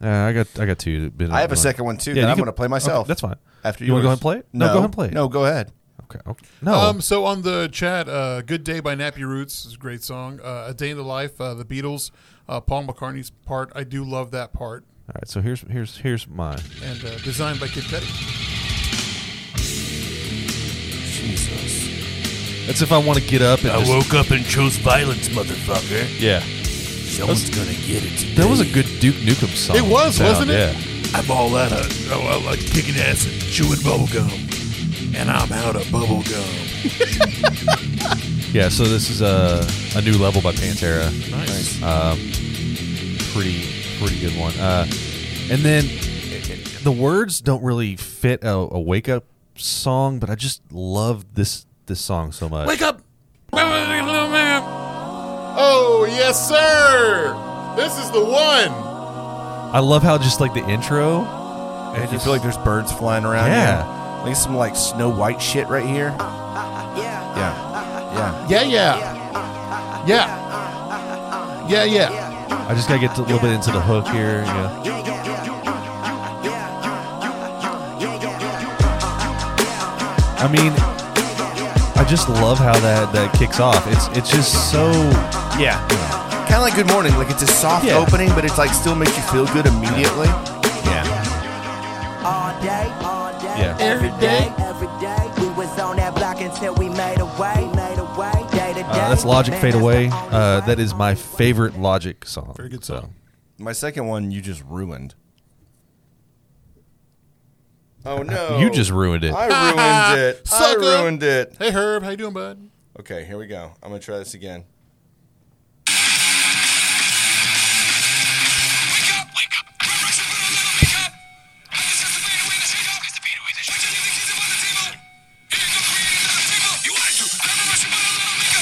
Speaker 3: I got, I got two. depending
Speaker 1: I have
Speaker 3: on
Speaker 1: a
Speaker 3: my-
Speaker 1: second one too
Speaker 3: Yeah,
Speaker 1: that
Speaker 3: you
Speaker 1: I'm
Speaker 3: can-
Speaker 1: going to play
Speaker 3: okay,
Speaker 1: myself.
Speaker 3: that's fine.
Speaker 1: After
Speaker 3: you want to go
Speaker 1: yours.
Speaker 3: ahead and play it? No, go ahead and play it.
Speaker 1: No, go ahead.
Speaker 3: Okay. okay. No.
Speaker 2: Um, so on the chat, uh, "Good Day" by Nappy Roots is a great song. Uh, "A Day in the Life," uh, the Beatles, uh, Paul McCartney's part. I do love that part,
Speaker 3: All right. So here's here's here's mine.
Speaker 2: and uh, designed by Kid Cudi.
Speaker 1: Jesus.
Speaker 3: That's if I want to get up and just-
Speaker 4: woke up and chose violence, motherfucker.
Speaker 3: yeah.
Speaker 4: Someone's gonna get it. Today.
Speaker 3: That was a good Duke Nukem song.
Speaker 2: It was,
Speaker 3: sound,
Speaker 2: wasn't it?
Speaker 3: Yeah.
Speaker 4: I'm all out of. Oh, I like kicking ass and chewing bubble gum, and I'm out of bubble gum.
Speaker 3: Yeah. So this is a a new level by Pantera. Um,
Speaker 2: Nice.
Speaker 3: pretty pretty good one. Uh, and then the words don't really fit a, a wake up song, but I just love this this song so much.
Speaker 2: Wake up! Oh, yes, sir. This is the one.
Speaker 3: I love how just like the intro.
Speaker 1: And you feel like there's birds flying around.
Speaker 3: Yeah. Ah.
Speaker 1: here. Like some like Snow White shit right here. Yeah. Yeah.
Speaker 2: Yeah, yeah. Yeah. Yeah, yeah.
Speaker 3: I just gotta get a little bit into the hook here. Yeah. I mean, I just love how that that kicks off. It's it's just so uh,
Speaker 1: Yeah. Kind of like Good Morning. Like it's a soft
Speaker 3: Yeah.
Speaker 1: opening, but it's like still makes you feel good immediately. Yeah.
Speaker 8: All day, all day,
Speaker 3: Yeah.
Speaker 8: every day, every day. We was on that block until we made a way, made a way, day to day.
Speaker 3: uh, that's Logic
Speaker 8: Man,
Speaker 3: Fade
Speaker 8: that's
Speaker 3: Away.
Speaker 8: the only
Speaker 3: Uh,
Speaker 8: way.
Speaker 3: that is my favorite Logic song. Very
Speaker 2: good song.
Speaker 1: My second one, you just ruined. Oh no!
Speaker 3: You just ruined it.
Speaker 1: I ruined it. I
Speaker 2: Sucker.
Speaker 1: ruined it.
Speaker 2: Hey, Herb, how you doing, bud?
Speaker 1: Okay, here we go. I'm gonna try this again.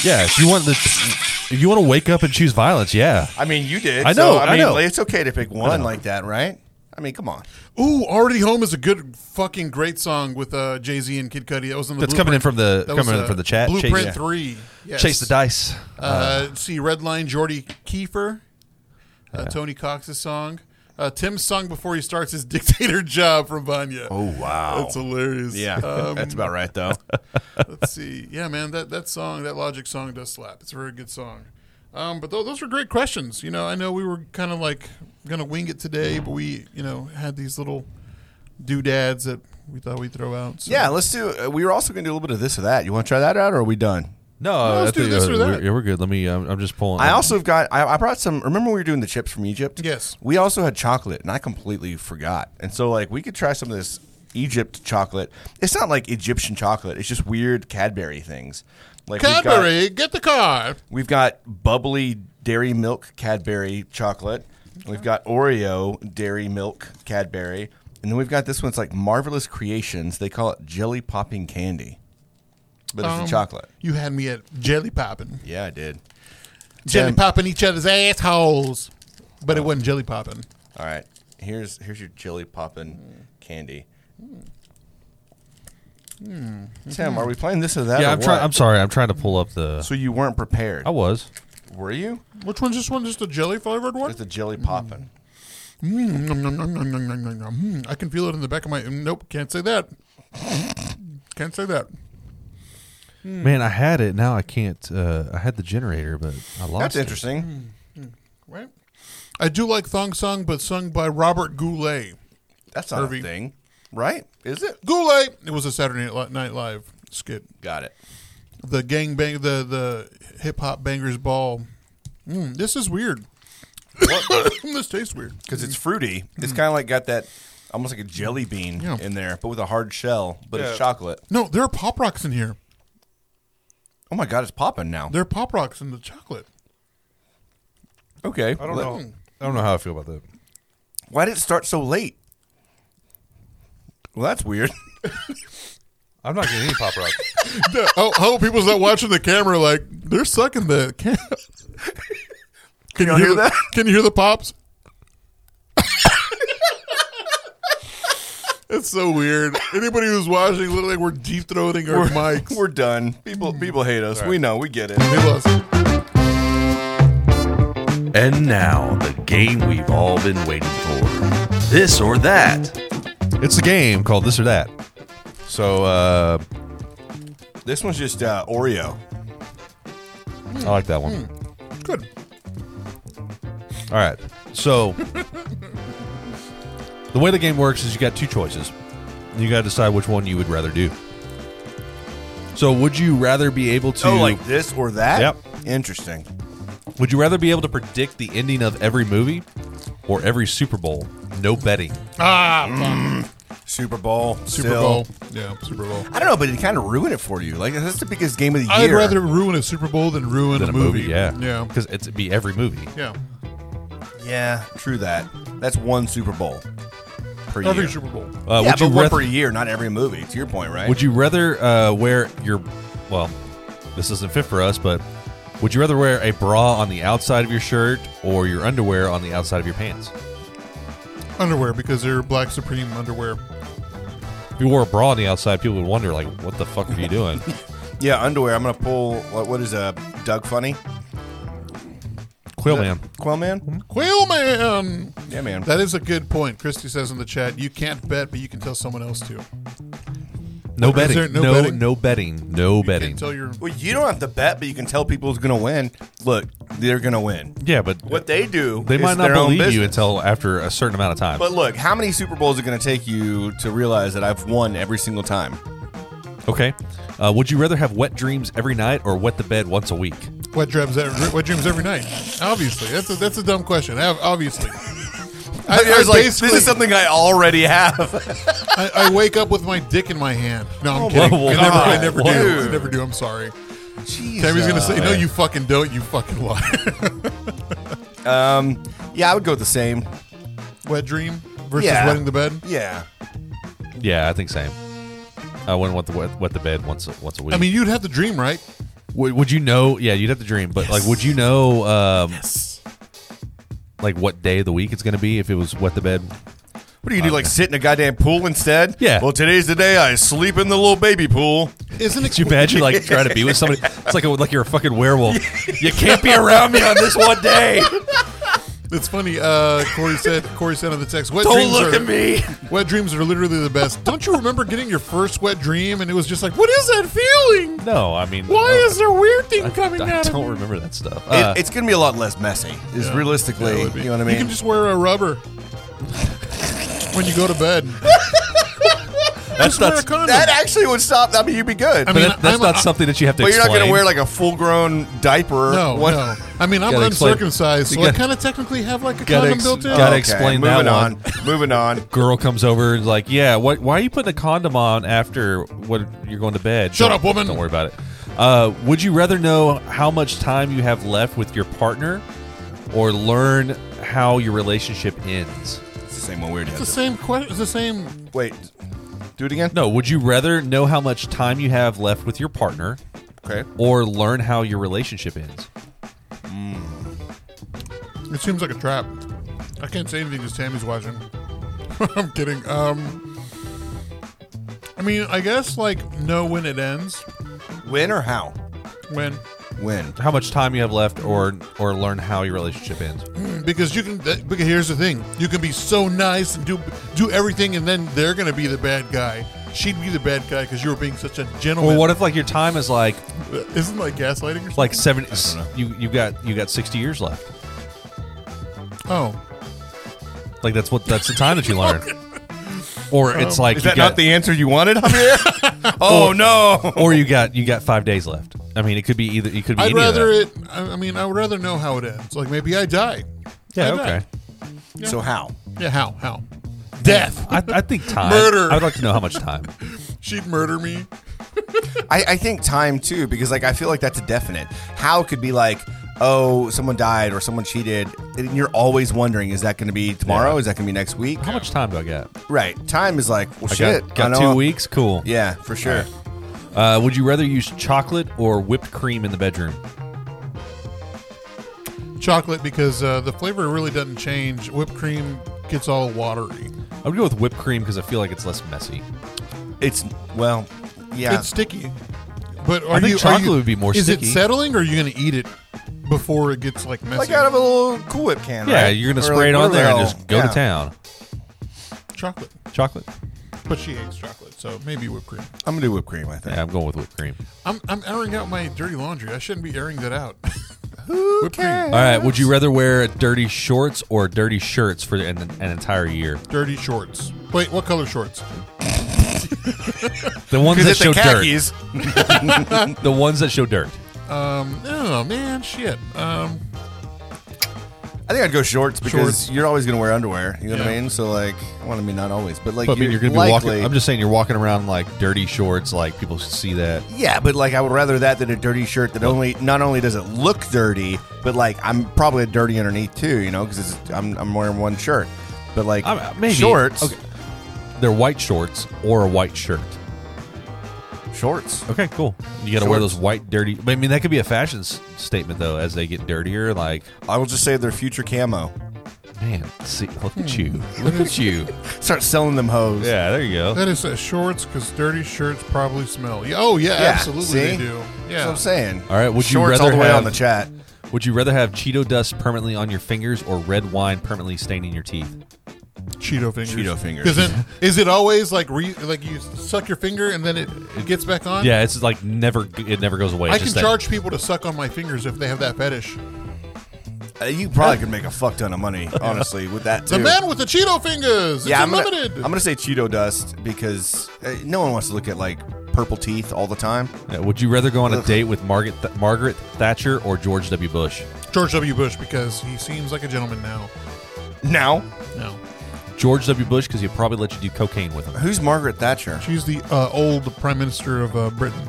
Speaker 3: Yeah, if you want the, if you want to wake up and choose violence, yeah.
Speaker 1: I mean, you did.
Speaker 3: I
Speaker 1: so,
Speaker 3: know,
Speaker 1: I
Speaker 3: I
Speaker 1: mean,
Speaker 3: know.
Speaker 1: like, it's okay to pick one like that, right? I mean, come on.
Speaker 2: Ooh, Already Home is a good fucking great song with uh, Jay Z and Kid Cudi. That was in the
Speaker 3: That's coming in
Speaker 2: Blueprint-
Speaker 3: from the
Speaker 2: that was,
Speaker 3: coming in
Speaker 2: uh,
Speaker 3: from the chat. Chase-
Speaker 2: Blueprint
Speaker 3: yeah.
Speaker 2: three. Yes.
Speaker 3: Chase the dice.
Speaker 2: Uh, let's see, Redline, Jordy Kiefer, uh, Tony Cox's song. Uh, Tim's song before he starts his dictator job from Vanya.
Speaker 1: Oh wow.
Speaker 2: That's hilarious.
Speaker 1: yeah,
Speaker 2: Um,
Speaker 1: that's about right though.
Speaker 2: let's see. Yeah, man, that, that song, that Logic song does slap. It's a very good song. Um, but tho- those were great questions. You know, I know we were kind of like going to wing it today, but we, you know, had these little doodads that we thought we'd throw out. So.
Speaker 1: yeah, let's do. Uh, we were also gonna do a little bit of this or that. You want to try that out, or are we done?
Speaker 3: No,
Speaker 2: let's
Speaker 3: I
Speaker 2: do
Speaker 3: think,
Speaker 2: this
Speaker 3: uh,
Speaker 2: or that.
Speaker 3: We're, yeah, we're good. Let me. I'm, I'm just pulling.
Speaker 1: I also have got. I, I brought some. Remember, when we were doing the chips from Egypt.
Speaker 2: Yes.
Speaker 1: We also had chocolate, and I completely forgot. And so, like, we could try some of this Egypt chocolate. It's not like Egyptian chocolate. It's just weird Cadbury things. Like we've got-
Speaker 2: Cadbury, get the car.
Speaker 1: We've got bubbly dairy milk Cadbury chocolate. We've got Oreo dairy milk Cadbury. And then we've got this one's like Marvelous Creations. They call it jelly popping candy. But it's
Speaker 2: Um,
Speaker 1: a chocolate.
Speaker 2: You had me at jelly popping.
Speaker 1: Yeah, I did.
Speaker 2: jelly
Speaker 1: Tim.
Speaker 2: popping each other's assholes. But it wasn't jelly popping.
Speaker 1: All right. Here's here's your jelly popping candy. Tim, are we playing this or that?
Speaker 3: Yeah,
Speaker 1: or
Speaker 3: I'm trying.
Speaker 1: what?
Speaker 3: I'm sorry. I'm trying to pull up the.
Speaker 1: So you weren't prepared.
Speaker 3: I was.
Speaker 1: Were you?
Speaker 2: Which one's this one? Just a jelly flavored one?
Speaker 1: With the jelly popping.
Speaker 2: Mm, nom, nom, nom, nom, nom, nom, nom, nom. Mm, I can feel it in the back of my. Nope, can't say that. Can't say that.
Speaker 3: Man, I had it. Now I can't. Uh, I had the generator, but I lost.
Speaker 1: That's
Speaker 3: it.
Speaker 1: interesting.
Speaker 2: Right? I do like Thong Song, but sung by Robert Goulet.
Speaker 1: That's not
Speaker 2: Irving.
Speaker 1: a thing. Right? Is it?
Speaker 2: Goulet! It was a Saturday Night Li- Night Live skit.
Speaker 1: Got it.
Speaker 2: The gang bang, the, the hip hop bangers ball. Mm, this is weird. Mm, this tastes weird.
Speaker 1: because it's fruity. It's kind of like got that almost like a jelly bean
Speaker 2: Yeah.
Speaker 1: in there, but with a hard shell. But it's chocolate.
Speaker 2: No, there are Pop Rocks in here.
Speaker 1: Oh my god, it's popping now.
Speaker 2: There are Pop Rocks in the chocolate.
Speaker 1: Okay,
Speaker 3: I don't know. I don't know how I feel about that.
Speaker 1: Why did it start so late? Well, that's weird.
Speaker 3: I'm not getting any pop rock.
Speaker 2: Yeah, oh, how people's not watching the camera? Like they're sucking the can. Can you
Speaker 1: hear
Speaker 2: the-
Speaker 1: that?
Speaker 2: Can you hear the pops? it's so weird. Anybody who's watching look like we're deep throating our mics.
Speaker 1: We're done. People, people hate us. We know. We get it.
Speaker 2: Hey, Les.
Speaker 9: And now, the game we've all been waiting for. This or that.
Speaker 3: It's a game called This or That. So uh,
Speaker 1: This one's just uh, Oreo.
Speaker 3: I like that one.
Speaker 1: Hmm.
Speaker 2: Good.
Speaker 3: All right. So the way the game works is you got two choices. You got to decide which one you would rather do. So would you rather be able to
Speaker 1: Oh, like this or that?
Speaker 3: Yep.
Speaker 1: Interesting.
Speaker 3: Would you rather be able to predict the ending of every movie or every Super Bowl? No betting.
Speaker 1: Super Bowl.
Speaker 2: Super
Speaker 1: still.
Speaker 2: Bowl. Yeah, Super Bowl.
Speaker 1: I don't know, but it kind of ruined it for you. Like that's the biggest game of the year.
Speaker 2: I'd rather ruin a Super Bowl than ruin
Speaker 3: Than
Speaker 2: a, movie.
Speaker 3: yeah,
Speaker 2: Yeah.
Speaker 3: because it'd be every movie.
Speaker 2: Yeah.
Speaker 1: Yeah, true that. That's one Super Bowl per
Speaker 2: Every
Speaker 1: year.
Speaker 2: Super Bowl.
Speaker 1: yeah,
Speaker 3: Uh, would
Speaker 1: but
Speaker 3: you
Speaker 1: one
Speaker 3: rath-
Speaker 1: per year, not every movie. To your point, right?
Speaker 3: Would you rather uh, wear your? Well, this isn't fit for us, but Would you rather wear a bra on the outside of your shirt or your underwear on the outside of your pants?
Speaker 2: Underwear because they're black supreme underwear.
Speaker 3: If you wore a bra on the outside, people would wonder, like, what the fuck are you doing?
Speaker 1: Yeah, underwear. I'm gonna pull. What, what is a Doug Funny?
Speaker 3: Quill man.
Speaker 1: Quail man.
Speaker 2: Quail man.
Speaker 1: Yeah, man.
Speaker 2: Mm-hmm. That is a good point. Christy says in the chat, you can't bet, but you can tell someone else to.
Speaker 3: No
Speaker 2: there
Speaker 3: betting.
Speaker 2: no
Speaker 3: No,
Speaker 2: betting?
Speaker 3: no betting. No
Speaker 2: You
Speaker 3: betting.
Speaker 2: can't tell your
Speaker 1: well, you don't have to bet, but you can tell people who's gonna win. Look, they're gonna win.
Speaker 3: yeah, but
Speaker 1: What they do,
Speaker 3: they
Speaker 1: is
Speaker 3: might not
Speaker 1: their own
Speaker 3: believe you
Speaker 1: business.
Speaker 3: until after a certain amount of time.
Speaker 1: But look, how many Super Bowls are going to take you to realize that I've won every single time?
Speaker 3: okay. Uh, would you rather have wet dreams every night or wet the bed once a week?
Speaker 2: wet dreams every, wet dreams every night. Obviously, that's a, that's a dumb question. Ob- Obviously, I, I
Speaker 1: There's like, this
Speaker 2: basically-
Speaker 1: is something I already have.
Speaker 2: I, I wake up with my dick in my hand. No, I'm
Speaker 1: Oh
Speaker 2: kidding. I
Speaker 3: my
Speaker 2: never, I
Speaker 3: God.
Speaker 2: never do. I
Speaker 1: Dude.
Speaker 2: never do. I'm sorry. Tammy's gonna say, "No, you fucking don't. You fucking liar."
Speaker 1: Um, yeah, I would go with the same.
Speaker 2: wet dream versus
Speaker 1: Yeah.
Speaker 2: wetting the bed.
Speaker 1: Yeah.
Speaker 3: Yeah, I think same. I wouldn't want the wet, wet the bed once a, once a week.
Speaker 2: I mean, you'd have to dream, right?
Speaker 3: would, would you know? Yeah, you'd have to dream, but like, would you know? Um, Like what day of the week it's going to be if it was wet the bed?
Speaker 1: What do you do? Like sit in a goddamn pool instead?
Speaker 3: Yeah.
Speaker 1: Well, today's the day I sleep in the little baby pool.
Speaker 2: Isn't it?
Speaker 3: Could you imagine like trying to be with somebody? It's like a, like you're a fucking werewolf. You can't be around me on this one day.
Speaker 2: It's funny. Uh, Corey said. Corey said on the text, "Wet
Speaker 3: Don't
Speaker 2: dreams
Speaker 3: look
Speaker 2: are,
Speaker 3: at me.
Speaker 2: Wet dreams are literally the best. Don't you remember getting your first wet dream and it was just like, what is that feeling?
Speaker 3: No, I mean,
Speaker 2: Why
Speaker 3: no.
Speaker 2: is there a weird thing coming
Speaker 3: Oh, I
Speaker 2: out of
Speaker 3: don't
Speaker 2: me?
Speaker 3: remember that stuff.
Speaker 1: It-
Speaker 3: Uh,
Speaker 1: it's going to be a lot less messy, is
Speaker 2: Yeah, it
Speaker 1: realistically.
Speaker 2: would be.
Speaker 1: you know what I
Speaker 2: You
Speaker 1: mean?
Speaker 2: can just wear a rubber when you go to bed.
Speaker 3: that's
Speaker 2: wear a
Speaker 3: not.
Speaker 2: condom.
Speaker 1: that actually would stop. I mean, you'd be good.
Speaker 2: I
Speaker 3: but
Speaker 2: mean,
Speaker 3: that- that's
Speaker 2: I'm-
Speaker 3: not
Speaker 2: I-
Speaker 3: something that you have to.
Speaker 1: but you're not going
Speaker 3: explain.
Speaker 1: to wear like a full grown diaper.
Speaker 2: no,
Speaker 1: What-
Speaker 2: no. I mean, I'm
Speaker 3: Gotta explain.
Speaker 2: uncircumcised, so
Speaker 3: You
Speaker 2: I
Speaker 3: gotta-
Speaker 2: kind of technically have like a
Speaker 3: gotta
Speaker 2: condom
Speaker 3: ex-
Speaker 2: built in.
Speaker 3: gotta explain that
Speaker 1: moving
Speaker 3: one.
Speaker 1: on. moving on.
Speaker 3: girl comes over and is like, "Yeah, what? Why are you putting a condom on after what you're going to bed?"
Speaker 2: Shut
Speaker 3: Don't-
Speaker 2: up, woman.
Speaker 3: Don't worry about it. Uh, would you rather know how much time you have left with your partner, or learn how your relationship ends?
Speaker 1: It's the same one we already
Speaker 2: It's the
Speaker 1: had.
Speaker 2: same question. It's the same.
Speaker 1: Wait. Do it again?
Speaker 3: No, would you rather know how much time you have left with your partner,
Speaker 1: Okay.
Speaker 3: or learn how your relationship ends?
Speaker 2: It seems like a trap. I can't say anything because Tammy's watching. I'm kidding. Um, I mean, I guess like know when it ends.
Speaker 1: When or how?
Speaker 2: When
Speaker 1: When?
Speaker 3: How much time you have left, or or learn how your relationship ends?
Speaker 2: because you can. That, because here's the thing: you can be so nice and do do everything, and then they're gonna be the bad guy. She'd be the bad guy because you were being such a
Speaker 3: Or
Speaker 2: gentleman. Uh,
Speaker 3: what if like your time is like
Speaker 2: Isn't like gaslighting or something?
Speaker 3: like seventy? You you got you got sixty years left.
Speaker 2: oh,
Speaker 3: Like that's what that's the time that you learn. Or it's like
Speaker 1: Is
Speaker 3: you
Speaker 1: that
Speaker 3: got,
Speaker 1: not the answer you wanted up here? oh no!
Speaker 3: or you got you got five days left. I mean, it could be either. It could be.
Speaker 2: I'd
Speaker 3: any
Speaker 2: rather
Speaker 3: Of that.
Speaker 2: it. I I mean, I would rather know how it ends. Like maybe I die.
Speaker 3: Yeah.
Speaker 2: I die.
Speaker 3: Okay.
Speaker 1: So how?
Speaker 2: Yeah. How? How? Death.
Speaker 3: I, I think time.
Speaker 2: Murder.
Speaker 3: I'd like to know how much time.
Speaker 2: She'd murder me.
Speaker 1: I, I think time too, because like I feel like that's a definite. How could be like, oh, someone died or someone cheated, and you're always wondering, is that going to be tomorrow? Is that going to be next week?
Speaker 3: How much time do I got?
Speaker 1: Right. Time is like, well,
Speaker 3: I
Speaker 1: shit.
Speaker 3: got,
Speaker 1: I
Speaker 3: got
Speaker 1: know
Speaker 3: two
Speaker 1: I-
Speaker 3: weeks. Cool.
Speaker 1: Yeah, for sure.
Speaker 3: Uh, would you rather use chocolate or whipped cream in the bedroom?
Speaker 2: Chocolate because uh, the flavor really doesn't change. Whipped cream gets all watery.
Speaker 3: I would go with whipped cream because I feel like it's less messy.
Speaker 1: It's well, yeah.
Speaker 2: It's sticky. But are
Speaker 3: I think
Speaker 2: you, are
Speaker 3: chocolate
Speaker 2: you-
Speaker 3: would be more
Speaker 2: Is
Speaker 3: sticky.
Speaker 2: it settling, or are you going to eat it before it gets like messy?
Speaker 1: like out of a little Cool Whip can.
Speaker 3: Yeah,
Speaker 1: right?
Speaker 3: you're gonna
Speaker 1: Or,
Speaker 3: spray it
Speaker 1: like,
Speaker 3: on there and
Speaker 1: Oreo.
Speaker 3: just go
Speaker 1: Yeah.
Speaker 3: to town.
Speaker 2: chocolate,
Speaker 3: Chocolate.
Speaker 2: but she hates chocolate, so maybe whipped cream.
Speaker 1: I'm gonna do whipped cream. I think.
Speaker 3: Yeah, I'm going with whipped cream.
Speaker 2: I'm, I'm airing out my dirty laundry. I shouldn't be airing that out. Who whipped
Speaker 1: cares?
Speaker 2: cream,
Speaker 3: All right. Would you rather wear dirty shorts or dirty shirts for an, an entire year?
Speaker 2: dirty shorts. Wait, what color shorts?
Speaker 3: The ones
Speaker 1: Because
Speaker 3: that
Speaker 1: it's
Speaker 3: show
Speaker 1: the
Speaker 3: dirt.
Speaker 1: khakis.
Speaker 3: The ones that show dirt.
Speaker 2: Um, I don't know, man. Shit. Um,
Speaker 1: I think I'd go shorts because
Speaker 2: Shorts.
Speaker 1: you're always going to wear underwear. You know what I
Speaker 2: Yeah.
Speaker 1: mean? So like, well, I mean, not always, but like,
Speaker 3: But I mean, you're going to be
Speaker 1: likely,
Speaker 3: walking. I'm just saying, you're walking around in, like dirty shorts. Like people should see that.
Speaker 1: yeah, but like, I would rather that than a dirty shirt that only not only does it look dirty, but like I'm probably dirty underneath too. You know, because I'm I'm wearing one shirt, but like
Speaker 3: I'm- uh, maybe.
Speaker 1: shorts.
Speaker 3: Okay. They're white shorts or a white shirt.
Speaker 1: Shorts.
Speaker 3: Okay, cool. You got to wear
Speaker 1: Shorts.
Speaker 3: those white, dirty. but I mean, that could be a fashion s- statement though. As they get dirtier, like,
Speaker 1: I will just say they're future camo.
Speaker 3: man, see, look at you,
Speaker 2: Hmm.
Speaker 3: look at you.
Speaker 1: Start selling them hoes.
Speaker 3: Yeah, there you go.
Speaker 2: That is uh, shorts because dirty shirts probably smell. Yeah, Oh yeah,
Speaker 1: Yeah,
Speaker 2: absolutely
Speaker 1: see?
Speaker 2: they do.
Speaker 1: That's what
Speaker 2: Yeah,
Speaker 1: I'm saying.
Speaker 3: All right, would you
Speaker 1: Shorts all
Speaker 3: rather
Speaker 1: the way
Speaker 3: have-
Speaker 1: on the chat.
Speaker 3: Would you rather have Cheeto dust permanently on your fingers or red wine permanently staining your teeth?
Speaker 2: Cheeto fingers.
Speaker 1: Cheeto fingers.
Speaker 2: Because then, is it always like re, like you suck your finger and then it, it gets back on?
Speaker 3: Yeah, it's like never. It never goes away.
Speaker 2: I
Speaker 3: It's
Speaker 2: can
Speaker 3: just that-
Speaker 2: charge people to suck on my fingers if they have that fetish.
Speaker 1: Uh, you probably could make a fuck ton of money, honestly, with that too.
Speaker 2: The man with the Cheeto fingers. It's
Speaker 1: yeah, I'm gonna,
Speaker 2: unlimited.
Speaker 1: I'm gonna say Cheeto dust because uh, no one wants to look at like purple teeth all the time.
Speaker 3: Yeah, would you rather go on a date with Margaret Th- Margaret Thatcher or George W. Bush?
Speaker 2: George W. Bush because he seems like a gentleman now.
Speaker 1: Now,
Speaker 2: No,
Speaker 3: George W. Bush because he'll probably let you do cocaine with him.
Speaker 1: who's Margaret Thatcher?
Speaker 2: she's the uh, old prime minister of uh, Britain.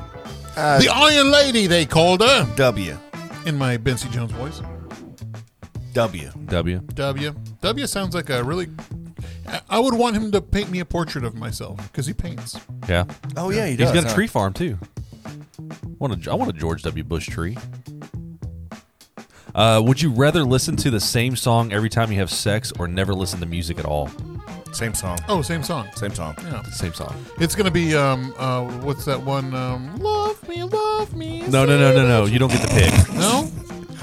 Speaker 1: Uh,
Speaker 2: the Iron Lady, they called her.
Speaker 1: W.
Speaker 2: In my Bensie Jones voice.
Speaker 1: W.
Speaker 3: W.
Speaker 2: W. W sounds like a really. I- I would want him to paint me a portrait of myself because he paints.
Speaker 3: Yeah,
Speaker 1: Oh yeah, he
Speaker 3: he's
Speaker 1: does.
Speaker 3: got a
Speaker 1: huh?
Speaker 3: tree farm too. Want a, I want a George W. Bush tree. Uh, would you rather listen to the same song every time you have sex or never listen to music at all?
Speaker 1: Same song.
Speaker 2: Oh, same song.
Speaker 1: Same song.
Speaker 2: Yeah.
Speaker 3: Same song.
Speaker 2: It's gonna be um uh what's that one um love me love me
Speaker 3: No, no, no, no, no. You don't get to pick.
Speaker 2: no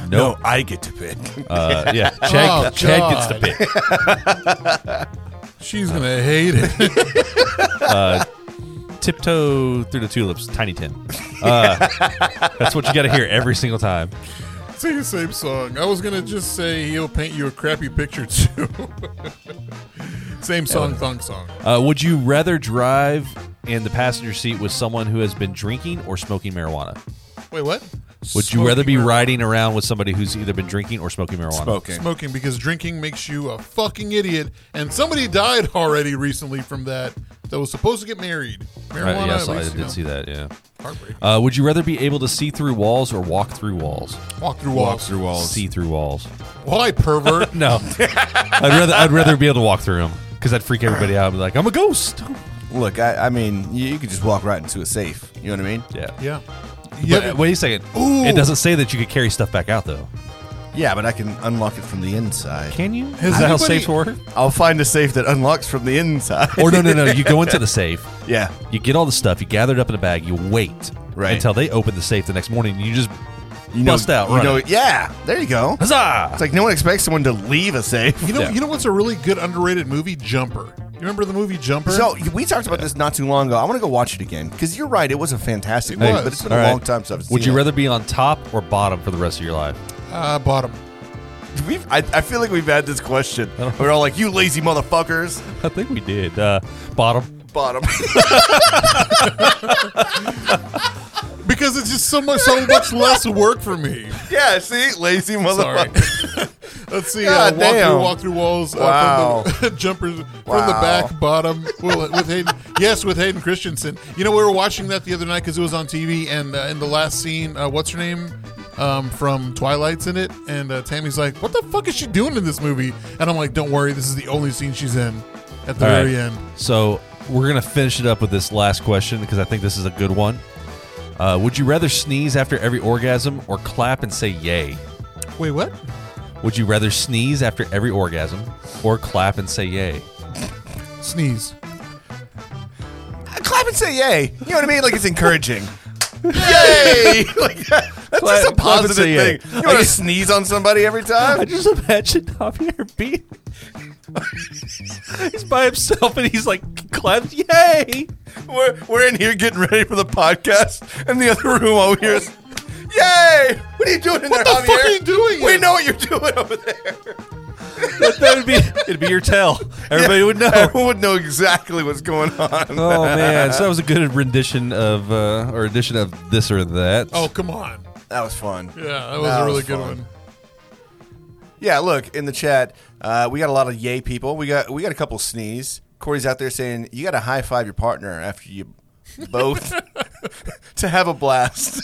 Speaker 3: No.
Speaker 1: I get to pick.
Speaker 3: Uh, yeah. Chad,
Speaker 2: Oh,
Speaker 3: Chad gets to
Speaker 2: God.
Speaker 3: pick.
Speaker 2: she's gonna hate it
Speaker 3: Tiptoe through the tulips, Tiny Tim. Uh, that's what you got to hear every single time.
Speaker 2: sing the same song I was gonna just say he'll paint you a crappy picture too same song thong song
Speaker 3: Uh, would you rather drive in the passenger seat with someone who has been drinking or smoking marijuana?
Speaker 2: wait what
Speaker 3: Would you rather be
Speaker 2: Smoking marijuana.
Speaker 3: riding around with somebody who's either been drinking or smoking marijuana?
Speaker 1: Smoking.
Speaker 2: smoking because drinking makes you a fucking idiot and somebody died already recently from that that was supposed to get married marijuana
Speaker 3: Right, Uh, yeah,
Speaker 2: at
Speaker 3: so I
Speaker 2: least,
Speaker 3: did
Speaker 2: you know,
Speaker 3: see that. Yeah.
Speaker 2: heartbreak.
Speaker 3: Uh, would you rather be able to see through walls or walk through walls?
Speaker 2: walk through
Speaker 1: Walk
Speaker 2: walls
Speaker 1: through walls.
Speaker 3: See through walls.
Speaker 2: why pervert
Speaker 3: No, I'd rather I'd rather be able to walk through them because I'd freak everybody out. I'd be like, I'm a ghost.
Speaker 1: Look, I, I mean, you, you could just walk right into a safe. You know what I mean?
Speaker 3: Yeah.
Speaker 2: yeah
Speaker 3: But,
Speaker 2: Yeah,
Speaker 3: uh, wait a second.
Speaker 2: Ooh.
Speaker 3: It doesn't say that you could carry stuff back out though.
Speaker 1: Yeah, but I can unlock it from the inside.
Speaker 3: Can you? Is
Speaker 2: Has
Speaker 3: that how
Speaker 2: anybody-
Speaker 3: safes work?
Speaker 1: I'll find a safe that unlocks from the inside.
Speaker 3: Or no, no, no. You go into the safe.
Speaker 1: yeah.
Speaker 3: You get all the stuff. You gather it up in a bag. You wait
Speaker 1: Right.
Speaker 3: until they open the safe the next morning. You just
Speaker 1: You
Speaker 3: Bust out,
Speaker 1: You know,
Speaker 3: running.
Speaker 1: yeah. There you go.
Speaker 3: huzzah!
Speaker 1: It's like no one expects someone to leave a safe.
Speaker 2: You know,
Speaker 3: Yeah.
Speaker 2: you know what's a really good underrated movie? Jumper. You remember the movie Jumper?
Speaker 1: So we talked about this not too long ago. I want to go watch it again because you're right. It was a fantastic movie,
Speaker 2: was.
Speaker 1: but it's been
Speaker 3: All
Speaker 1: a
Speaker 3: right.
Speaker 1: long time since I've
Speaker 3: Would
Speaker 1: seen
Speaker 3: you
Speaker 1: it.
Speaker 3: rather be on top or bottom for the rest of your life?
Speaker 2: uh, bottom.
Speaker 1: We've, I, I feel like we've had this question.
Speaker 3: Oh.
Speaker 1: We're all like, "You lazy motherfuckers,
Speaker 3: I think we did. Uh, bottom.
Speaker 1: bottom."
Speaker 2: Because it's just so much, so much less work for me.
Speaker 1: yeah, see, lazy
Speaker 2: Sorry.
Speaker 1: motherfuckers.
Speaker 2: Let's see. Uh,
Speaker 1: God
Speaker 2: walk
Speaker 1: damn.
Speaker 2: through, walk through walls.
Speaker 1: Wow.
Speaker 2: Uh, from the, jumpers from the
Speaker 1: Wow.
Speaker 2: back, bottom. Well, with Hayden, yes, with Hayden Christensen. You know, we were watching that the other night because it was on TV, and uh, in the last scene, uh, what's her name? Um, from Twilight's in it, and uh, Tammy's like, "What the fuck is she doing in this movie?" And I'm like, "Don't worry, this is the only scene she's in at the
Speaker 3: All right.
Speaker 2: very end."
Speaker 3: So we're gonna finish it up with this last question because I think this is a good one. Uh, would you rather sneeze after every orgasm or clap and say yay?
Speaker 2: Wait, what?
Speaker 3: Would you rather sneeze after every orgasm or clap and say yay?
Speaker 2: Sneeze.
Speaker 1: Clap and say yay. You know what I mean? Like it's encouraging. yay! Like, that's just a
Speaker 3: Clap- clap and
Speaker 1: positive
Speaker 3: say yay.
Speaker 1: thing. You want to sneeze on somebody every time?
Speaker 3: I just imagine Javier being. he's by himself and he's like, clap, yay!
Speaker 1: We're, we're in here getting ready for the podcast, and the other room over here is, yay! What are you doing in there,
Speaker 2: the fuck
Speaker 1: Javier?
Speaker 2: are you doing?
Speaker 1: We know what you're doing over there.
Speaker 3: That would be, it'd be your tell. Everybody would know.
Speaker 1: Everyone would know exactly what's going on.
Speaker 3: Oh man, so that was a good rendition of, uh, or edition of this or that.
Speaker 2: Oh, come on.
Speaker 1: That was fun.
Speaker 2: Yeah, that was
Speaker 1: That
Speaker 2: a
Speaker 1: was
Speaker 2: really good one.
Speaker 1: fun. Yeah, look in the chat. Uh, we got a lot of yay people. We got we got a couple sneeze. Corey's out there saying you got to high five your partner after you both to have a blast.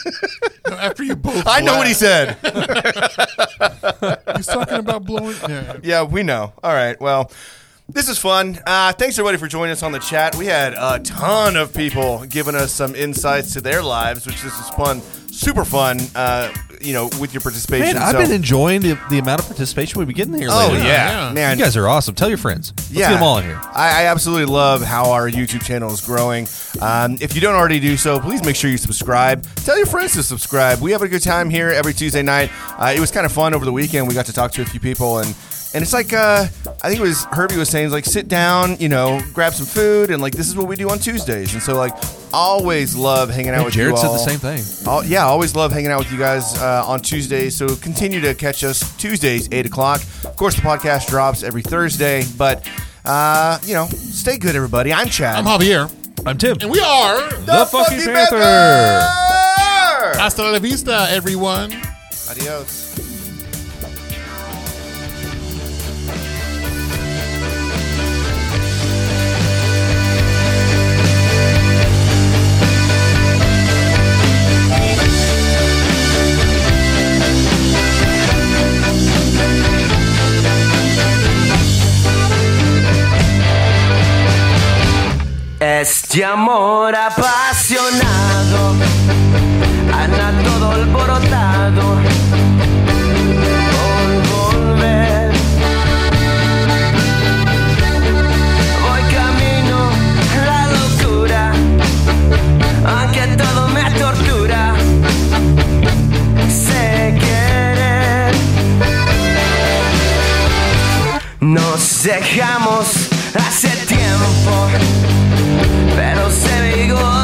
Speaker 2: No, after you both,
Speaker 1: I know what he
Speaker 2: laugh.
Speaker 1: said.
Speaker 2: He's talking about blowing. Yeah.
Speaker 1: Yeah, we know. All right. Well, This is fun. Uh, thanks everybody for joining us on the chat. We had a ton of people giving us some insights to their lives, which this is fun, super fun. Uh, you know, with your participation.
Speaker 3: Man, I've
Speaker 1: So-
Speaker 3: been enjoying the, the amount of participation we've been getting here.
Speaker 1: Oh
Speaker 3: lately.
Speaker 1: yeah,
Speaker 2: yeah.
Speaker 1: man.
Speaker 3: you guys are awesome. Tell your friends. Let's
Speaker 1: yeah,
Speaker 3: get them all in here.
Speaker 1: I, I absolutely love how our YouTube channel is growing. Um, if you don't already do so, please make sure you subscribe. Tell your friends to subscribe. We have a good time here every Tuesday night. Uh, it was kind of fun over the weekend. We got to talk to a few people and. And it's like uh, I think it was Herbie was saying, like sit down, you know, grab some food, and like this is what we do on Tuesdays. And so like always love hanging out with you
Speaker 3: Jared said the
Speaker 1: all.
Speaker 3: same thing.
Speaker 1: Oh, yeah, I always love hanging out with you guys uh, on Tuesdays. So continue to catch us Tuesdays, 8 o'clock. Of course, the podcast drops every Thursday. But, uh, you know, stay good, everybody. I'm Chad.
Speaker 2: I'm Javier,
Speaker 3: I'm Tim.
Speaker 2: and we are
Speaker 1: the,
Speaker 3: Funky
Speaker 1: Funky
Speaker 3: Panther.
Speaker 1: Panther!
Speaker 2: Hasta la vista, everyone.
Speaker 1: Adios.
Speaker 8: Este amor apasionado Anda todo alborotado Por volver Voy camino a la locura Aunque todo me tortura Sé querer Nos dejamos hace tiempo pero se ve igual.